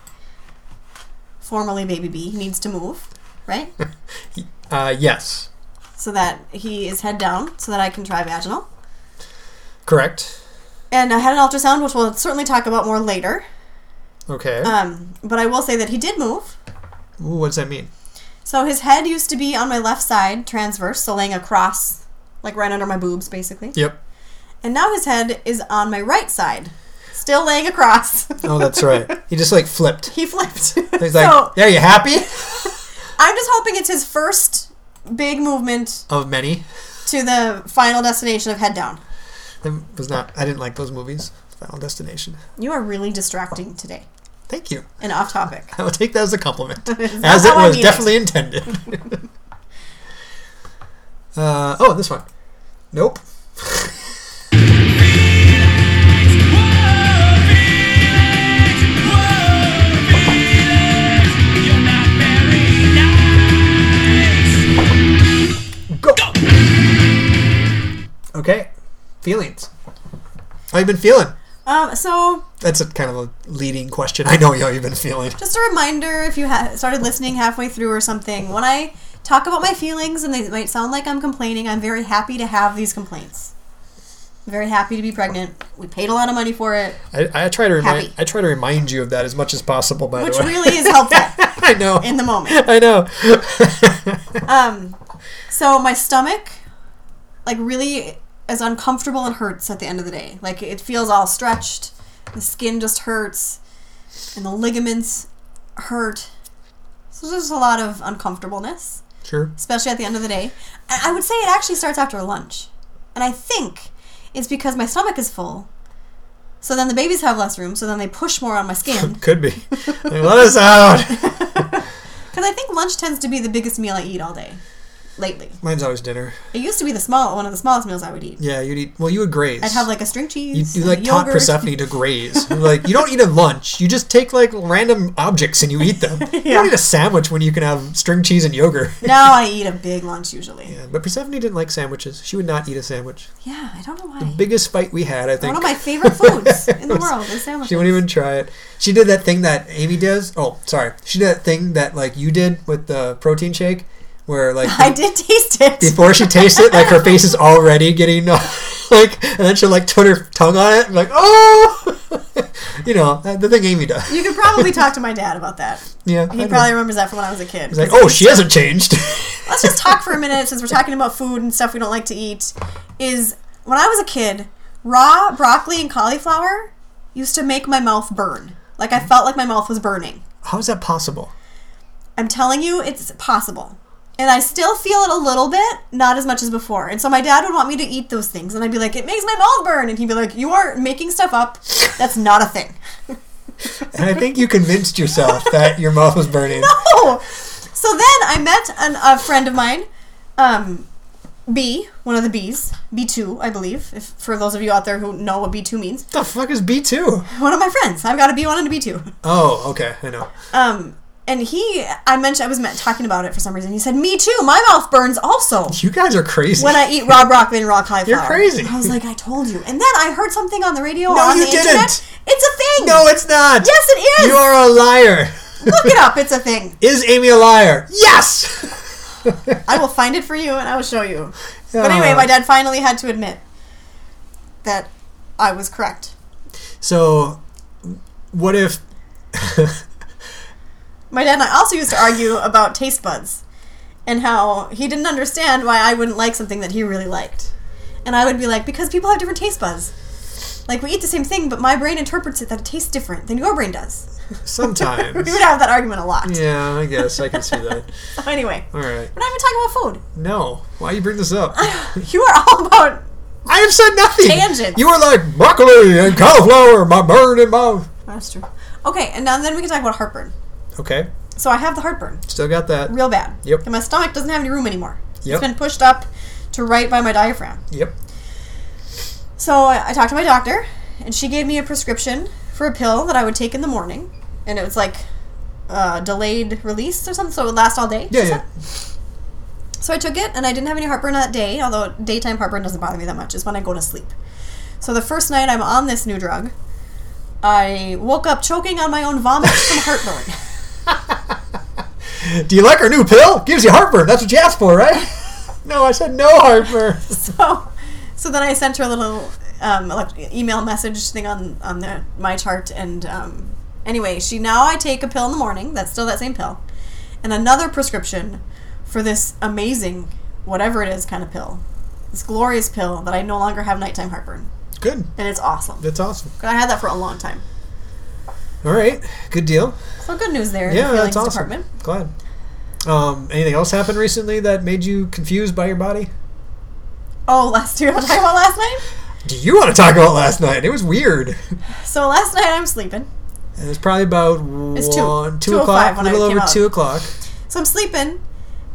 Speaker 1: formerly baby B, needs to move, right?
Speaker 2: Uh, yes.
Speaker 1: so that he is head down, so that I can try vaginal.
Speaker 2: Correct.
Speaker 1: And I had an ultrasound, which we'll certainly talk about more later.
Speaker 2: Okay.
Speaker 1: Um, but I will say that he did move.
Speaker 2: Ooh, what does that mean?
Speaker 1: So his head used to be on my left side, transverse, so laying across, like right under my boobs, basically.
Speaker 2: Yep.
Speaker 1: And now his head is on my right side, still laying across. (laughs)
Speaker 2: Oh, that's right. He just like flipped.
Speaker 1: he flipped.
Speaker 2: He's like,
Speaker 1: so
Speaker 2: "Yeah, you happy?"
Speaker 1: I'm just hoping it's his first big movement
Speaker 2: Of many,
Speaker 1: to the final destination of head down.
Speaker 2: I was not. I didn't like those movies. Final Destination.
Speaker 1: You are really distracting today
Speaker 2: Thank you. (laughs)
Speaker 1: and off topic.
Speaker 2: I will take that as a compliment,
Speaker 1: (laughs) Is that
Speaker 2: as it
Speaker 1: how I
Speaker 2: was
Speaker 1: mean
Speaker 2: definitely intended.
Speaker 1: (laughs)
Speaker 2: uh, oh, this one. Nope. Go. Okay. Feelings. How you been feeling?
Speaker 1: Um, so
Speaker 2: That's a kind of a leading question. I know how you've been feeling.
Speaker 1: just a reminder if you ha- started listening halfway through or something, when I talk about my feelings and they might sound like I'm complaining, I'm very happy to have these complaints. I'm very happy to be pregnant. We paid a lot of money for it,
Speaker 2: I, I try to remind
Speaker 1: Happy.
Speaker 2: I try to remind you of that as much as possible. By
Speaker 1: which
Speaker 2: the way,
Speaker 1: really
Speaker 2: (laughs)
Speaker 1: is helpful
Speaker 2: I know.
Speaker 1: in the moment. (laughs)
Speaker 2: I know.
Speaker 1: Um, so my stomach, like, really is uncomfortable and hurts at the end of the day. Like, it feels all stretched. The skin just hurts, and the ligaments hurt. So there's a lot of uncomfortableness.
Speaker 2: sure.
Speaker 1: especially at the end of the day. And I would say it actually starts after lunch. And I think it's because my stomach is full. So then the babies have less room, so then they push more on my
Speaker 2: (laughs)
Speaker 1: skin.
Speaker 2: Could be. Like, Let us out.
Speaker 1: Because I think lunch tends to be the biggest meal I eat all day lately.
Speaker 2: Mine's always dinner.
Speaker 1: It used to be the small one of the smallest meals I would eat.
Speaker 2: Yeah, you'd eat. Well, you would graze.
Speaker 1: I'd have like a string
Speaker 2: You,
Speaker 1: cheese.
Speaker 2: you
Speaker 1: and a
Speaker 2: like taught
Speaker 1: yogurt. (laughs)
Speaker 2: Persephone to graze. You're like you don't eat a lunch. You just take like random objects and you
Speaker 1: (laughs)
Speaker 2: eat them. You
Speaker 1: Yeah.
Speaker 2: don't eat a sandwich when you can have string cheese and yogurt.
Speaker 1: Now I eat a big lunch usually. Yeah,
Speaker 2: Yeah, but Persephone didn't like sandwiches. She would not eat a sandwich.
Speaker 1: I don't know why.
Speaker 2: Biggest fight we had, I think.
Speaker 1: One of my
Speaker 2: (laughs)
Speaker 1: favorite foods in the world is
Speaker 2: She
Speaker 1: sandwiches.
Speaker 2: wouldn't even try it. She did that thing that Amy does. Oh, sorry. She did that thing that like you did with the protein shake, where like
Speaker 1: (laughs) I did taste it.
Speaker 2: before she tastes it, like her face is already getting (laughs) uh, like, and then she'll like put her tongue on it, and like oh, (laughs) you know that- the thing Amy does.
Speaker 1: You could probably talk to my dad about that.
Speaker 2: Yeah, I
Speaker 1: He
Speaker 2: know.
Speaker 1: probably remembers that from when I was a kid. (laughs)
Speaker 2: It's like oh, she hasn't changed. (laughs)
Speaker 1: let's just talk for a minute since we're talking about food and stuff we don't like to eat. Is when I was a kid, raw broccoli and cauliflower used to make my mouth burn. Like I felt like my mouth was burning.
Speaker 2: How is that possible?
Speaker 1: I'm telling you, it's possible. And I still feel it a little bit, not as much as before. And so my dad would want me to eat those things, and I'd be like, "It makes my mouth burn," and he'd be like, "You are making stuff up. That's not a thing."
Speaker 2: And I think you convinced yourself that your mouth was burning.
Speaker 1: Oh, (laughs) So then I met an, a friend of mine, um, B, one of the Bs, B2, I believe, if, for those of you out there who know what B2 means.
Speaker 2: the fuck is B two?
Speaker 1: One of my friends. I've got a B1 and a B2.
Speaker 2: Oh, okay, I know.
Speaker 1: Um, and he, I mentioned, I was met, talking about it for some reason. He said, Me too, my mouth burns also.
Speaker 2: You guys are crazy.
Speaker 1: When I eat Rob Rock Van Rock High
Speaker 2: You're crazy.
Speaker 1: I was like, I told you. And then I heard something on the radio
Speaker 2: No,
Speaker 1: or on
Speaker 2: you
Speaker 1: the internet.
Speaker 2: didn't.
Speaker 1: It's a thing.
Speaker 2: no, it's not.
Speaker 1: Yes, it is.
Speaker 2: You are a liar.
Speaker 1: Look it up. It's a thing.
Speaker 2: Is Amy a liar? Yes.
Speaker 1: I will find it for you and I will show you. But anyway,
Speaker 2: Uh.
Speaker 1: my dad finally had to admit that I was correct.
Speaker 2: So, what if? (laughs)
Speaker 1: My dad and I also used to argue about taste buds and how he didn't understand why I wouldn't like something that he really liked. And I would be like, because people have different taste buds. Like, we eat the same thing, but my brain interprets it that it tastes different than your brain does. (laughs)
Speaker 2: Sometimes.
Speaker 1: We would have that argument a lot.
Speaker 2: yeah, I guess I can
Speaker 1: (laughs)
Speaker 2: see that.
Speaker 1: So anyway,
Speaker 2: All right.
Speaker 1: we're not even talking about
Speaker 2: No. Why you bring this up?
Speaker 1: food. (laughs) You are all about.
Speaker 2: I have said nothing.
Speaker 1: Tangents.
Speaker 2: You were like broccoli and cauliflower, my bird and my.
Speaker 1: That's true. Okay, and now then we can talk about heartburn.
Speaker 2: Okay,
Speaker 1: So I have the heartburn.
Speaker 2: still got that.
Speaker 1: real bad.
Speaker 2: Yep.
Speaker 1: And my stomach doesn't have any room anymore.
Speaker 2: Yep.
Speaker 1: It's been pushed up to right by my diaphragm.
Speaker 2: Yep.
Speaker 1: So I, I talked to my doctor, and she gave me a prescription for a pill that I would take in the morning, and it was like uh, delayed release or something, so it would last all day.
Speaker 2: Yeah,
Speaker 1: she
Speaker 2: yeah.
Speaker 1: said. So I took it, and I didn't have any heartburn that day. Although daytime heartburn doesn't bother me that much, is when I go to sleep. So the first night I'm on this new drug, I woke up choking on my own vomit from
Speaker 2: (laughs)
Speaker 1: heartburn.
Speaker 2: Do you like our new pill? Gives you heartburn. That's what you asked for, right? no, I said no heartburn.
Speaker 1: (laughs) so, so then I sent her a little um, elect- email message thing on on the, my chart, and um, anyway, she now I take a pill in the morning. That's still that same pill, and another prescription for this amazing whatever it is kind of pill, this glorious pill that I no longer have nighttime heartburn,
Speaker 2: Good.
Speaker 1: and it's awesome.
Speaker 2: That's awesome.
Speaker 1: I had that for a long time.
Speaker 2: All right. Good deal.
Speaker 1: So good news there. in the
Speaker 2: Yeah,
Speaker 1: feelings
Speaker 2: that's awesome.
Speaker 1: department.
Speaker 2: Glad. Um, anything else happened recently that made you confused by your body?
Speaker 1: Oh, last (laughs) year I talked about last night.
Speaker 2: Do you want to talk about last night? It was weird. (laughs)
Speaker 1: So last night I'm sleeping.
Speaker 2: It was probably about
Speaker 1: It's two-
Speaker 2: one, two,
Speaker 1: 2:05
Speaker 2: o'clock, a
Speaker 1: when I
Speaker 2: little
Speaker 1: came
Speaker 2: over
Speaker 1: out. (laughs)
Speaker 2: two o'clock.
Speaker 1: So I'm sleeping,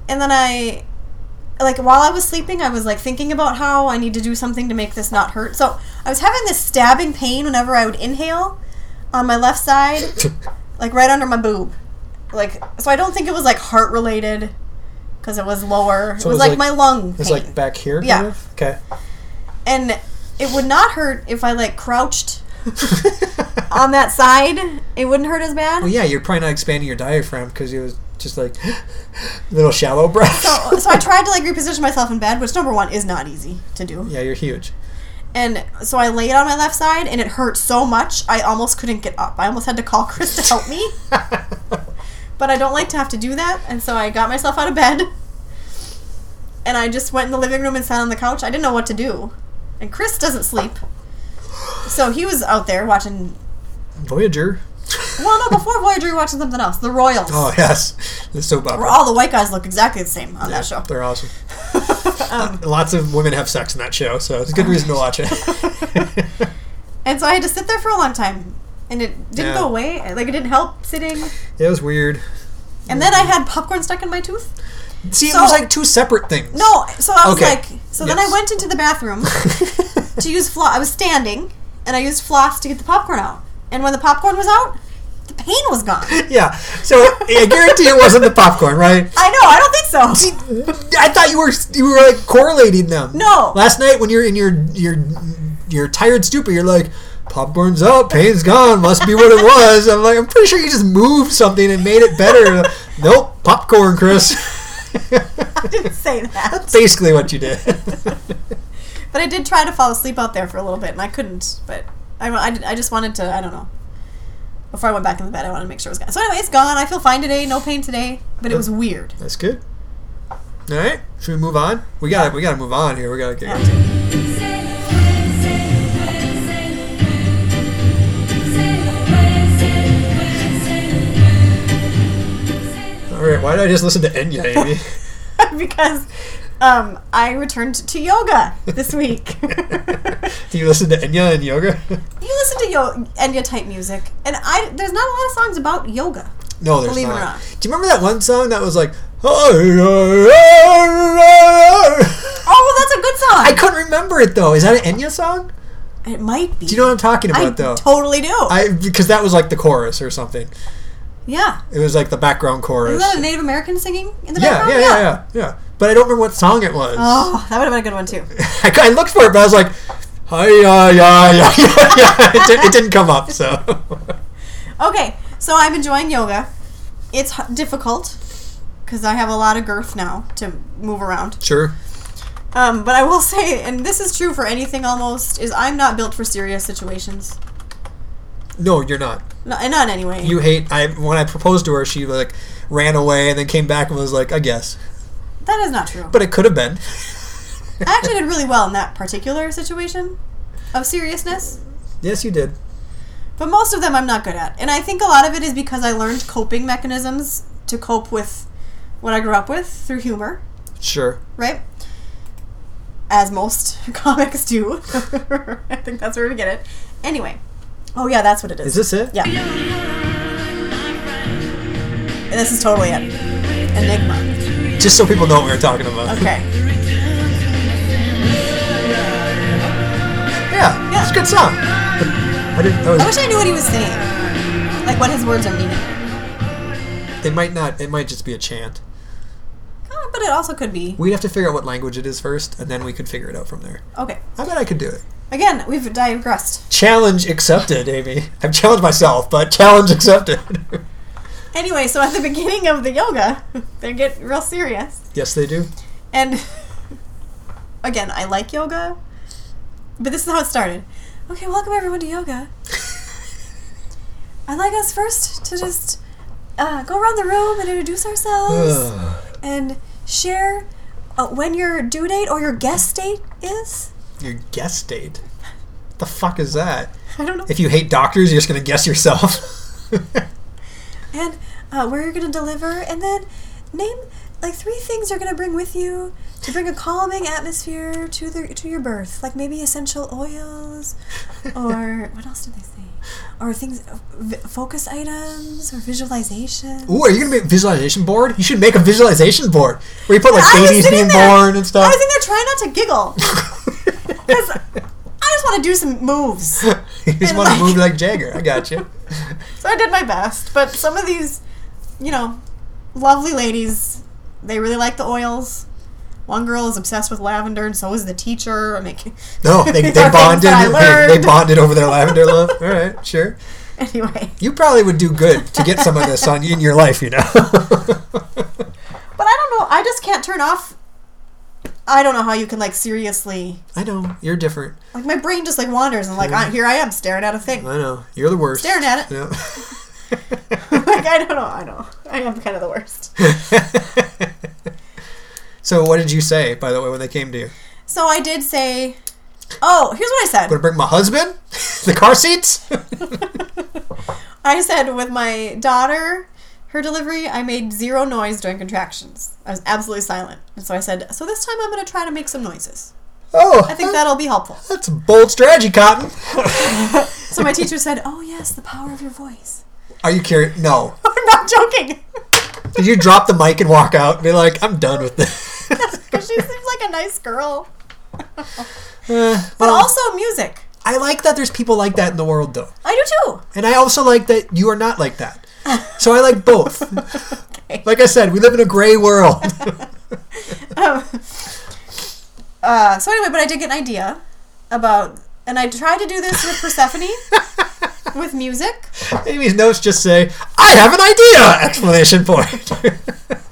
Speaker 1: and then I, like, while I was sleeping, I was like thinking about how I need to do something to make this not hurt. So I was having this stabbing pain whenever I would inhale on my left side, like right under my boob. Like, so I don't think it was like heart related because it was lower.
Speaker 2: So
Speaker 1: it was, like, my lung.
Speaker 2: It's
Speaker 1: pain.
Speaker 2: like back here. kind
Speaker 1: Yeah.
Speaker 2: of? Okay.
Speaker 1: And it would not hurt if I like crouched (laughs) on that side. It wouldn't hurt as bad.
Speaker 2: Well, yeah, you're probably not expanding your diaphragm because it was just like (gasps) little shallow breath.
Speaker 1: So, uh, so I tried to like reposition myself in bed, which number one is not easy to do.
Speaker 2: (laughs) yeah, you're huge.
Speaker 1: And so I laid on my left side, and it hurt so much I almost couldn't get up. I almost had to call (laughs) Chris to help me. but I don't like to have to do that, and so I got myself out of bed, and I just went in the living room and sat on the couch. I didn't know what to do, and Chris doesn't sleep, so he was out there watching.
Speaker 2: Voyager.
Speaker 1: Well, no, before Voyager, we were watching something else, The Royals.
Speaker 2: (laughs) Oh yes, the soap opera.
Speaker 1: Where all the white guys look exactly the same on that show. (laughs)
Speaker 2: They're awesome.
Speaker 1: Um,
Speaker 2: Uh, Lots of women have sex in that show, so it's a good reason to watch
Speaker 1: (laughs)
Speaker 2: it.
Speaker 1: And so I had to sit there for a long time, and it didn't
Speaker 2: Yeah.
Speaker 1: go away. Like it didn't help sitting.
Speaker 2: it was weird.
Speaker 1: And then I had popcorn stuck in my tooth.
Speaker 2: See, it
Speaker 1: So-
Speaker 2: was like two separate things.
Speaker 1: No, so I was
Speaker 2: Okay.
Speaker 1: like, so then I
Speaker 2: Yes.
Speaker 1: went into the bathroom to use floss. I was standing, and I used floss to get the popcorn out. And when the popcorn was out, the pain was
Speaker 2: (laughs)
Speaker 1: gone.
Speaker 2: (laughs) Yeah. So I guarantee it wasn't the popcorn, right?
Speaker 1: I know, I don't think so. (laughs)
Speaker 2: I thought you were you were like correlating them.
Speaker 1: No.
Speaker 2: Last night when you're in your your your tired stupor, you're like, popcorn's up, pain's gone, must be what it was. I'm like, I'm pretty sure you just moved something and made it better. nope, popcorn, Chris. (laughs)
Speaker 1: I didn't say that.
Speaker 2: Basically what you did. (laughs)
Speaker 1: But I did try to fall asleep out there for a little bit, and I couldn't. But I, I, did- I just wanted to, I don't know. Before I went back in the bed, I wanted to make sure it was gone. So anyway, it's gone. I feel fine today. No pain today. But it was weird. (laughs)
Speaker 2: That's good. All right, should we move on? We got to we got to move on here. We got to get. All right, why did I just listen to Enya,
Speaker 1: (laughs)
Speaker 2: Amy?
Speaker 1: because um, I returned to yoga this
Speaker 2: (laughs)
Speaker 1: week.
Speaker 2: (laughs) Do you listen to Enya and yoga? (laughs) (laughs)
Speaker 1: you listen to yo- Enya type music, and I there's not a lot of songs about yoga.
Speaker 2: No, there's
Speaker 1: Believe it
Speaker 2: not.
Speaker 1: or not.
Speaker 2: Do you remember that one song that was like? I
Speaker 1: Oh, that's a good song.
Speaker 2: couldn't remember it though. Is that an Enya song?
Speaker 1: it might be.
Speaker 2: Do you know what I'm talking about
Speaker 1: I
Speaker 2: though?
Speaker 1: totally do.
Speaker 2: I because that was like the chorus or something.
Speaker 1: yeah.
Speaker 2: It was like the background chorus.
Speaker 1: Isn't that a Native American singing in the
Speaker 2: yeah,
Speaker 1: background?
Speaker 2: yeah, yeah, yeah, yeah. But I don't remember what song it was.
Speaker 1: Oh, that would have been a good one
Speaker 2: (laughs)
Speaker 1: too.
Speaker 2: I, I looked for it, but I was like, hi, yeah, yeah, yeah, yeah, yeah. It, did, it didn't come up. So (laughs)
Speaker 1: Okay, so I'm enjoying yoga. It's h- difficult because I have a lot of girth now to move around.
Speaker 2: sure.
Speaker 1: Um, but I will (laughs) say, and this is true for anything almost, is I'm not built for serious situations.
Speaker 2: No, you're not.
Speaker 1: No, and not anyway.
Speaker 2: You hate. I when I proposed to her, she like ran away and then came back and was like, I guess.
Speaker 1: that is not true.
Speaker 2: But it could have been.
Speaker 1: I actually did really well in that particular situation of seriousness.
Speaker 2: Yes, you did.
Speaker 1: But most of them I'm not good at. And I think a lot of it is because I learned coping mechanisms to cope with what I grew up with through humor,
Speaker 2: Sure.
Speaker 1: right? As most (laughs) comics do. (laughs) I think that's where we get it. Anyway. Oh, yeah, that's what it is.
Speaker 2: Is this it?
Speaker 1: Yeah. And this is totally it. Enigma.
Speaker 2: Just so people know what we were talking about.
Speaker 1: Okay.
Speaker 2: Yeah,
Speaker 1: Yeah.
Speaker 2: It's a good song. But I didn't. I was,
Speaker 1: I wish I knew what he was saying. Like what his words are meaning.
Speaker 2: They might not. It might just be a chant.
Speaker 1: Oh, but it also could be.
Speaker 2: We'd have to figure out what language it is first, and then we could figure it out from there.
Speaker 1: Okay.
Speaker 2: I bet I could do it.
Speaker 1: Again, we've digressed.
Speaker 2: Challenge accepted, Amy. I've challenged myself, but challenge accepted. (laughs)
Speaker 1: Anyway, so at the (laughs) beginning of the yoga, they get real serious.
Speaker 2: yes, they do.
Speaker 1: And (laughs) again, I like yoga, but this is how it started. Okay, welcome everyone to (laughs) yoga. I'd like us first to just uh, go around the room and introduce ourselves and share uh, when your due date or your guest date is.
Speaker 2: Your guess date. The fuck is that?
Speaker 1: I don't know.
Speaker 2: If you hate doctors, you're just gonna guess yourself. (laughs)
Speaker 1: and uh, where you're going to deliver, and then name like three things you're going to bring with you to bring a calming atmosphere to the to your birth, like maybe essential
Speaker 2: (laughs)
Speaker 1: oils, or what else did they say? Or things, v- focus items, or visualization.
Speaker 2: Ooh, are you gonna make a visualization board? You should make a visualization board where you put like
Speaker 1: I was
Speaker 2: babies
Speaker 1: sitting
Speaker 2: being
Speaker 1: there-
Speaker 2: born and
Speaker 1: I
Speaker 2: stuff.
Speaker 1: was
Speaker 2: (laughs)
Speaker 1: in there trying not to giggle. 'Cause I just want to do some moves,
Speaker 2: you just
Speaker 1: and,
Speaker 2: want to
Speaker 1: like-
Speaker 2: move like Jagger. I
Speaker 1: (laughs)
Speaker 2: got you.
Speaker 1: so I did my best. But some of these, you know, lovely ladies, they really like the oils. One girl is obsessed with lavender, and so is the teacher. I mean, (laughs)
Speaker 2: No, they, they
Speaker 1: These are things
Speaker 2: bonded.
Speaker 1: that I
Speaker 2: They, they
Speaker 1: learned.
Speaker 2: bonded over their lavender love. All right, sure.
Speaker 1: (laughs) anyway.
Speaker 2: You probably would do good to get some of this on in your life, you know. (laughs)
Speaker 1: But I don't know. I just can't turn off. I don't know how you can like seriously.
Speaker 2: I know you're different.
Speaker 1: Like my brain just like wanders and like I, here I am staring at a thing,
Speaker 2: I know you're the worst.
Speaker 1: staring at it.
Speaker 2: Yeah.
Speaker 1: (laughs) like I don't know. I know. I am kind of the worst.
Speaker 2: (laughs) so what did you say, by the way, when they came to you?
Speaker 1: So I did say. Oh, here's what I said.
Speaker 2: Gonna bring my husband, (laughs) the car seats. (laughs)
Speaker 1: (laughs) I said with my daughter, her delivery, I made zero noise during contractions. I was absolutely silent. And so I said, so this time I'm going to try to make some noises.
Speaker 2: Oh,
Speaker 1: I think that'll be helpful.
Speaker 2: that's a bold
Speaker 1: (laughs)
Speaker 2: strategy, Cotton.
Speaker 1: So my teacher said, oh, yes, the power of your voice. (laughs)
Speaker 2: Are you curious? No.
Speaker 1: I'm not joking. (laughs)
Speaker 2: Did you drop the mic and walk out and be like, I'm done with this?
Speaker 1: Because she seems
Speaker 2: (laughs)
Speaker 1: like a nice girl.
Speaker 2: Eh,
Speaker 1: But
Speaker 2: well,
Speaker 1: also music.
Speaker 2: I like that there's people like that in the world, though.
Speaker 1: I do too.
Speaker 2: And I also like that you are not like that. So I like both.
Speaker 1: (laughs)
Speaker 2: Like I said, we live in a gray world.
Speaker 1: Um, uh, so anyway, but I did get an idea about, and I tried to do this with Persephone, with music.
Speaker 2: Amy's notes just say, I have an idea! Explanation point. (laughs)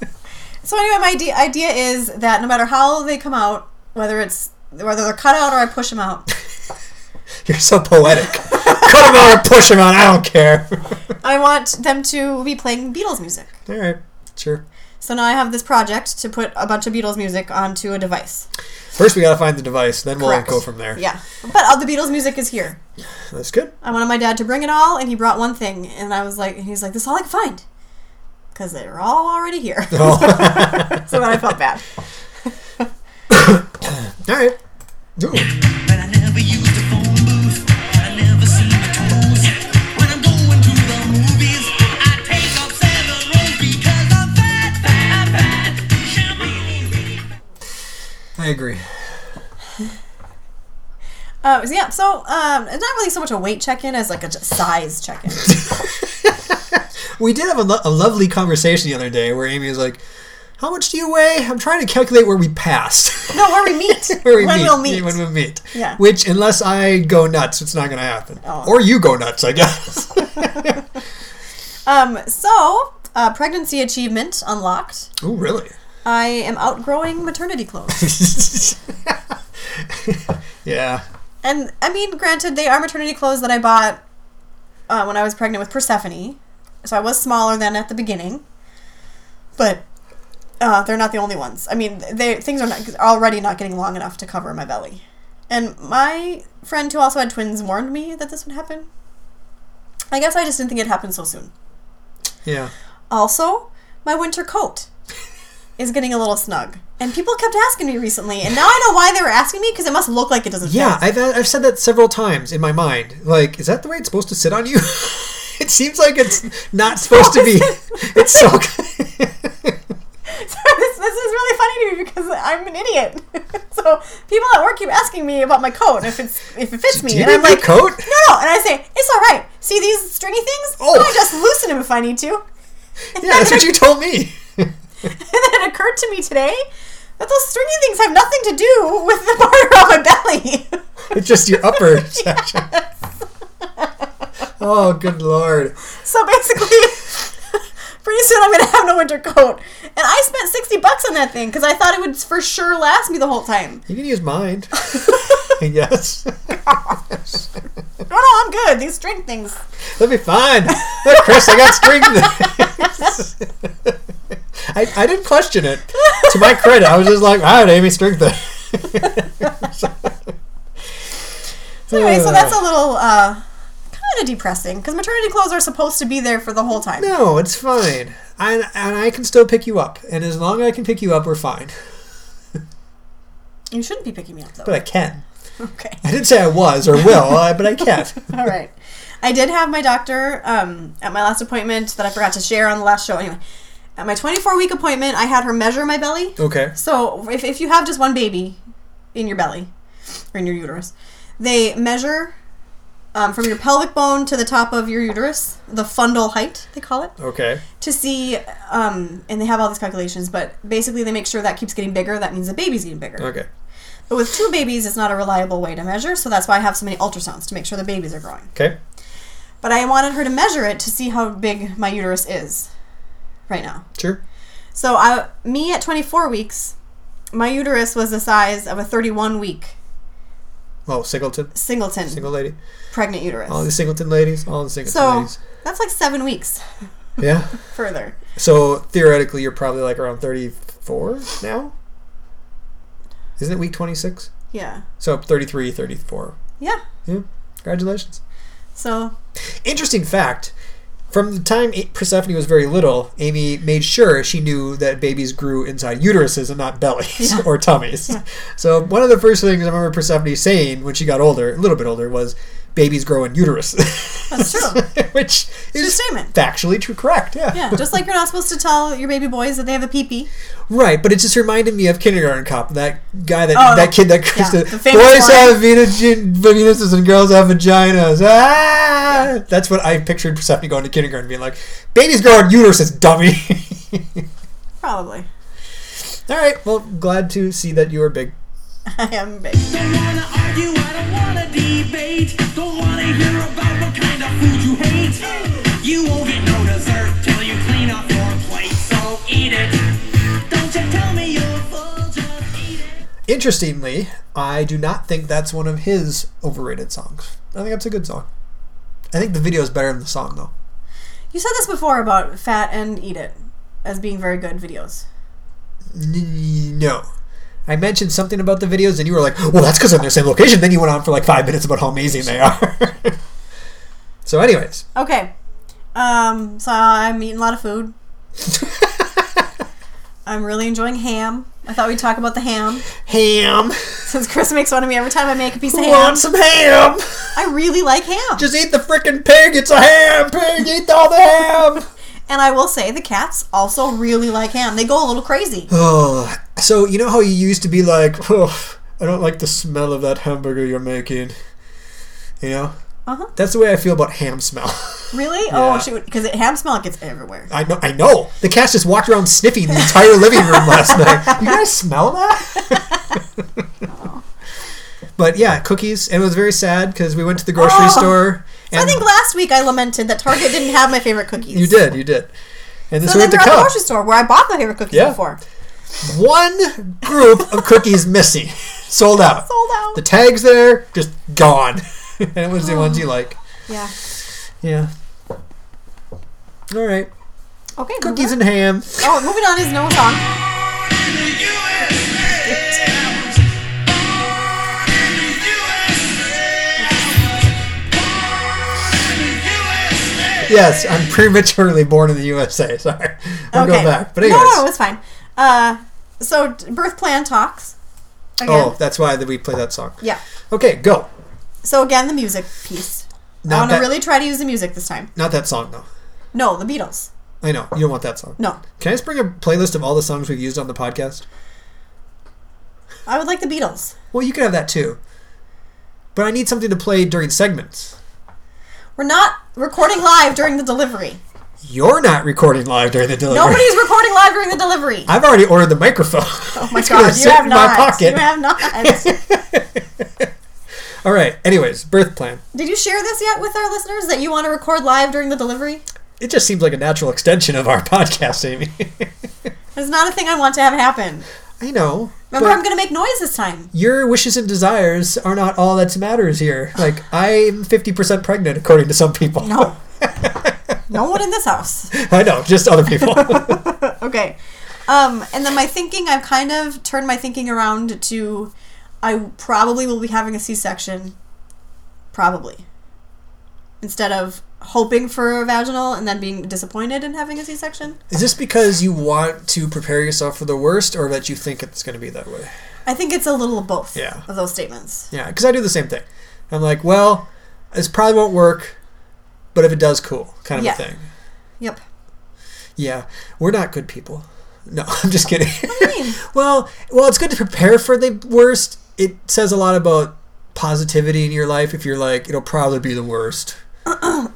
Speaker 1: So anyway, my idea, idea is that no matter how they come out, whether it's whether they're cut out or I push them out,
Speaker 2: (laughs) You're so poetic. Cut him out or push him out, I don't care. (laughs)
Speaker 1: I want them to be playing Beatles music.
Speaker 2: All right, sure.
Speaker 1: So now I have this project to put a bunch of Beatles music onto a device.
Speaker 2: First, we gotta find the device, then we'll
Speaker 1: Correct.
Speaker 2: go from there.
Speaker 1: Yeah, but all the Beatles music is here.
Speaker 2: That's good. (laughs)
Speaker 1: I wanted my dad to bring it all, and he brought one thing, and I was like, and he's like, "This is all I can find," because they're all already here.
Speaker 2: (laughs) Oh.
Speaker 1: (laughs) so then I felt bad.
Speaker 2: All right. Ooh.
Speaker 3: But I never used a phone booth. I never seen the toes. When I'm going to the movies, I take a selfie.
Speaker 1: Uh, so yeah, so um, it's not really so much a weight check in as like a j- size check in.
Speaker 2: We did have a, lo- a lovely conversation the other day where Amy was like, "How much do you weigh?" I'm trying to calculate where we passed.
Speaker 1: no,
Speaker 2: (laughs)
Speaker 1: where we meet.
Speaker 2: where we
Speaker 1: when
Speaker 2: meet,
Speaker 1: we'll meet.
Speaker 2: When we meet.
Speaker 1: Yeah.
Speaker 2: Which, unless I go nuts, it's not going to happen.
Speaker 1: Oh.
Speaker 2: Or you go nuts, I guess. (laughs)
Speaker 1: Um, so, uh, pregnancy achievement unlocked.
Speaker 2: oh, really? (laughs)
Speaker 1: I am outgrowing maternity clothes.
Speaker 2: yeah.
Speaker 1: and I mean, granted, they are maternity clothes that I bought uh, when I was pregnant with Persephone. So I was smaller than at the beginning. But uh, they're not the only ones. I mean, they things are not, already not getting long enough to cover my belly. And my friend who also had twins warned me that this would happen. I guess I just didn't think it happened so soon.
Speaker 2: Yeah.
Speaker 1: Also, my winter coat is getting a little snug. And people kept asking me recently, and now I know why they were asking me because it must look like it doesn't
Speaker 2: Yeah,
Speaker 1: fit. (laughs)
Speaker 2: I've, I've said that several times in my mind. Like, is that the way it's supposed to sit on you? (laughs) it seems like it's not
Speaker 1: (laughs)
Speaker 2: supposed to be. It's so. (laughs)
Speaker 1: this, this is really funny to me because I'm an idiot. (laughs) so people at work keep asking me about my coat and if it's if it fits me,
Speaker 2: Do you
Speaker 1: and I'm
Speaker 2: need my
Speaker 1: like, (laughs)
Speaker 2: coat?
Speaker 1: no, no, and I say it's all right. See these stringy things?
Speaker 2: Oh.
Speaker 1: I just loosen them if I need to. (laughs)
Speaker 2: Yeah, that's what you told me.
Speaker 1: And then it occurred to me today that those stringy things have nothing to do with the (laughs) part around my belly.
Speaker 2: (laughs)
Speaker 1: (laughs)
Speaker 2: It's just your (laughs) upper section. Oh, good lord.
Speaker 1: So basically, (laughs) pretty soon I'm gonna have no winter coat. And I spent sixty bucks on that thing because I thought it would for sure last me the whole time. (laughs)
Speaker 2: You can use mine. (laughs) yes. (laughs)
Speaker 1: No, no, I'm good. These string things.
Speaker 2: That'll be fine. Look, Chris, I got (laughs) string things. I, I didn't question it. To my credit, I was just like, "Ah, all right, Amy, string (laughs) things.
Speaker 1: So anyway, so that's a little uh, kind of depressing because maternity clothes are supposed to be there for the whole time.
Speaker 2: No, it's fine. I, and I can still pick you up. And as long as I can pick you up, we're fine.
Speaker 1: You shouldn't be picking me up though. (laughs)
Speaker 2: But I can.
Speaker 1: okay.
Speaker 2: I didn't say I was or (laughs) will, I- but I can.
Speaker 1: All right. I did have my doctor um, at my last appointment that I forgot to share on the last show. Anyway, at my 24 week appointment, I had her measure my belly.
Speaker 2: Okay.
Speaker 1: So if, if you have just one baby in your belly or in your uterus, they measure um, from your pelvic bone to the top of your uterus, the fundal height, they call it,
Speaker 2: Okay.
Speaker 1: to see, um, and they have all these calculations, but basically they make sure that keeps getting bigger. That means the baby's getting bigger.
Speaker 2: Okay.
Speaker 1: But with two babies, it's not a reliable way to measure, so that's why I have so many ultrasounds to make sure the babies are growing.
Speaker 2: Okay.
Speaker 1: But I wanted her to measure it to see how big my uterus is right now.
Speaker 2: Sure.
Speaker 1: So I, me at 24 weeks, my uterus was the size of a 31 week
Speaker 2: Oh, Singleton.
Speaker 1: singleton
Speaker 2: Single Oh, lady.
Speaker 1: pregnant uterus.
Speaker 2: All the Singleton ladies. All the Singleton
Speaker 1: so
Speaker 2: ladies.
Speaker 1: that's like seven weeks
Speaker 2: Yeah.
Speaker 1: further.
Speaker 2: So theoretically, you're probably like around 34 now? Isn't it week 26?
Speaker 1: Yeah,
Speaker 2: So 33, 34.
Speaker 1: yeah.
Speaker 2: Yeah. Congratulations.
Speaker 1: So
Speaker 2: Interesting fact. From the time A- Persephone was very little, Amy made sure she knew that babies grew inside uteruses and
Speaker 1: (laughs)
Speaker 2: not bellies or tummies. So one of the first things I remember Persephone saying when she got older, a little bit older, was babies grow in uteruses.
Speaker 1: That's true.
Speaker 2: (laughs) Which is
Speaker 1: statement.
Speaker 2: factually true, correct. Yeah.
Speaker 1: yeah, just like you're not supposed to tell your baby boys that they have a pee-pee.
Speaker 2: Right, but it just reminded me of Kindergarten Cop, that guy, that
Speaker 1: Oh,
Speaker 2: that kid, that yeah,
Speaker 1: yeah,
Speaker 2: the,
Speaker 1: the famous
Speaker 2: boys
Speaker 1: line.
Speaker 2: have venu- venuses and girls have vaginas. Ah! That's what I pictured Persephone going to kindergarten, being like, "Babies grow in uteruses, dummy." (laughs)
Speaker 1: Probably. (laughs)
Speaker 2: All right, well, glad to see that you are big.
Speaker 1: I am big.
Speaker 3: Don't wanna argue, I don't wanna debate. Don't wanna hear about what kind of food you hate. You won't get no dessert till you clean up your plate, so eat it. Don't you tell me you're full, just eat it.
Speaker 2: Interestingly, I do not think that's one of his overrated songs. I think that's a good song. I think the video is better than the song, though.
Speaker 1: You said this before about fat and eat it as being very good videos.
Speaker 2: N- No. I mentioned something about the videos, and you were like, well, that's because they're in the same location. Then you went on for like five minutes about how amazing they are. (laughs) so, anyways, (laughs)
Speaker 1: Okay. Um, so I'm eating a lot of food. I'm really enjoying ham. I thought we'd talk about the ham (laughs)
Speaker 2: ham.
Speaker 1: since Chris makes fun of me every time I make a piece of
Speaker 2: Who
Speaker 1: ham.
Speaker 2: wants some ham?
Speaker 1: I really like ham.
Speaker 2: Just eat the freaking pig. It's a ham pig. Eat all the ham. (sighs)
Speaker 1: and I will say the cats also
Speaker 2: (gasps)
Speaker 1: really like ham. They go a little crazy.
Speaker 2: Oh, so you know how you used to be like, oh, I don't like the smell of that hamburger you're making. You know,
Speaker 1: Uh-huh.
Speaker 2: that's the way I feel about ham smell. (laughs)
Speaker 1: Really?
Speaker 2: Yeah.
Speaker 1: Oh shoot! Because ham smell gets everywhere.
Speaker 2: I know. I know. The cat just walked around sniffing the entire living room last night. You guys smell that? (laughs) but yeah, cookies. And it was very sad because we went to the grocery
Speaker 1: Oh.
Speaker 2: store. And
Speaker 1: I think last week I lamented that Target didn't have my favorite cookies.
Speaker 2: you did. You did. And this
Speaker 1: So
Speaker 2: we
Speaker 1: then
Speaker 2: went
Speaker 1: we're
Speaker 2: to
Speaker 1: at the
Speaker 2: Cub.
Speaker 1: grocery store where I bought my favorite cookies
Speaker 2: Yeah.
Speaker 1: before.
Speaker 2: (laughs) One group of cookies missing, (laughs) sold out.
Speaker 1: Sold out.
Speaker 2: The tags there just gone, (laughs) and it was the ones
Speaker 1: Oh.
Speaker 2: you like.
Speaker 1: yeah.
Speaker 2: Yeah. All right.
Speaker 1: Okay.
Speaker 2: Cookies
Speaker 1: moving
Speaker 2: and ham.
Speaker 1: on. oh, moving on is no song.
Speaker 2: (laughs) Yes, I'm prematurely born in the USA. Sorry. I'll go back. But anyways.
Speaker 1: no, no, it's fine. Uh, so t- birth plan talks. Again.
Speaker 2: Oh, that's why that we play that song.
Speaker 1: Yeah.
Speaker 2: Okay, go.
Speaker 1: So again, the music piece. I
Speaker 2: Not
Speaker 1: want to
Speaker 2: that,
Speaker 1: really try to use the music this time.
Speaker 2: not that song though.
Speaker 1: No, the Beatles.
Speaker 2: I know you don't want that song.
Speaker 1: No,
Speaker 2: Can I just bring a playlist of all the songs we've used on the podcast?
Speaker 1: I would like the Beatles.
Speaker 2: Well, you can have that too. But I need something to play during segments.
Speaker 1: We're not recording live during the delivery.
Speaker 2: You're not recording live during the delivery.
Speaker 1: Nobody's recording live during the delivery.
Speaker 2: (laughs) I've already ordered the microphone. Oh
Speaker 1: Oh
Speaker 2: (laughs)
Speaker 1: my God, you have not. You have not.
Speaker 2: all right. Anyways, birth plan.
Speaker 1: Did you share this yet with our listeners that you want to record live during the delivery?
Speaker 2: It just seems like a natural extension of our (laughs) podcast, Amy.
Speaker 1: It's not a thing I want to have happen.
Speaker 2: I know.
Speaker 1: Remember,
Speaker 2: but-
Speaker 1: I'm going to make noise this time.
Speaker 2: your wishes and desires are not all that matters here. Like I'm 50% pregnant according to some people.
Speaker 1: No. no one in this house.
Speaker 2: I know, just other people.
Speaker 1: Okay. Um, and then my thinking, I've kind of turned my thinking around to I probably will be having a C section. Probably. Instead of hoping for a vaginal and then being disappointed in having a C section.
Speaker 2: (laughs) Is this because you want to prepare yourself for the worst or that you think it's going to be that way?
Speaker 1: I think it's a little of both
Speaker 2: Yeah.
Speaker 1: of those statements.
Speaker 2: Yeah, cuz I do the same thing. I'm like, well, this probably won't work, but if it does cool, kind of
Speaker 1: Yeah.
Speaker 2: a thing. (laughs)
Speaker 1: Yep.
Speaker 2: Yeah. We're not good people. No, (laughs) I'm just kidding.
Speaker 1: What do you mean?
Speaker 2: (laughs) Well, well, it's good to prepare for the worst. It says a lot about positivity in your life if you're like, it'll probably be the worst.
Speaker 1: I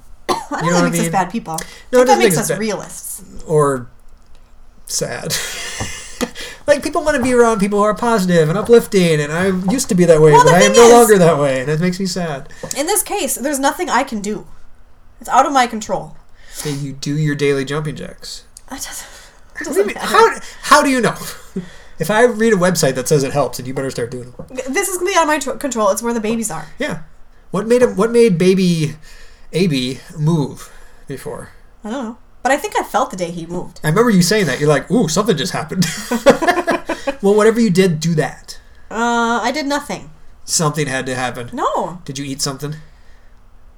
Speaker 1: don't
Speaker 2: You know
Speaker 1: think
Speaker 2: what I
Speaker 1: makes us
Speaker 2: mean?
Speaker 1: bad people.
Speaker 2: No,
Speaker 1: I think that
Speaker 2: it doesn't
Speaker 1: makes
Speaker 2: make us
Speaker 1: us
Speaker 2: bad.
Speaker 1: realists.
Speaker 2: or sad. (laughs) like people want to be around people who are positive and uplifting, and I used to be that way,
Speaker 1: Well, the
Speaker 2: but I am
Speaker 1: thing
Speaker 2: no
Speaker 1: is-
Speaker 2: longer that way, and it makes me sad.
Speaker 1: In this case, there's nothing I can do. It's out of my control.
Speaker 2: So you do your daily jumping jacks.
Speaker 1: That doesn't, that
Speaker 2: I
Speaker 1: doesn't
Speaker 2: mean,
Speaker 1: matter.
Speaker 2: how how do you know? (laughs) If I read a website that says it helps, and you better start doing it.
Speaker 1: This is gonna be out of my tr- control. It's where the babies are.
Speaker 2: Yeah. What made him, What made baby AB move before?
Speaker 1: I don't know. But I think I felt the day he moved.
Speaker 2: I remember you saying that. You're like, ooh, something just happened. (laughs) well, whatever you did, do that.
Speaker 1: Uh, I did nothing.
Speaker 2: Something had to happen.
Speaker 1: No,
Speaker 2: Did you eat something?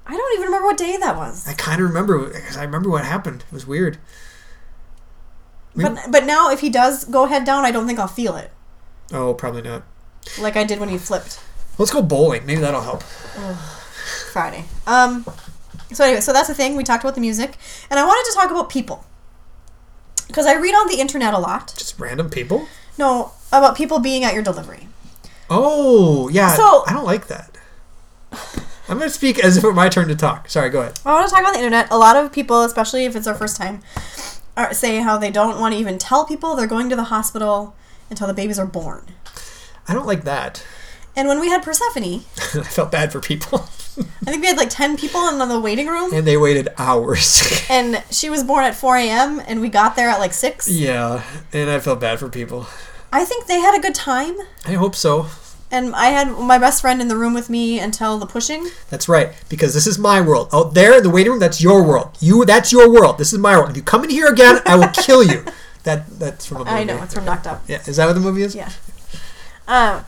Speaker 1: I don't even remember what day that was.
Speaker 2: I kind of remember because I remember what happened. It was weird. We-
Speaker 1: But but now if he does go head down, I don't think I'll feel it
Speaker 2: oh, probably not.
Speaker 1: like I did when he flipped
Speaker 2: Let's go bowling. Maybe that'll help.
Speaker 1: Friday. Um. So anyway, so that's the thing. We talked about the music, and I wanted to talk about people because I read on the internet a lot.
Speaker 2: Just random people.
Speaker 1: No, about people being at your delivery.
Speaker 2: Oh yeah.
Speaker 1: So-
Speaker 2: I don't like that. I'm gonna speak as if it were my turn to talk. Sorry, go ahead.
Speaker 1: I want to talk about the internet. A lot of people, especially if it's their first time, are, say how they don't want to even tell people they're going to the hospital until the babies are born.
Speaker 2: I don't like that. (laughs)
Speaker 1: And when we had Persephone,
Speaker 2: I felt bad for people, (laughs)
Speaker 1: I think we had like 10 people in the waiting room,
Speaker 2: and they waited hours. (laughs)
Speaker 1: and she was born at 4 a.m., and we got there at like 6.
Speaker 2: yeah, and I felt bad for people.
Speaker 1: I think they had a good time,
Speaker 2: I hope so.
Speaker 1: and I had my best friend in the room with me until the pushing.
Speaker 2: That's right, because this is my world. Out there in the waiting room, that's your world. You, that's your world. This is my world. If you come in here again, I will kill you. (laughs) That that's from a movie.
Speaker 1: I know, it's from Knocked Up.
Speaker 2: Yeah, is that what the movie is?
Speaker 1: Yeah. Um,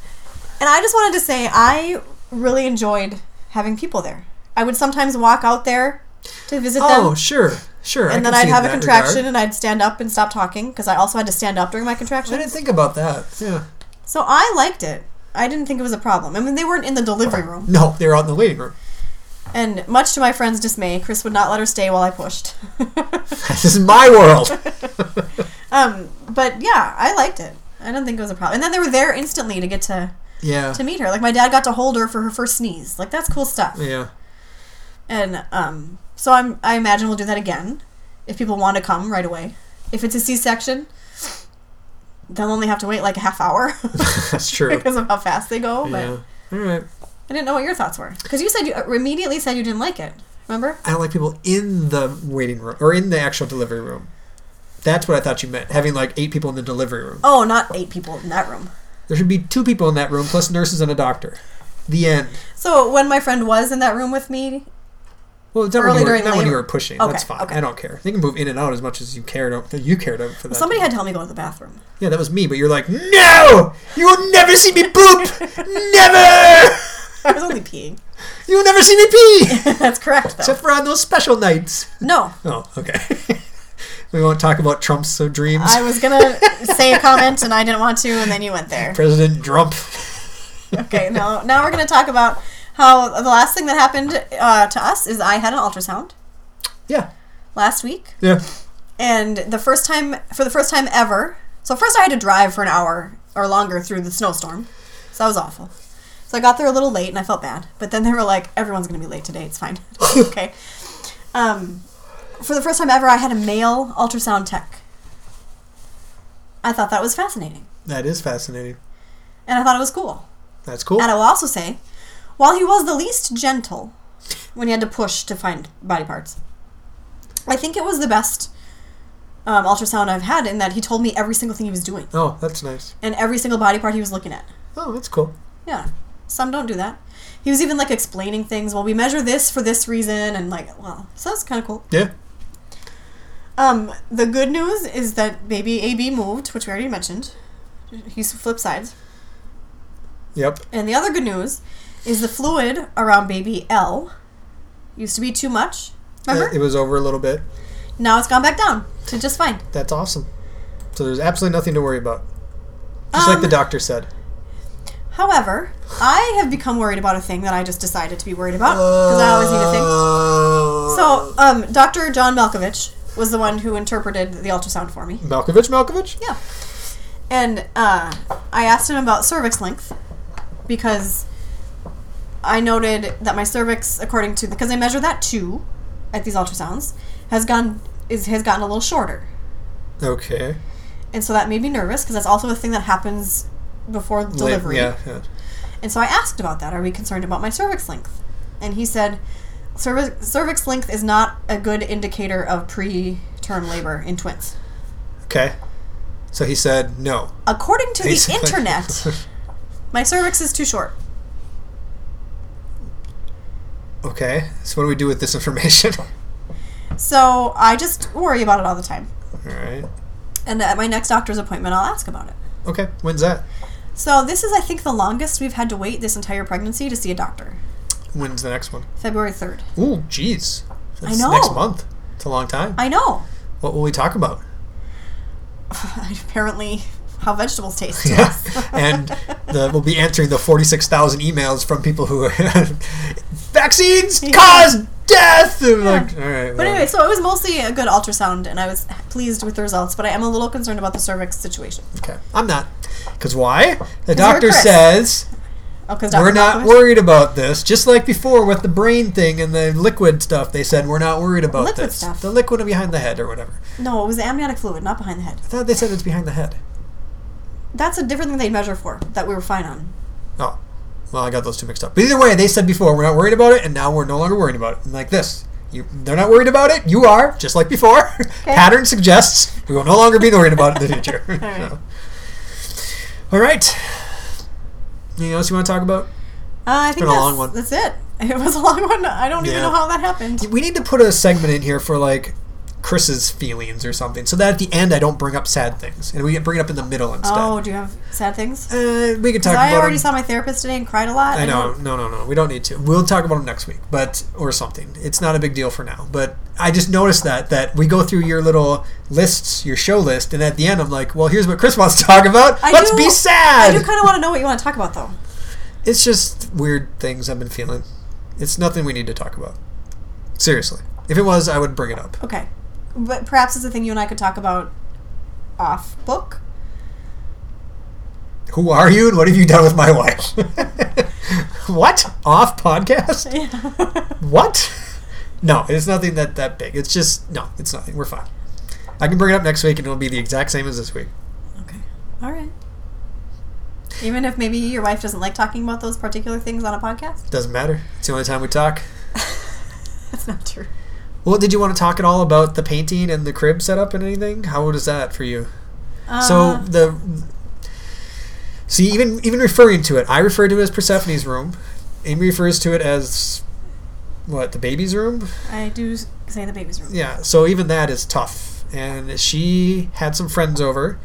Speaker 1: and I just wanted to say I really enjoyed having people there. I would sometimes walk out there to visit them.
Speaker 2: Oh, sure, sure.
Speaker 1: and
Speaker 2: can
Speaker 1: then I'd
Speaker 2: see in
Speaker 1: have a
Speaker 2: that
Speaker 1: contraction
Speaker 2: regard.
Speaker 1: and I'd stand up and stop talking because I also had to stand up during my
Speaker 2: I
Speaker 1: contraction.
Speaker 2: didn't think about that. Yeah.
Speaker 1: So I liked it. I didn't think it was a problem. I mean, they weren't in the delivery room.
Speaker 2: No, they were out in the waiting room.
Speaker 1: And much to my friend's dismay, Chris would not let her stay while I pushed. (laughs)
Speaker 2: This is my world.
Speaker 1: um, but yeah, I liked it. I don't think it was a problem. And then they were there instantly to get to
Speaker 2: Yeah.
Speaker 1: to meet her. Like my dad got to hold her for her first sneeze. Like that's cool stuff.
Speaker 2: Yeah. (laughs)
Speaker 1: And um, so I'm I imagine we'll do that again if people want to come right away. If it's a C-section, they'll only have to wait like a half hour (laughs)
Speaker 2: That's true.
Speaker 1: because of how fast they go. But
Speaker 2: yeah. All right.
Speaker 1: I didn't know what your thoughts were because you said you uh, immediately said you didn't like it. Remember?
Speaker 2: I don't like people in the waiting room or in the actual delivery room. That's what I thought you meant. Having like eight people in the delivery room.
Speaker 1: Oh, not eight people in that room.
Speaker 2: There should be two people in that room, plus nurses and a doctor. The end.
Speaker 1: So when my friend was in that room with me,
Speaker 2: Well, it's not, when
Speaker 1: Early
Speaker 2: you, were,
Speaker 1: during
Speaker 2: not when you
Speaker 1: labor.
Speaker 2: were pushing.
Speaker 1: Okay,
Speaker 2: That's fine.
Speaker 1: okay.
Speaker 2: I don't care. They can move in and out as much as you cared. o- You cared o- for that.
Speaker 1: somebody had to help me go to the bathroom.
Speaker 2: yeah, that was me. But you're like, no, you will never see
Speaker 1: (laughs)
Speaker 2: me poop. never.
Speaker 1: I was only peeing. (laughs)
Speaker 2: You will never see me pee,
Speaker 1: That's correct, though.
Speaker 2: (laughs) except for on those special nights.
Speaker 1: No,
Speaker 2: Oh, okay. (laughs) we won't talk about Trump's uh, dreams.
Speaker 1: I was gonna say a comment and I didn't want to, and then you went there.
Speaker 2: President Trump.
Speaker 1: Okay, now now we're gonna talk about how the last thing that happened uh, to us is I had an ultrasound
Speaker 2: Yeah.
Speaker 1: last week,
Speaker 2: Yeah.
Speaker 1: and the first time for the first time ever. So first I had to drive for an hour or longer through the snowstorm, so that was awful. So I got there a little late and I felt bad, but then they were like, "Everyone's gonna be late today. It's fine." (laughs) okay. Um, for the first time ever, I had a male ultrasound tech. I thought that was fascinating.
Speaker 2: That is fascinating.
Speaker 1: and I thought it was cool.
Speaker 2: That's cool.
Speaker 1: And I will also say, while he was the least gentle when he had to push to find body parts, I think it was the best um, ultrasound I've had in that he told me every single thing he was doing
Speaker 2: Oh, that's nice.
Speaker 1: and every single body part he was looking at.
Speaker 2: Oh, that's cool.
Speaker 1: Yeah, some don't do that. He was even like explaining things. Well, we measure this for this reason, and like, well, so that's kind of cool.
Speaker 2: Yeah.
Speaker 1: Um, the good news is that baby AB moved, which we already mentioned. He's flip sides.
Speaker 2: Yep.
Speaker 1: And the other good news is the fluid around baby L used to be too much. Remember?
Speaker 2: It was over a little bit.
Speaker 1: now it's gone back down to just fine.
Speaker 2: That's awesome. So there's absolutely nothing to worry about. Just like
Speaker 1: Um,
Speaker 2: the doctor said.
Speaker 1: However, I have become worried about a thing that I just decided to be worried about because I always need a thing. So, um, Dr. John Malkovich was the one who interpreted the ultrasound for me.
Speaker 2: Uh, Malkovich, Malkovich?
Speaker 1: Yeah. And uh, I asked him about cervix length because I noted that my cervix, according to because I measure that too at these ultrasounds, has gone is has gotten a little shorter,
Speaker 2: Okay.
Speaker 1: and so that made me nervous because that's also a thing that happens before
Speaker 2: Like,
Speaker 1: delivery.
Speaker 2: Yeah, yeah.
Speaker 1: And so I asked about that. Are we concerned about my cervix length? And he said, cervix, cervix length is not a good indicator of preterm labor in twins.
Speaker 2: Okay. So he said no.
Speaker 1: According to the
Speaker 2: Basically. (laughs)
Speaker 1: internet, my cervix is too short.
Speaker 2: Okay. So what do we do with this information? (laughs)
Speaker 1: So I just worry about it all the time.
Speaker 2: All right.
Speaker 1: And at my next doctor's appointment, I'll ask about it.
Speaker 2: Okay. When's that?
Speaker 1: So this is, I think, the longest we've had to wait this entire pregnancy to see a doctor.
Speaker 2: When's the next one?
Speaker 1: February 3rd.
Speaker 2: Ooh, jeez. That's
Speaker 1: know.
Speaker 2: next month. It's a long time.
Speaker 1: I know. (laughs)
Speaker 2: what will we talk about?
Speaker 1: Apparently, how vegetables taste. to
Speaker 2: (laughs) Yeah.
Speaker 1: us.
Speaker 2: and the, we'll be answering the 46,000 emails from people who (laughs) vaccines cause death. And like, all right.
Speaker 1: But
Speaker 2: well,
Speaker 1: anyway, so it was mostly a good ultrasound, and I was pleased with the results. But I am a little concerned about the cervix situation.
Speaker 2: Okay. I'm not. Because why? The
Speaker 1: you're
Speaker 2: doctor
Speaker 1: Chris.
Speaker 2: says
Speaker 1: Oh, because
Speaker 2: we're not worried about this. Just like before with the brain thing and the liquid stuff, they said we're not worried about
Speaker 1: Liquid
Speaker 2: this.
Speaker 1: stuff.
Speaker 2: The liquid behind the head or whatever.
Speaker 1: No, it was the amniotic fluid, not behind the head.
Speaker 2: I thought they said it's behind the head.
Speaker 1: That's a different thing they measure for that we were fine on.
Speaker 2: Oh. Well, I got those two mixed up. But either way, they said before we're not worried about it, and now we're no longer worried about it. And like this, you, they're not worried about it. You are, just like before. (laughs) Pattern suggests we will no longer be worried about it in the future. All right. All right. Anything else you want to talk about?
Speaker 1: Uh, I think
Speaker 2: been a
Speaker 1: that's,
Speaker 2: long one.
Speaker 1: that's it. (laughs) It was a long one. I don't even
Speaker 2: Yeah.
Speaker 1: know how that happened.
Speaker 2: We need to put a segment in here for like Chris's feelings or something, so that at the end I don't bring up sad things, and we bring it up in the middle instead.
Speaker 1: Oh, do you have sad things?
Speaker 2: Uh, we can talk
Speaker 1: 'Cause
Speaker 2: about.
Speaker 1: I already
Speaker 2: 'em.
Speaker 1: saw my therapist today and cried a lot.
Speaker 2: I know.
Speaker 1: don't-
Speaker 2: No, no, no. We don't need to. We'll talk about them next week, but or something. It's not a big deal for now. But I just noticed that that we go through your little lists, your show list, and at the end I'm like, well, here's what Chris wants to talk about.
Speaker 1: I
Speaker 2: Let's
Speaker 1: do-
Speaker 2: be
Speaker 1: I
Speaker 2: sad.
Speaker 1: do kind of want to know what you want to talk about, though.
Speaker 2: it's just weird things I've been feeling. It's nothing we need to talk about. Seriously, if it was, I would bring it up.
Speaker 1: Okay, but (laughs) perhaps it's a thing you and I could talk about off book.
Speaker 2: Who are you and what have you done with my wife? (laughs) what? Off podcast? What? No, it's nothing that that big. It's just no, it's nothing. We're fine. I can bring it up next week and it'll be the exact same as this week.
Speaker 1: Okay. All right. Even if maybe your wife doesn't like talking about those particular things on a podcast?
Speaker 2: Doesn't matter. It's the only time we talk.
Speaker 1: That's not true.
Speaker 2: Well, did you want to talk at all about the painting and the crib setup and anything? How was that for you? so
Speaker 1: Uh,
Speaker 2: the see even even referring to it, I refer to it as Persephone's room. Amy refers to it as what the baby's room.
Speaker 1: I do s- say the baby's room.
Speaker 2: Yeah, so even that is tough. And she had some friends over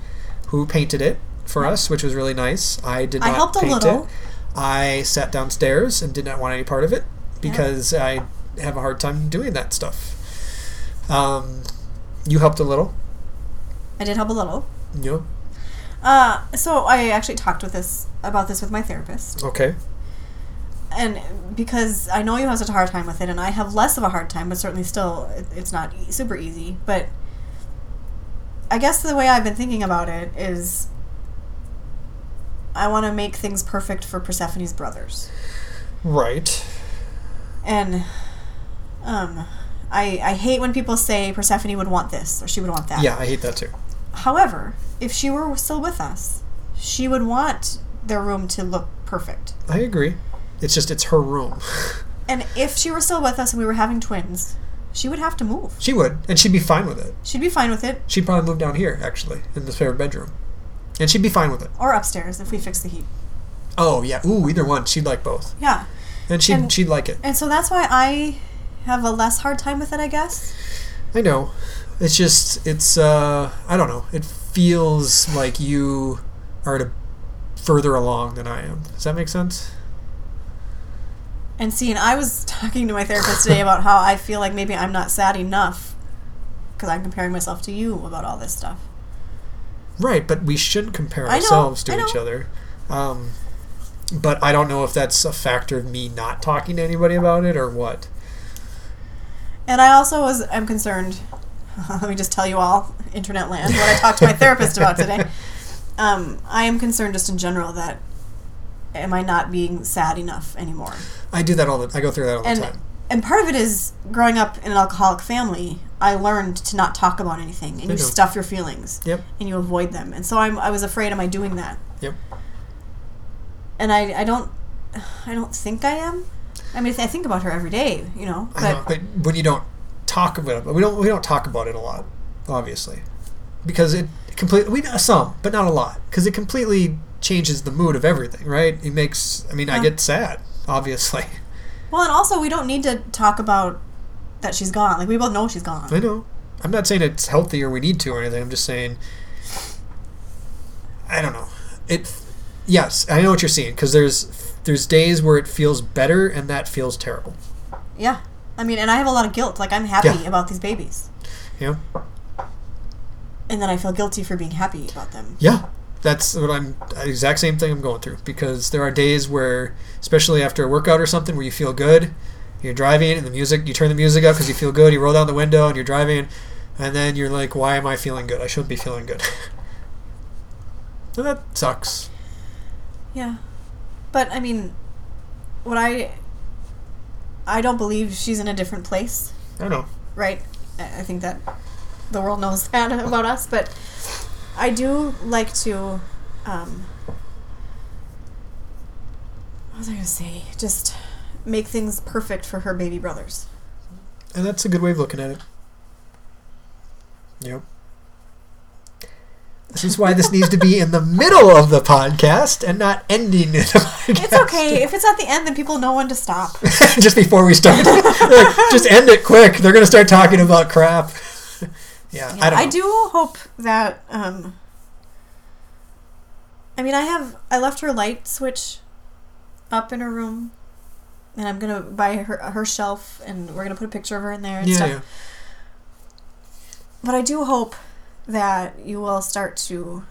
Speaker 2: who painted it for us, which was really nice. I did
Speaker 1: I
Speaker 2: not
Speaker 1: helped a
Speaker 2: paint
Speaker 1: little.
Speaker 2: it. I sat downstairs and did not want any part of it because I have a hard time doing that stuff. Um, you helped a little,
Speaker 1: I did help a little.
Speaker 2: you know?
Speaker 1: Uh, so I actually talked with this about this with my therapist,
Speaker 2: Okay.
Speaker 1: and because I know you have such a hard time with it, and I have less of a hard time, but certainly still, it, it's not e- super easy. But I guess the way I've been thinking about it is, I want to make things perfect for Persephone's brothers.
Speaker 2: Right.
Speaker 1: And um, I, I hate when people say Persephone would want this or she would want that.
Speaker 2: Yeah, I hate that too.
Speaker 1: However, if she were still with us, she would want their room to look perfect.
Speaker 2: I agree. It's just, it's her room. (laughs)
Speaker 1: And if she were still with us and we were having twins, she would have to move.
Speaker 2: she would, and she'd be fine with it.
Speaker 1: She'd be fine with it,
Speaker 2: She'd probably move down here, actually, in the spare bedroom. And she'd be fine with it.
Speaker 1: or upstairs if we fix the heat.
Speaker 2: Oh, yeah. Ooh, either one. She'd like both.
Speaker 1: Yeah.
Speaker 2: And she'd,
Speaker 1: And-
Speaker 2: she'd like it.
Speaker 1: And so that's why I have a less hard time with it, I guess.
Speaker 2: I know. It's just, it's, uh, I don't know. It feels like you are at a further along than I am. Does that make sense?
Speaker 1: And see, and I was (laughs) talking to my therapist today about how I feel like maybe I'm not sad enough because I'm comparing myself to you about all this stuff.
Speaker 2: Right, but we shouldn't compare
Speaker 1: I know,
Speaker 2: ourselves
Speaker 1: I
Speaker 2: to
Speaker 1: know.
Speaker 2: each other. Um, but I don't know if that's a factor of me not talking to anybody about it or what.
Speaker 1: And I also was am concerned. (laughs) Let me just tell you all, internet land, what I talked to my therapist about today. Um, I am concerned just in general that am I not being sad enough anymore?
Speaker 2: I do that all the I go through that all the
Speaker 1: And
Speaker 2: time.
Speaker 1: and part of it is growing up in an alcoholic family. I learned to not talk about anything, and you
Speaker 2: know.
Speaker 1: stuff your feelings,
Speaker 2: Yep.
Speaker 1: and you avoid them. And so I'm I was afraid, am I doing that?
Speaker 2: Yep.
Speaker 1: And I I don't I don't think I am. I mean, I think about her every day, you know.
Speaker 2: I know,
Speaker 1: But
Speaker 2: but when you don't talk about it, we don't we don't talk about it a lot, obviously, because it completely we some but not a lot because it completely changes the mood of everything. Right? It makes I mean I
Speaker 1: Yeah.
Speaker 2: get sad obviously. (laughs)
Speaker 1: well, and also we don't need to talk about that she's gone. Like we both know she's gone.
Speaker 2: I know. I'm not saying it's healthy or we need to or anything. I'm just saying I don't know. It yes I know what you're seeing because there's there's days where it feels better and that feels terrible.
Speaker 1: Yeah. I mean, and I have a lot of guilt. Like, I'm happy
Speaker 2: Yeah.
Speaker 1: about these babies.
Speaker 2: Yeah.
Speaker 1: And then I feel guilty for being happy about them.
Speaker 2: Yeah, that's what I'm. uh, Exact same thing I'm going through because there are days where, especially after a workout or something, where you feel good. You're driving and the music. You turn the music up because you feel good. You roll down the window and you're driving, and then you're like, "Why am I feeling good? I shouldn't be feeling good." (laughs) so that sucks.
Speaker 1: Yeah. But, I mean, what I. I don't believe she's in a different place,
Speaker 2: I know.
Speaker 1: right? I I think that the world knows (laughs) that about us, but I do like to. Um, what was I going to say? Just make things perfect for her baby brothers.
Speaker 2: And that's a good way of looking at it. Yep. This is why this needs to be in the middle of the podcast and not ending the (laughs) podcast.
Speaker 1: It's okay. if it's at the end, then people know when to stop.
Speaker 2: (laughs) just before we start. They're like, just end it quick. They're gonna start talking about crap. (laughs) yeah, I don't.
Speaker 1: I
Speaker 2: know.
Speaker 1: do hope that. Um, I mean, I have. I left her light switch up in her room, and I'm gonna buy her her shelf, and we're gonna put a picture of her in there and
Speaker 2: Yeah,
Speaker 1: stuff.
Speaker 2: yeah.
Speaker 1: But I do hope that you will start to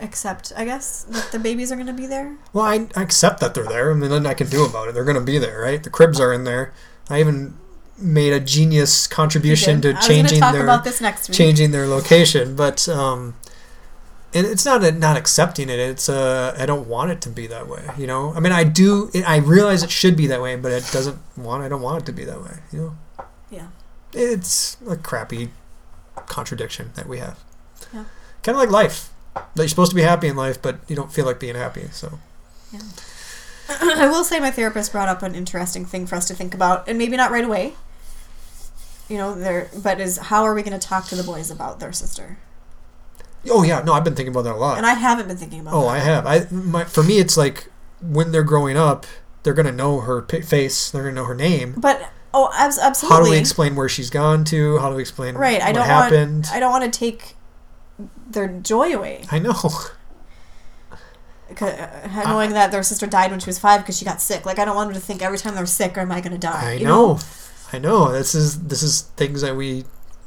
Speaker 1: accept. I guess that the babies are gonna be there.
Speaker 2: Well, I, I accept that they're there, and nothing I can do about it. They're gonna be there, right? The cribs are in there. I even made a genius
Speaker 1: You
Speaker 2: contribution
Speaker 1: did.
Speaker 2: to
Speaker 1: I was gonna
Speaker 2: changing
Speaker 1: talk
Speaker 2: their
Speaker 1: about this next week.
Speaker 2: changing their location, but um, and it's not a, not accepting it. It's I I don't want it to be that way. You know, I mean, I do. I realize it should be that way, but it doesn't want. I don't want it to be that way. You know,
Speaker 1: Yeah.
Speaker 2: it's a crappy contradiction that we have.
Speaker 1: Yeah.
Speaker 2: Kind of like life. That you're supposed to be happy in life, but you don't feel like being happy. So
Speaker 1: (clears throat) I will say my therapist brought up an interesting thing for us to think about, and maybe not right away. You know, there, but is how are we going to talk to the boys about their sister?
Speaker 2: Oh yeah, no, I've been thinking about that a lot.
Speaker 1: And I haven't been thinking about.
Speaker 2: oh,
Speaker 1: that.
Speaker 2: I have. I my, for me, it's like when they're growing up, they're gonna know her p- face. They're gonna know her name.
Speaker 1: but oh, abs- absolutely.
Speaker 2: How do we explain where she's gone to? How do we explain
Speaker 1: Right.
Speaker 2: what
Speaker 1: I don't
Speaker 2: happened?
Speaker 1: want. I don't want to take their joy away,
Speaker 2: I know.
Speaker 1: 'Cause, uh, knowing that their sister died when she was five because she got sick. Like I don't want them to think every time they're sick, am I going to die?
Speaker 2: I
Speaker 1: you
Speaker 2: know. I know. This is this is things that we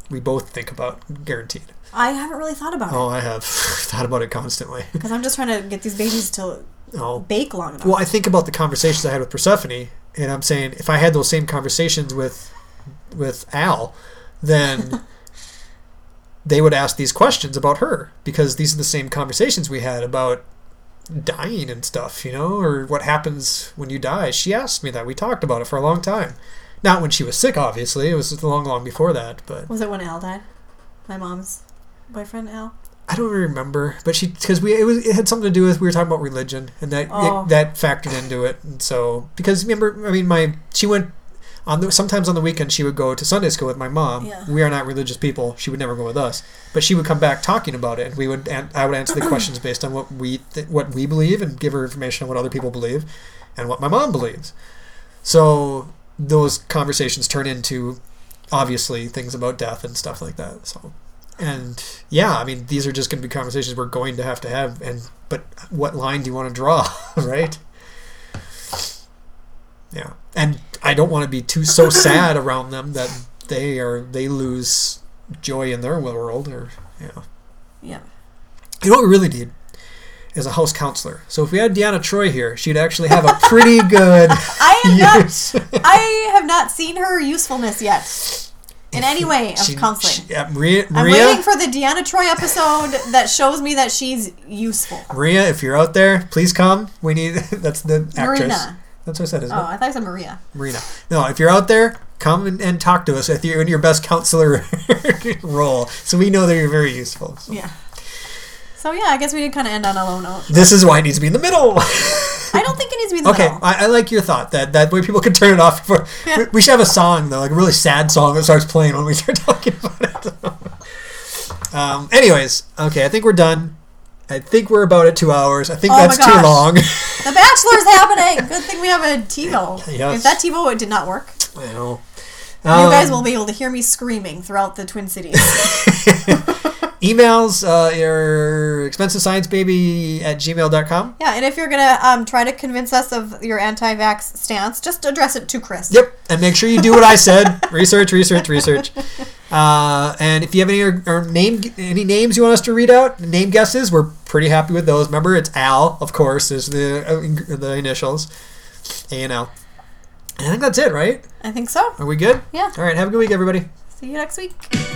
Speaker 2: we both think about, guaranteed.
Speaker 1: I haven't really thought about it
Speaker 2: Oh, I have (sighs) thought about it constantly.
Speaker 1: because I'm just trying to get these babies to
Speaker 2: Oh,
Speaker 1: bake long enough.
Speaker 2: well, I think about the conversations I had with Persephone, and I'm saying if I had those same conversations with with Al, then they would ask these questions about her because these are the same conversations we had about dying and stuff, you know, or what happens when you die. She asked me that. We talked about it for a long time. Not when she was sick, obviously. It was long, long before that, but
Speaker 1: Was it when Al died? My mom's boyfriend Al.
Speaker 2: I don't really remember, but she because we it was it had something to do with we were talking about religion and that
Speaker 1: Oh.
Speaker 2: it, that factored into it, and so because remember I mean my she went on the, sometimes on the weekend she would go to Sunday school with my mom.
Speaker 1: Yeah.
Speaker 2: We are not religious people. She would never go with us, but she would come back talking about it, and we would and I would answer the questions based on what we th- what we believe and give her information on what other people believe, and what my mom believes. So those conversations turn into obviously things about death and stuff like that. So and yeah, I mean these are just going to be conversations we're going to have to have and but what line do you want to draw, (laughs) right? Yeah. And I don't want to be too so sad around them that they are they lose joy in their world or yeah.
Speaker 1: Yeah.
Speaker 2: You know what we really need is a house counselor. So if we had Deanna Troy here, she'd actually have a
Speaker 1: (laughs)
Speaker 2: pretty good
Speaker 1: I am not.
Speaker 2: years.
Speaker 1: I have not seen her usefulness yet in any way of
Speaker 2: She-
Speaker 1: counseling.
Speaker 2: she- yeah, Maria,
Speaker 1: I'm
Speaker 2: Maria,
Speaker 1: waiting for the Deanna Troy episode that shows me that she's useful.
Speaker 2: Maria, if you're out there, please come. We need (laughs) that's the actress.
Speaker 1: Marina.
Speaker 2: That's what I said, isn't
Speaker 1: Oh, I thought it was Maria.
Speaker 2: it? Marina. No, if you're out there, come and, and talk to us if you're in your best counselor (laughs) role, so we know that you're very useful. So-
Speaker 1: Yeah. So yeah, I guess we did kind of end on a low note.
Speaker 2: This is why it needs to be in the middle. (laughs)
Speaker 1: I don't think it needs to be in the
Speaker 2: okay,
Speaker 1: middle.
Speaker 2: I, I like your thought that that way people (laughs) can turn it off. Before.
Speaker 1: Yeah.
Speaker 2: We should have a song though, like a really sad song that starts playing when we (laughs) start talking about it. (laughs) um, anyways, okay, I think we're done. I think we're about at two hours. I think
Speaker 1: Oh my
Speaker 2: that's too
Speaker 1: gosh. (laughs)
Speaker 2: long.
Speaker 1: The Bachelor's happening. Good thing we have a TiVo.
Speaker 2: Yes.
Speaker 1: If that TiVo did not work,
Speaker 2: I know.
Speaker 1: you
Speaker 2: Um,
Speaker 1: guys will be able to hear me screaming throughout the Twin
Speaker 2: (laughs)
Speaker 1: Cities.
Speaker 2: emails uh, your expensive science baby at gmail.com
Speaker 1: yeah, and if you're gonna um, try to convince us of your anti-vax stance, just address it to Chris.
Speaker 2: yep and make sure you do what i said (laughs) research research research uh, and if you have any or, or name any names you want us to read out name guesses we're pretty happy with those remember it's al of course is the uh, ing- the initials a and l and i think that's it right
Speaker 1: I think so.
Speaker 2: are we good
Speaker 1: Yeah.
Speaker 2: all right have a good week everybody
Speaker 1: See you next week.